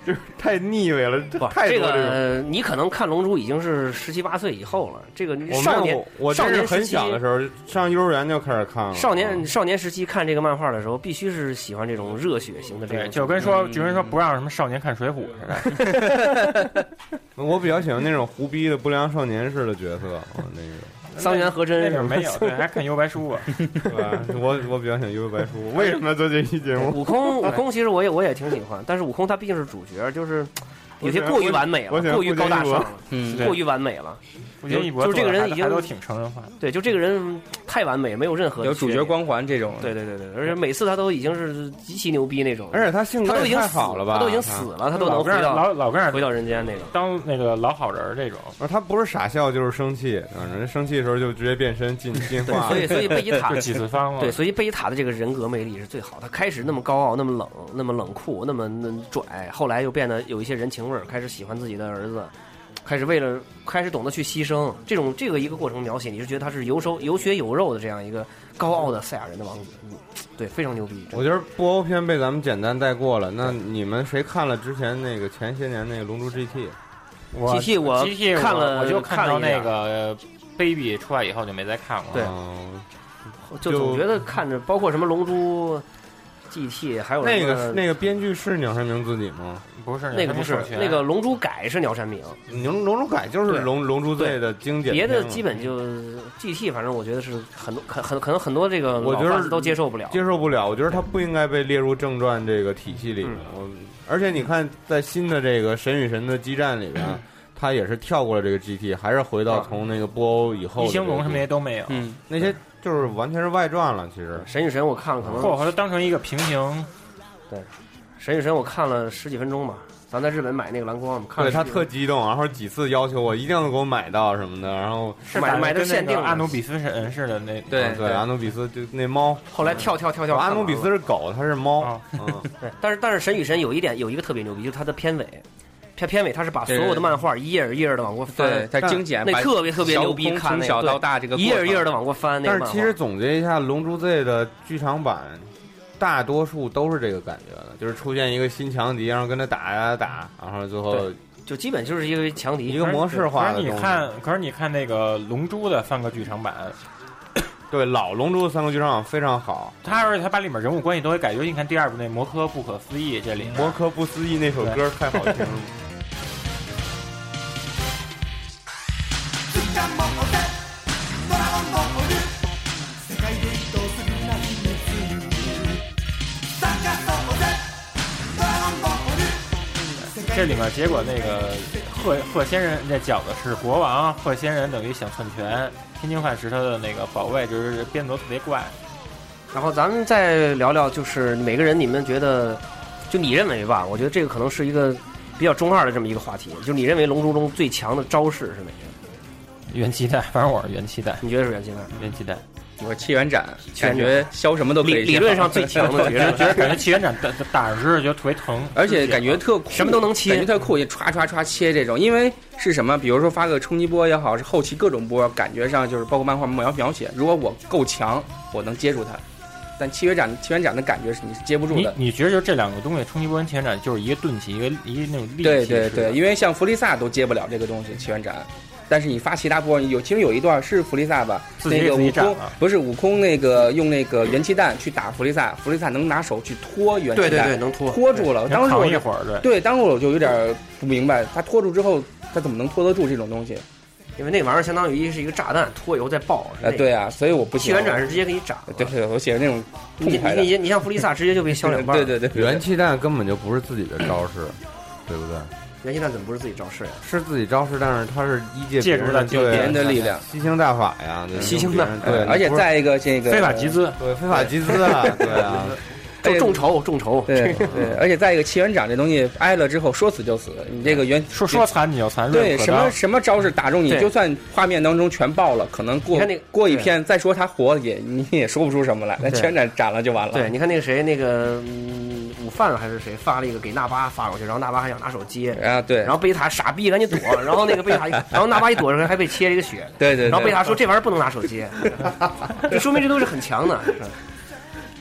B: 就是太腻味了，这
C: 不，
B: 太
C: 这
B: 多这种。
C: 个你可能看《龙珠》已经是十七八岁以后了，这个
B: 我
C: 少
B: 们
C: 年
B: 我
C: 少
B: 真是
C: 年
B: 很
C: 时期
B: 小的时候，上幼儿园就开始看了。
C: 少年
B: 嗯
C: 少年时期看这个漫画的时候，必须是喜欢这种热血型的这
D: 对，
C: 种，嗯
D: 就跟说，就跟说不让什么少年看水浒似的。
B: 我比较喜欢那种胡逼的不良少年式的角色，嗯那个。
C: 桑园和真
D: 那会
C: 是
D: 儿没有，对，还看《幽白书》啊。
B: [laughs] 啊，我我比较想幽游白书，为什么要做这期节目？
C: 悟空，悟空其实我也我也挺喜欢，但是悟空他毕竟是主角，就是
B: 我
C: 有些
B: 喜欢
C: 过于
B: 我
C: 完美了，
B: 我喜欢
C: 过于
B: 顾
C: 高
B: 天一
C: 大上
B: 博
C: 了，
E: 嗯，
C: 过于完美了。
D: 我觉得一博
C: 就是这个人已经
D: 还都挺成人化的。
C: 对，就这个人太完美，没有任何
E: 有主
C: 缺
E: 角
C: 点。
E: 光环这种，嗯
C: 对对对对，而且每次他都已经是极其牛逼那
B: [laughs]
C: 种，
B: 而且他性
C: 他
B: 格
C: 都已
B: 也
C: 经
B: 太
C: 死
B: 好了吧？啊
C: 他都已经死了，他都能
D: 老
C: 回
D: 跟着
C: 到
D: 老老跟
C: 回
D: 着
C: 到人间那种。
D: 当那个老好人儿这种，
B: 啊，他不是傻笑就是生气，啊，人家生气的时候就直接变身进进
C: 对，
B: 化
C: 所。以啊所以贝吉塔
D: 就
C: [laughs]
D: 几次方了
C: 对，。所以贝塔的这个人格魅力是最好。他开始那么高傲，那么冷，那么冷酷，那么那么拽，后来又变得有一些人情味儿，开始喜欢自己的儿子，开始为了开始懂得去牺牲。这种这个一个过程描写，你是觉得他是有手有血有肉的这样一个高傲的赛亚人的王子，嗯对，非常牛逼。真的
B: 我觉得布欧篇被咱们简单带过了，那你们谁看了之前那个前些年那个《龙珠 GT》？
D: 我
C: GT 我
D: GT
C: 看了
D: 我就
C: 看
D: 看
C: 了
D: 到
C: 一点
D: 那个 Baby 出来以后就没再看过。
C: 对
B: 嗯
C: 就总觉得看着包括什么龙珠、GT，还有
B: 那
C: 什
B: 个
C: 么
B: 那个编剧是鸟山明自己吗？
D: 不是
C: 那个不是
D: 授权
C: 那个龙珠改是鸟山明，
B: 龙龙珠改就是
C: 对
B: 《龙龙珠 Z》的经典
C: 别
B: 片了，
C: 的基本就 GT，反正我觉得是很多很很可能很多这个
B: 我觉得
C: 老 fans 都接受不了。
B: 接受不了，我觉得它不应该被列入正传这个体系里面。
C: 嗯
B: 我而且你看，在新的这个神与神的激战里边，
C: 嗯
B: 它也是跳过了这个 GT，还是回
C: 啊
B: 到从那个布欧以后
D: 异
B: 的这
D: 形
B: 个
D: 龙什么那些都没有。
E: 嗯，
B: 那些就是完全是外传了。其实
C: 神与神我看了可能
B: 哦
D: 或者说当成一个平行，
C: 神与神我看了十几分钟吧。咱在日本买那个蓝光，我们看
B: 对
C: 了
B: 他
C: 十几
B: 特
C: 分
B: 激动，然后几次要求我一定要给我买到什么的，然后
C: 买
D: 打得
C: 买的
D: 跟那
C: 限定
D: 个
C: 的
D: 阿努比斯神似的那
E: 对
B: 啊对阿努比斯就那猫，
C: 钟，后来跳跳跳跳。
B: 阿
C: 看
B: 努
C: 完
B: 比斯
C: 了，
B: 是狗，它是猫
D: 啊，
B: 嗯，
C: 对，但是但是神与神有一点有一个特别牛逼，就是它的片尾，片片尾它是把所有的漫画一页儿一页儿的往过
E: 对
C: 翻，，
E: 它精简，
C: 那
E: 把
C: 特别特别
E: 小
C: 牛
E: 悟
C: 逼，
E: 空
C: 看
E: 从
C: 那
E: 小
C: 个
E: 到大这个
C: 对一页儿一页
E: 过
C: 儿
E: 程
C: 的往过翻那个
B: 但
C: 漫
B: 是
C: 画。
B: 其实总结一下，《龙珠 Z》的剧场版，大多数都是这个感觉的，就是出现一个新强敌，然后跟他打呀打，然后最后
C: 对就基本就是一个强敌，
B: 一个模式化
D: 可
B: 的东
D: 是你
B: 西。
D: 看，可是你看那个《龙珠》的三个剧场版，
B: 对老《龙珠》三个剧场版非常好，
D: 他而且他把里面人物关系都给改，尤其你看第二部那摩诃不可思议这里面，
B: 《摩诃不思议》那首歌太好听了。
A: 図鑑もお手ドラゴンボール世界で移動するな秘密参加そうぜドラゴンボール
D: 这里面结果那个鹤鹤仙人这饺子是国王，鹤仙人等于想篡权，天津饭是他的那个保卫，就是变得特别怪。
C: 然后咱们再聊聊，就是每个人你们觉得，就你认为吧？我觉得这个可能是一个比较中二的这么一个话题。就你认为《龙珠》中最强的招式是哪个？
D: 元气弹，反正我是元气弹，
C: 你觉得是啊元气弹？
D: 元气弹，
E: 我气源斩，
C: 气源
E: 感
C: 斩
E: 觉削什么都可
C: 理
E: 以削。
C: 理论上最
E: [laughs]
C: 强的
D: 觉
C: 绝
D: 得觉
C: 对
D: 得感觉气源斩打打着之后觉得特别疼，啊
E: 而且感觉特酷
C: 什么都能
E: 感觉
C: 切。
E: 特酷，也歘歘歘切这种，因为是什么？比如说发个冲击波也好，是后期各种波，感觉上就是包括漫画描描写，如果我够强，我能接住它。但契约斩契约斩的感觉是你是接不住
D: 你
E: 的。
D: 你觉得就这两个东西，冲击波跟气源斩就是一个钝器，一个一个那种利器。
E: 对对对，，因为像弗利萨都接不了这个东西契约斩，但是你发其他波，有其中有一段是弗利萨吧，
D: 自己
E: 那
D: 给
E: 个
D: 自己
E: 悟
D: 斩
E: 空
D: 了
E: 不是悟空那个用那个元气弹去打弗利萨，弗利萨能拿手去拖元气
C: 对
E: 弹，
C: 对对，能拖。
E: 拖住了。当时我
D: 扛
E: 就
D: 一会儿，对，
E: 对，当时我就有点不明白，他拖住之后，他怎么能拖得住这种东西？
C: 因为那玩意儿相当于是一个炸弹，拖以后再爆。是
E: 啊
C: 那，个
E: 对，啊，所以我不
C: 气
E: 喜欢
C: 源斩是直接给你斩了。
E: 对对，我喜欢那种
C: 你
E: 痛
C: 你
E: 快的，
C: 你你像弗利萨直接就被削两半。
E: 对对对，对
B: 元气弹根本就不是自己的招式，对不对？
C: 元气弹怎么不是自己招式呀？
E: 哎
B: 是自己招式，但是它是依借
D: 借
B: 别
D: 助
B: 人
D: 了
B: 的
D: 就
B: 对
E: 别人的力量。
B: 吸星大法呀，那种
C: 吸星
B: 别
C: 大
B: 人
E: 对
B: 对，，
E: 呃而且
B: 不是
E: 在一个这个
D: 非法集资，
B: 对非法集资啊，对啊，
E: 对
C: 众众筹众筹。
E: 对对，而且在一个气源掌这东西挨了之后，说死就死。你这个原
D: 说说残你就残，
E: 对
D: 论可
E: 什么
D: 当
E: 什么招式打中你，
C: 对
E: 就算画面当中全爆了，可能
C: 你
E: 过
C: 看那个
E: 过一片再说他活也你也说不出什么来，那
C: 对
E: 全斩斩了就完了。
C: 对，你看那个谁，那个嗯，午范还是谁发了一个给纳巴发过去，然后纳巴还想拿手接，
E: 啊，对，
C: 然后贝塔傻逼赶紧躲，然后那个贝塔，然后纳巴一躲着还被切了一个血，
E: 对对，
C: 然后贝
E: 对
C: 塔说这玩意儿不能拿手接，就说明这都是很强的，是吧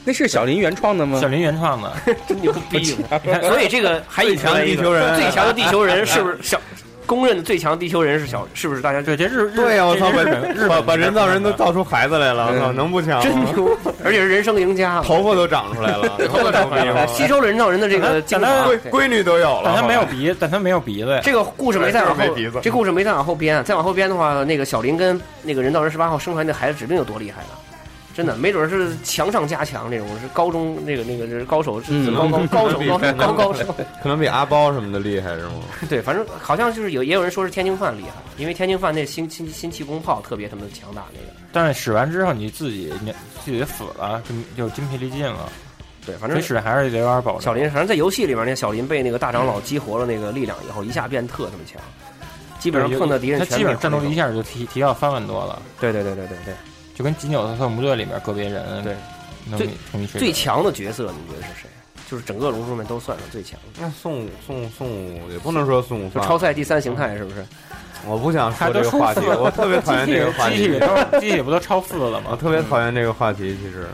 E: 那是小林原创的吗
D: 小？林原
E: [laughs]
D: 创的，
C: 真牛逼！所以这个还
B: 最
C: 隐
B: 强
C: 藏了一
B: 地
C: 个
B: 球人
C: 最强的地球人
B: [laughs]
C: 是不是小公认的最强地球人是小是不是大家
D: 对，这日日
E: 啊
B: 对呀，啊我
D: 这
B: 操，
D: 日本日
B: 把把把人造人都造出孩子来了，我操，
E: 嗯
B: 能不强
C: 真
B: 吗？ [laughs]
C: 牛，而且是人生赢家，
B: 头发都长出来了，头发长出来了，
C: 吸收了人造人的这个精啊
D: 咱
C: 华
D: 们。
B: 闺闺女都有了，
D: 但他没有
B: 后来
D: 鼻，但他没有鼻子呀。
C: 这个故事没再
B: 哎
C: 往
B: 就是
C: 后
B: 没鼻子，
C: 这故事没再往后编，啊再往后编的话，那个小林跟那个人造人十八号生出来那孩子指定有多厉害了。真的，没准是强上加强那种，是高中那个那个是高手，是
E: 嗯
C: 高高高手
D: [laughs]
B: 嗯
C: 高手高高手， [laughs]
B: 可能比阿包什么的厉害是吗？
C: 对，反正好像就是有也有人说是天津饭厉害，因为天津饭那新新新气功炮特别他妈强大，那个
D: 但是使完之后你自己你自己死了，就就筋疲力尽了。
C: 对，反
D: 所
C: 正
D: 以使还是得有点保
C: 小
D: 证。
C: 林，反正在游戏里面，那小林被那个大长老激活了那个力量以后，一下变特他妈强，基
D: 基
C: 本上碰到敌人
D: 他
C: 全
D: 基本上
C: 秒
D: 战斗
C: 那
D: 力
C: 种
D: 一下就提提到三万多了，
C: 对对对对对对。
D: 就跟金九特特部队里面个别人
C: 对
D: 能
C: 最
D: 力同一水
C: 最
D: 平。
C: 强的角色，你觉得是谁？就是整个龙珠们都算上最强的，
B: 那宋宋宋武也不能说宋武
E: 啊
C: 就
B: 吧，
C: 超赛第三形态是不是？
E: 嗯
B: 我不想
D: 他
B: 说
D: 都
B: 这个
D: 出
B: 话题
D: 四，了
B: 我特别讨厌哎这个话
D: 机器
B: 题
D: 人，都机器人不都超四了
B: 我
D: 吗？
B: 特别讨厌这个话题。其实，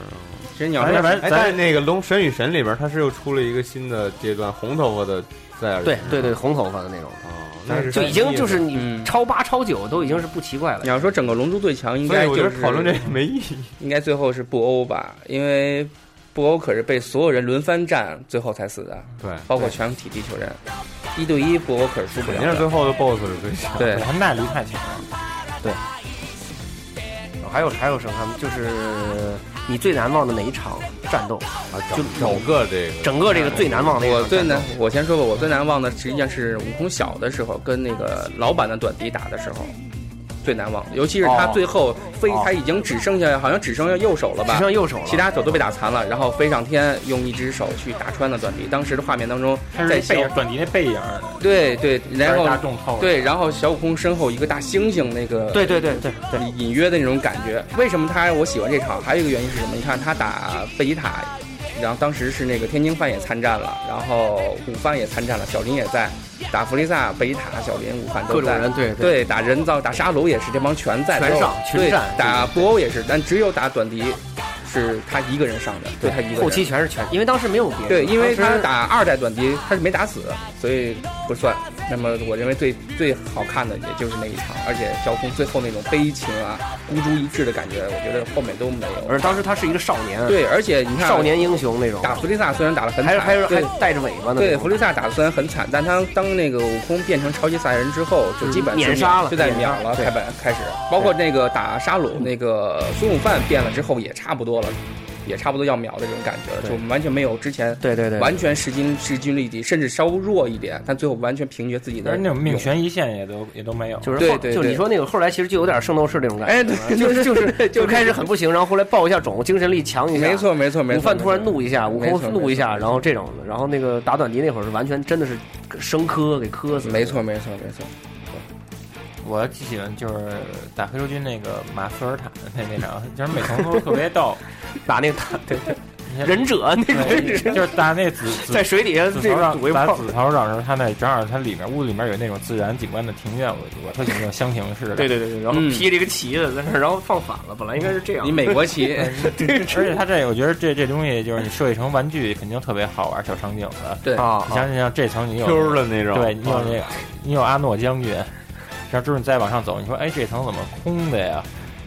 E: 其实你要
D: 咱要不
E: 说
D: 然
B: 哎，但是
D: 咱
B: 那个《龙神与神》里边，他是又出了一个新的阶段，红头发的塞尔。
C: 对对对，红头发的那种，
B: 哦，那是
C: 就已经就是
E: 嗯
C: 你超八超九都已经是不奇怪
E: 你
C: 了。
E: 要说整个龙珠最强，应
B: 所
E: 该
B: 以我觉
E: 就
B: 得
E: 是
B: 讨论这个没意义。
E: 应该最后是布欧吧，因为布欧可是被所有人轮番战，最后才死的，
B: 对，
E: 包括全体地球人，一对一布欧可是输不
B: 肯
E: 了
B: 定是最
E: 的。
B: 后的 BOSS 是最强。
E: 对，
D: 他耐力太强了。
C: 还有还有什么？就是你最难忘的哪一场战斗？
B: 啊，整整个这个
C: 整个这个最难忘的一场
E: 我
C: 战斗
E: 嗯最难，我先说吧，我最难忘的实际上是悟空小的时候跟那个老板的短笛打的时候，最难忘，尤其是他
C: 哦
E: 最后飞，
C: 哦
E: 他已经只剩下好像只剩下右手了
C: 只
E: 吧，
C: 剩右手了，
E: 其他手都被打残了，然后飞上天用一只手去打穿了短笛，当时的画面当中
D: 他
E: 在
D: 是
E: 小
D: 背影，短笛那背影儿，
E: 对对，然
D: 大
E: 后
D: 众透了。
E: 对，然后小悟空身后一个大猩猩那个
C: 对对对对对，
E: 隐隐约的那种感觉。为什么他我喜欢这场？还有一个原因是什么？你看他打贝吉塔，然后当时是那个天津饭也参战了，然后午饭也参战了，小林也在，打弗利萨、贝吉塔、小林、午饭
C: 各
E: 都
C: 种
E: 在。
C: 人对
E: 对，打人造、打沙鲁也是，这帮全在
C: 全
E: 都
C: 上群
E: 对
C: 战
E: 打布欧也是，但只有打短笛是他一个人上的，就他一个人。
C: 后期全是全，因为当时没有别人，
E: 对，因为
C: 当
E: 他
C: 时
E: 打二代短笛，他是没打死，所以不算。那么我认为最最好看的也就是那一场，而且小空最后那种悲情啊、孤注一掷的感觉，我觉得后面都没有。
C: 而当时他是一个少年，，
E: 对，而且你看，
C: 少年英雄那种，
E: 打弗利萨虽然打得很
C: 还是
E: 惨，
C: 还是还
E: 对
C: 带着尾巴呢，
E: 对弗利萨打得虽然很惨，但他当那个悟空变成超级赛亚人之后，就基本
C: 嗯
E: 是
C: 碾杀了
E: 就在
C: 碾
E: 秒
C: 杀
E: 了
C: 对
E: 开本开始，包括那个打沙鲁那个孙悟饭变了之后也差不多了，也差不多要秒的这种感觉，
C: 对
E: 就完全没有之前
C: 对对对，
E: 完全势均势均力敌，甚至稍弱一点，但最后完全凭借自己
D: 但
E: 的
D: 是那种命。悬一线也都也都没有，
C: 就是
E: 对
C: 后
E: 对
C: 就是
E: 对
C: 你说那个后来其实就有点圣斗士那种感觉，
E: 哎，
D: [laughs]
E: 对，
C: 就是就是
E: [laughs]
C: 就开始很不行，然后后来爆一下种，精神力强一下，
E: 没。错没错没错。
C: 午饭突然
E: 没错，
C: 怒一下，悟
E: 没错
C: 空怒一下，然后这种的，然后那个打短笛那会儿是完全真的是生磕给磕死，
E: 没，错没错没错。
C: [laughs]
D: 我最喜欢就是打黑洲军那个马斯尔坦的那那场，就是每层都特别逗。
C: 打那个打对
D: 你看
C: [laughs] 忍者那个
D: 对
C: 忍者
D: 哎就是打那紫紫
C: 啊在水底下
D: 紫
C: 这
D: 桃
C: 个
D: 掌
C: 堵一
D: 打
C: 炮，
D: 紫桃掌时候，他那正好它里面屋子里面有那种自然景观的庭院，我我特喜欢这种箱庭式的。
C: 对对对对，然后
E: 嗯
C: 披着一个旗子在那儿，然后放反了，本来应该是这样
E: 你，美国
D: [laughs]
E: 旗，
D: 而且它这，我觉得这这东西就是你设计成玩具，肯定特别好玩，小场景的。
E: 对
C: 啊
D: 你想想这层你有
B: Q 的那种，啊嗯
D: 对你有那个，你有阿诺将军，然后之后你再往上走，你说哎这层怎么空的呀？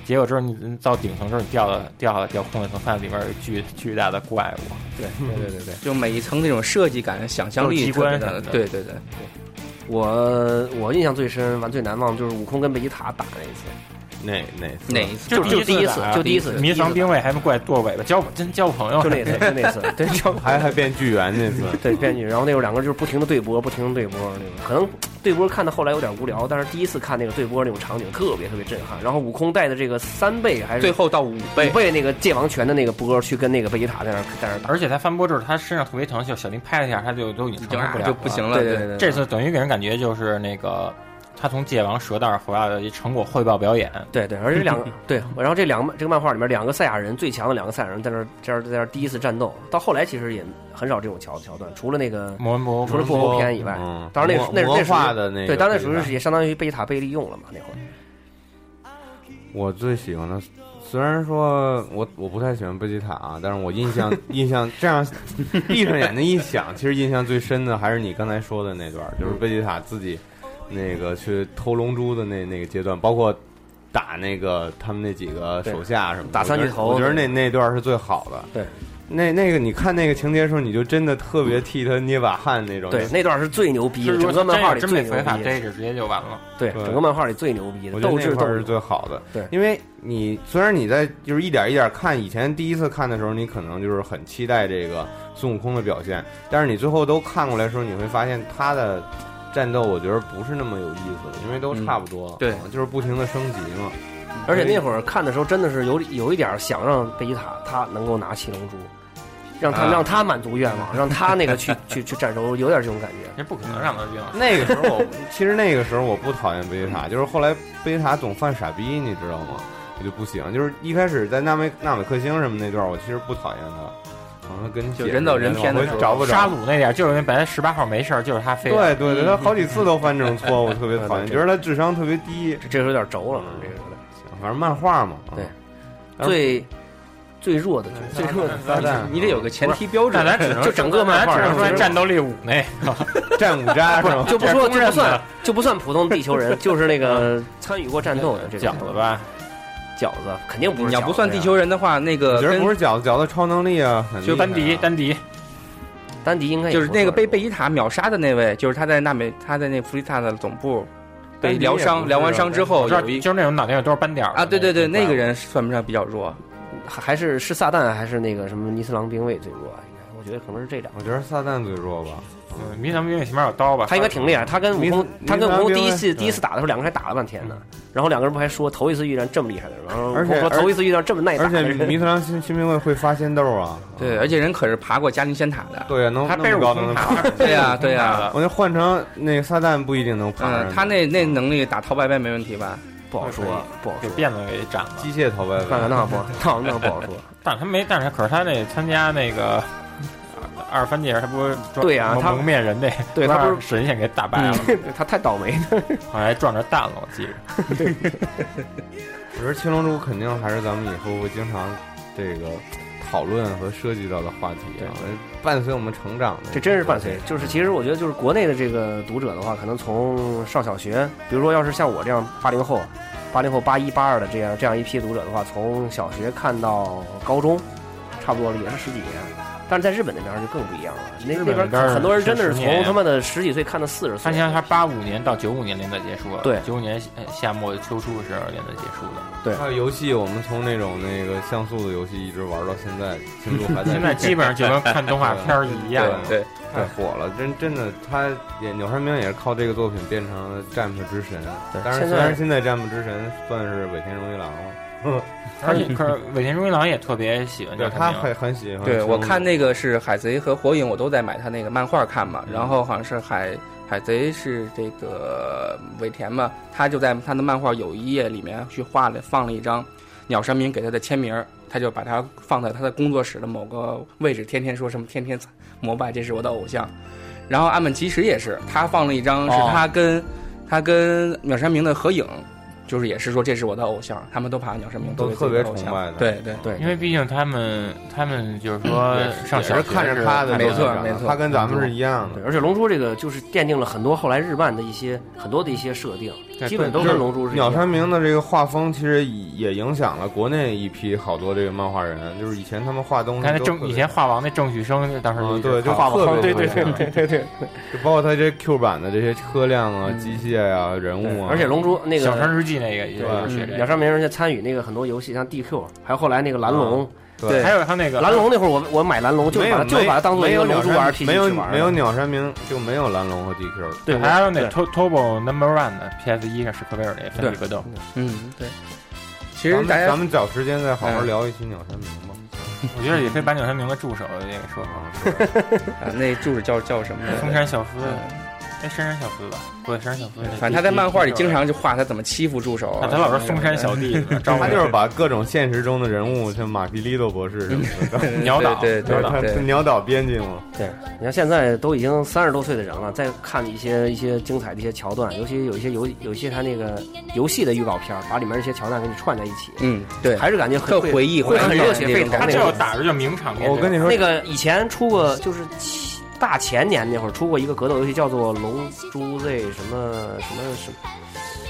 D: 结果之后你你到顶层之后，你掉了掉了掉空了一层，发现里面有巨巨大的怪物，
C: 对对对对。
E: 就每一层那种设计感、想象
D: 都是
E: 力
D: 机
E: 特别
D: 关
E: 的
D: 什么，的
E: 对对对，
C: 嗯我我印象最深、玩最难忘就是悟空跟贝吉塔打那一次，
B: 哪哪次
E: 哪一次？
C: 就就第一次
D: 打，
C: 就第一次，
D: 迷藏定位还能怪剁尾巴，交真交朋友，
C: 就 [laughs] 那次，
E: [laughs]
C: 就那次，对，就
B: 还还变巨猿那次，
C: 对编剧，然后那会儿两个人就是不停的对波，不停的对波那种，可能对波看到后来有点无聊，但是第一次看那个对波那种场景特别特别震撼。然后悟空带的这个三倍还
E: 最
C: 是
E: 后到五
C: 五
E: 倍，
C: 倍那个界王拳的那个波去跟那个贝吉塔在那儿在那儿打，
D: 而且他翻波之后，他身上特别疼，就小林拍了一下，他就都已经
E: 就
D: 承受不了
E: 就不行
D: 了。
E: 了。
C: 啊对对对，
D: 这次等于给人感觉就是那个，他从界王蛇那儿回来的一成果汇报表演，
C: 对对，而且这两个
E: [laughs]
C: 对，然后这两个这个漫画里面两个赛亚人最强的两个赛亚人在那儿在那儿在那儿第一次战斗，到后来其实也很少这种桥桥段，除了那个
D: 摩恩博
C: 除了布欧篇以外，
B: 嗯，
C: 当然那
B: 魔
C: 那那
B: 魔
C: 属于
B: 化的那个
C: 对，当然那
B: 地
C: 属
B: 方
C: 于也相当于贝塔被利用了嘛，那会儿
B: 我最喜欢的，虽然说我我不太喜欢贝吉塔啊，但是我印象印象这样闭上眼睛一想，其实印象最深的还是你刚才说的那段，就是贝吉塔自己那个去偷龙珠的那那个阶段，包括打那个他们那几个手下什么的
C: 打三巨头
B: 我觉得我觉得那那段是最好的。
C: 对。
B: 那那个，你看那个情节的时候，你就真的特别替他捏把汗那种。
C: 对，那段是最牛逼的，
D: 如
C: 整
D: 果
C: 个漫画里
D: 真
C: 最
D: 被
C: 牛
D: 法
C: 逼
D: 这一
C: 的，
D: 直直接就完了。
C: 对，
B: 对
C: 整个漫画里最牛逼
B: 我觉得
C: 的，斗
B: 那
C: 智
B: 块
C: 斗
B: 儿是
C: 勇，
B: 最好的。
C: 对
B: 因为你虽然你在就是一点一点看，以前第一次看的时候，你可能就是很期待这个孙悟空的表现，但是你最后都看过来的时候，你会发现他的战斗，我觉得不是那么有意思了，因为都差不多，
E: 对
B: 嗯就是不停的升级嘛。
C: 而且那会儿看的时候真的是有有一点想让贝吉塔他能够拿七龙珠，让他
E: 啊
C: 让他满足愿望，让他那个去去去战斗，有点这种感觉。
D: 这不可能让他变
C: 嗯
D: 了。
B: 那个时候我，其实那个时候我不讨厌贝塔，就是后来贝塔总犯傻逼，你知道吗？我就不喜欢，就是一开始在纳美纳美克星什么那段，我其实不讨厌他。好像跟
E: 就
B: 姐
E: 人造
B: 似的
E: 人偏的
B: 我
E: 时候
B: 找不着
D: 沙鲁那点儿就是那本来十八号没事儿，就是他非
B: 对对对，他好几次都犯这种错误，特别讨厌，觉得他智商特别低。
C: 这这有点轴了，啊这个有点
B: 反正漫画嘛，
C: 对
B: 嗯
C: 最最弱的角色，
B: 最弱的撒旦，
E: 你得有个前提标
D: 那
E: 准。
D: 咱只能
C: 就整个漫画
D: 咱只能
C: 上
D: 说
C: 就是
D: 战斗力五那个，
B: 战五渣是吧？
C: 就不说就是不
D: 这公认
C: 算
D: 的
C: 就不算普通地球人，就是那个参与过战斗的这
D: 饺
C: 种
D: 子吧，
C: 饺子，肯定不是
E: 你要不
C: 饺子
E: 算
C: 呀
E: 地球人的话，那
B: 我
E: 个
B: 觉得
E: 呃跟
B: 不是饺子，饺子超能力啊，
C: 嗯
B: 很
D: 就丹迪
B: 迪，
D: 丹迪，
C: 丹迪应该也
E: 就是
C: 不
E: 那个
C: 算
E: 被贝吉塔秒杀的那位，就是他在纳美，他在那弗利塔的总部
B: 丹
E: 被
B: 迪
E: 疗
B: 也不
E: 伤，
B: 是
E: 疗完伤之后
D: 啊我知道
E: 有一
D: 就是那种脑袋有多少斑点儿的
E: 啊，对对对，
D: 那
E: 那个人算不上比较弱，
C: 还是是撒旦还是那个什么尼斯郎兵卫最弱啊？应该我觉得可能是这两个。
B: 我觉得撒旦最弱吧。
D: 嗯迷藏兵卫起码有刀吧，
C: 他应该挺厉害，他跟悟
B: 啊尼斯
C: 空，他跟悟空第
B: 尼
C: 一
B: 斯郎兵
C: 次
B: 卫
C: 第一次打的时候，两个人还打了半天呢。然后两个人不还说头一次遇见这么厉害的人吗，
B: 而
C: 然后悟
B: 且而
C: 空说
B: 且
C: 头一次遇到这么耐哎打
B: 而且
C: 的人，
B: 弥特良新新兵卫会发仙豆啊，
E: 对，而且人可是爬过嘉陵仙塔的，
B: 对啊，能
D: 他
B: 那
D: 背着
B: 么
D: 悟
B: 高能
D: 空
B: 爬。
D: 打，
E: 对呀对呀，
B: [laughs] 我就换成那个撒旦不一定能爬上
E: 嗯，
B: 去，
E: 他那那能力打陶白白没问题吧？
C: 不好说啊
D: 可以，
C: 不好
D: [laughs] 给
C: 说。 [laughs]
D: 辫子给斩了。
B: 机械逃白
C: 那个
B: 白，
C: 那不那那不好
B: [laughs]
C: 说。
D: 但是他没，但是可是他那参加那个呃二番界，他不是撞
C: 对
B: 啊
C: 呀
D: 蒙
C: 他
D: 蒙面人那，
C: 对
D: [laughs]
C: 他不是
D: 让神仙给打败了，
B: 嗯
C: 他太倒霉了。
D: 好像还撞着蛋了，我
B: [laughs]
D: 记着。
B: 我觉得七龙珠肯定还是咱们以后会经常这个讨论和涉及到的话题啊，伴随我们成长的。
C: 这真是伴随。就是其实我觉得，就是国内的这个读者的话，可能从上小学，比如说要是像我这样八零后、八零后、八一、八二的这样这样一批读者的话，从小学看到高中，差不多了，也是十几年。但是在日本那边就更不一样了，那
D: 日
C: 那
D: 本那
C: 边
D: 边
C: 很多人真的是
D: 是十年
C: 从他妈的十几岁看到四十
D: 他
C: 岁
D: 你。看，他八五年到九五年连载结束了，
C: 对
D: 九五年呃夏末秋初的时候连载结束的。
B: 还有游戏，我们从那种那个像素的游戏一直玩到现在，进度还在。
D: [laughs] 现在基本上就跟看动画片儿一样，
B: [laughs] 对
E: 对，
B: 太火了，真真的，他也鸟山明也是靠这个作品变成了战斧之神。
C: 对
B: 当然，
C: 现
B: 虽
C: 在
B: 然现在战斧之神算是尾田荣一郎了，
D: 而且可是尾田荣一郎也特别喜欢这
B: 对
D: 个
B: 他
D: 看病
B: 很很喜欢。
E: 对我看那个是海贼和火影，我都在买他那个漫画看嘛，
B: 嗯
E: 然后好像是海海贼是这个尾田嘛，他就在他的漫画有一页里面去画了放了一张鸟山明给他的签名儿，他就把它放在他的工作室的某个位置，天天说什么天天膜拜，这是我的偶像。然后岸本齐史也是，他放了一张是
D: 哦
E: 他跟、他跟鸟山明的合影，就是也是说这是我的偶像，他们都把鸟山明作
B: 都
E: 为
B: 特
E: 自己
B: 别
E: 的偶
B: 崇
E: 像
B: 拜的，
E: 对对
C: 对，
D: 因为毕竟他们他们就是说
B: 嗯
D: 上小
B: 也是
D: 学
B: 看着
D: 是
B: 他的
D: 看着
E: 没错
B: 成长
E: 没错
B: 他跟咱们是一样
C: 对，
B: 的。
C: 而且《龙珠》这个就是奠定了很多后来日漫的一些很多的一些设定，
D: 对
C: 基本都
B: 就
C: 跟
B: 是
C: 《龙珠》是一样
B: 鸟
C: 的
B: 山明的这个画风其实也影响了国内一批好多这个漫画人，就是以前他们画东西
D: 你
B: 都
D: 看那
B: 特别，
D: 郑以前画王那郑旭生，当时
B: 嗯
D: 一直
B: 对就
D: 画
B: 特别
D: 对
B: 特别
D: 对对对对，
B: 就包括他这 Q 版的这些车辆啊、
C: 嗯
B: 机械啊、人物啊，
C: 而且《龙珠》那个
D: 小城日记那个也
B: 对嗯
D: 是学这
C: 鸟
D: 个。
C: 山明人家参与那个很多游戏，像 DQ，还有后来那个蓝龙，
B: 啊对啊
D: 还有他那个
C: 蓝龙那会儿我我买蓝龙就是
B: 没
C: 把它
B: 有
C: 就是把它当做一
B: 没有
C: 个龙珠
B: 鸟山
C: RPG
B: 没有
C: 去玩儿
B: 没有鸟山明就没有蓝龙和 DQ，
C: 对，
D: 还有那
C: 对
D: To- Turbo Number One 的 PS 一上史克威尔那分
C: 对
D: 体格斗，
E: 嗯对。其
B: 咱
E: 实
B: 们
E: 大家
B: 咱们找时间再好好
E: 嗯
B: 聊一期鸟山明
C: [laughs]
B: 吧。
D: 我觉得也可以把鸟山明的助手也给说说，
E: 啊，那助手叫叫什么？
D: 松山小夫
E: 嗯，
D: 哎，山山小夫吧，不是山山小夫那，
E: 反正他在漫画里经常就画他怎么欺负助手
D: 啊，
E: 啊，
D: 他老是嵩山小弟，招
B: 他就是把各种现实中的人物，像马皮利多博士什么
C: [laughs]
B: 的，
D: 鸟岛，
E: 对对
B: 然后
E: 对
B: 他
E: 对
B: 他
E: 对，
B: 鸟岛编辑嘛，
C: 对，你看现在都已经三十多岁的人了，再看一些一些精彩的一些桥段，尤其有一些游有一些他那个游戏的预告片儿，把里面一些桥段给你串在一起，
E: 嗯对，
C: 还是感觉很
E: 特
C: 会
E: 回忆
C: 会
E: 怀
C: 很
E: 念
C: 热血
E: 那
C: 沸
E: 种
C: 腾
E: 感
D: 他
C: 那
E: 觉
D: 这
C: 种
D: 要打着就名场面。
B: 我跟你说
C: 那个以前出过，就是前大前年那会儿出过一个格斗游戏，叫做《龙珠 Z》什么什么什么，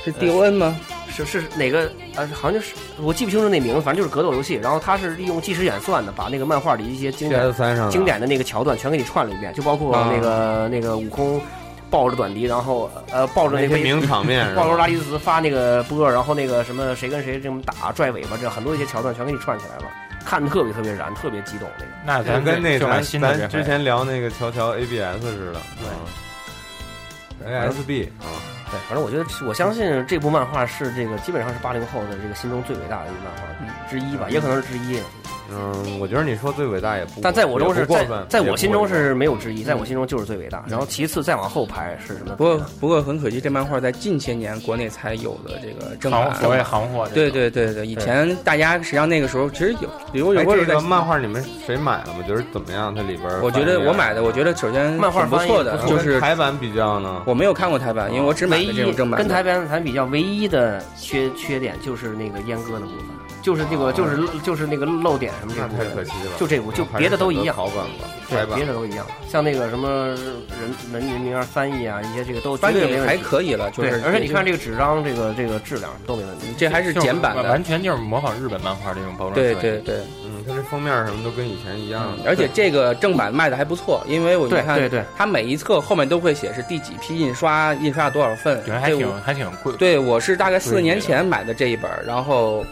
E: 是 D O N 吗？
C: 是是哪个？呃，好像就是我记不清楚那名字，反正就是格斗游戏。然后它是利用即时演算的，把那个漫画里一些经典
B: PS 三上的
C: 经典的那个桥段全给你串了一遍，就包括
E: 啊
C: 那个、那个悟空抱着短笛，然后呃抱着
B: 啊那些
C: 那个
B: 名场面
C: [laughs]
B: 是吧，
C: 暴露拉力斯发那个波，然后那个什么谁跟谁这么打拽尾巴，这很多一些桥段全给你串起来了，看着特别特别燃，特别激动那个。
D: 那
B: 就
D: 咱
B: 跟那
D: 就
B: 咱
D: 玩新的
B: 咱之前聊那个乔乔 ABS 似的，啊对 ASB 啊，
C: 对，反正我觉得是，我相信这部漫画是这个基本上是八零后的这个心中最伟大的一个漫画之一吧，也可能是之一。
B: 嗯，我觉得你说最伟大也不，
C: 但在我中
B: 也
C: 是
B: 不过
C: 在
B: 分
C: 在
B: 也
C: 我
B: 不
C: 心中
B: 过分嗯
C: 是没有之一，在我心中就是最伟大。然后其次再往后排是什么？
E: 不过不过很可惜，这漫画在近些年国内才有的这个正
D: 行
E: 版。
D: 所谓行货，
E: 对，对对对，以前大家实际上那个时候其实有有有
B: 哎
E: 过
B: 这个
E: 在
B: 漫画你们谁买了吗？就是怎么样？它里边儿啊
E: 我觉得
B: 翻译
E: 我买的，我觉得首先
C: 啊漫画
E: 很不
C: 翻译
E: 错的
C: 不，
B: 我
E: 就
B: 跟
E: 是
B: 台版比较呢，
E: 我没有看过台版，因为我只买
C: 唯
E: 的
C: 一
E: 这种正版
C: 跟
E: 的。
C: 台湾台比较唯一的缺缺点就是那个阉割的部分，就是那个就是就是那个漏点什么这
B: 哦那
C: 部
B: 太可
C: 分，
B: 惜了。
C: 就这部就别的都一样。
B: 还是选择草版吧，台
C: 对，
B: 版
C: 别的都一样，像那个什么人文人名啊、翻译啊，一些这个都
E: 翻
C: 绝
E: 译
C: 对没问
E: 还
C: 题
E: 可以了，就
C: 对
E: 是
C: 而且你看
E: 这
C: 这个纸张、这个这个质量都没问题。
E: 这还是简版的，
D: 完全就是模仿日本漫画这种包装。
E: 对对，对，
B: 嗯，它这封面什么都跟以前一
C: 嗯
B: 样。
E: 嗯而且这个正版卖的还不错，因为我你
C: 对
E: 看
C: 对对，
E: 它每一册后面都会写是第几批印刷，印刷了多少份，
D: 觉得还
E: 这
D: 挺
E: 我
D: 还挺贵。
E: 对，我是大概四年前买的这一本，然后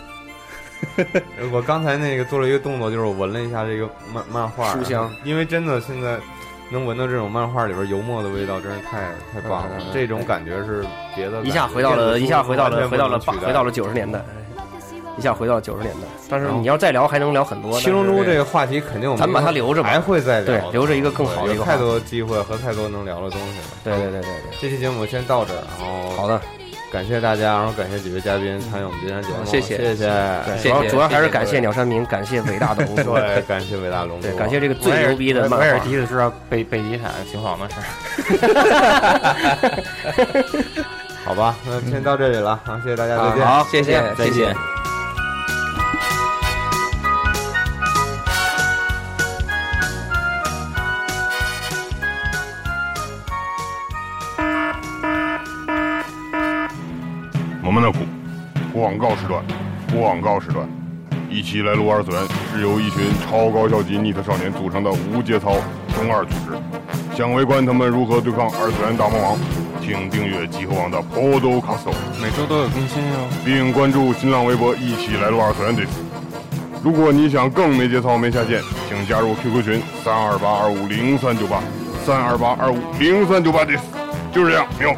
B: 我刚才那个做了一个动作，就是我闻了一下这个漫漫画
C: 书香，
B: 因为真的现在能闻到这种漫画里边油墨的味道，真是太太棒了
C: 嗯嗯嗯。
B: 这种感觉是别的感觉，
C: 一下回到了，一下回到了，回到了八，回到
B: 了。
C: 了九十年代，一下回到九十年代。但是你要再聊，还能聊很多。
B: 嗯七龙
C: 但
B: 珠
C: 是
B: 这个话题肯定我们
C: 咱们把它留着吧
B: 还会再聊的，
C: 对留着一个更好的一
B: 有
C: 个
B: 太
C: 话题
B: 多机会和太多能聊的东西了。
C: 对对对对对，
B: 这期节目先到这儿，然后
C: 好的，
B: 感谢大家，然后感谢几位嘉宾参与我们今天节目，
C: 嗯
E: 谢谢
B: 谢，谢谢，
C: 哎主要
E: 谢谢
C: 主要还是
E: 谢谢
C: 感
E: 各
C: 谢
E: 位
C: 鸟山明，感谢伟大的龙珠，
B: 对， [laughs] 感谢伟大龙珠，
C: 对，感谢这个最牛逼的漫
D: 维尔
C: 画。
D: 迪斯知道贝贝吉塔秦皇的事儿。
C: [laughs]
B: 好吧，那先到这里了，好，谢谢大家，再见。
C: 啊
E: 好，谢谢谢谢。
F: 我们的股广告时段，广告时段，一起来撸二次元是由一群超高校级逆特少年组成的无节操中二组织。想围观他们如何对抗二次元大魔王，请订阅集合网的 Podcast，
D: 每周都有更新哟。
F: 并关注新浪微博“一起来撸二次元”队伍。如果你想更没节操、没下限，请加入 QQ 群三二八二五零三九八三二八二五零三九八，这就是这样，没有。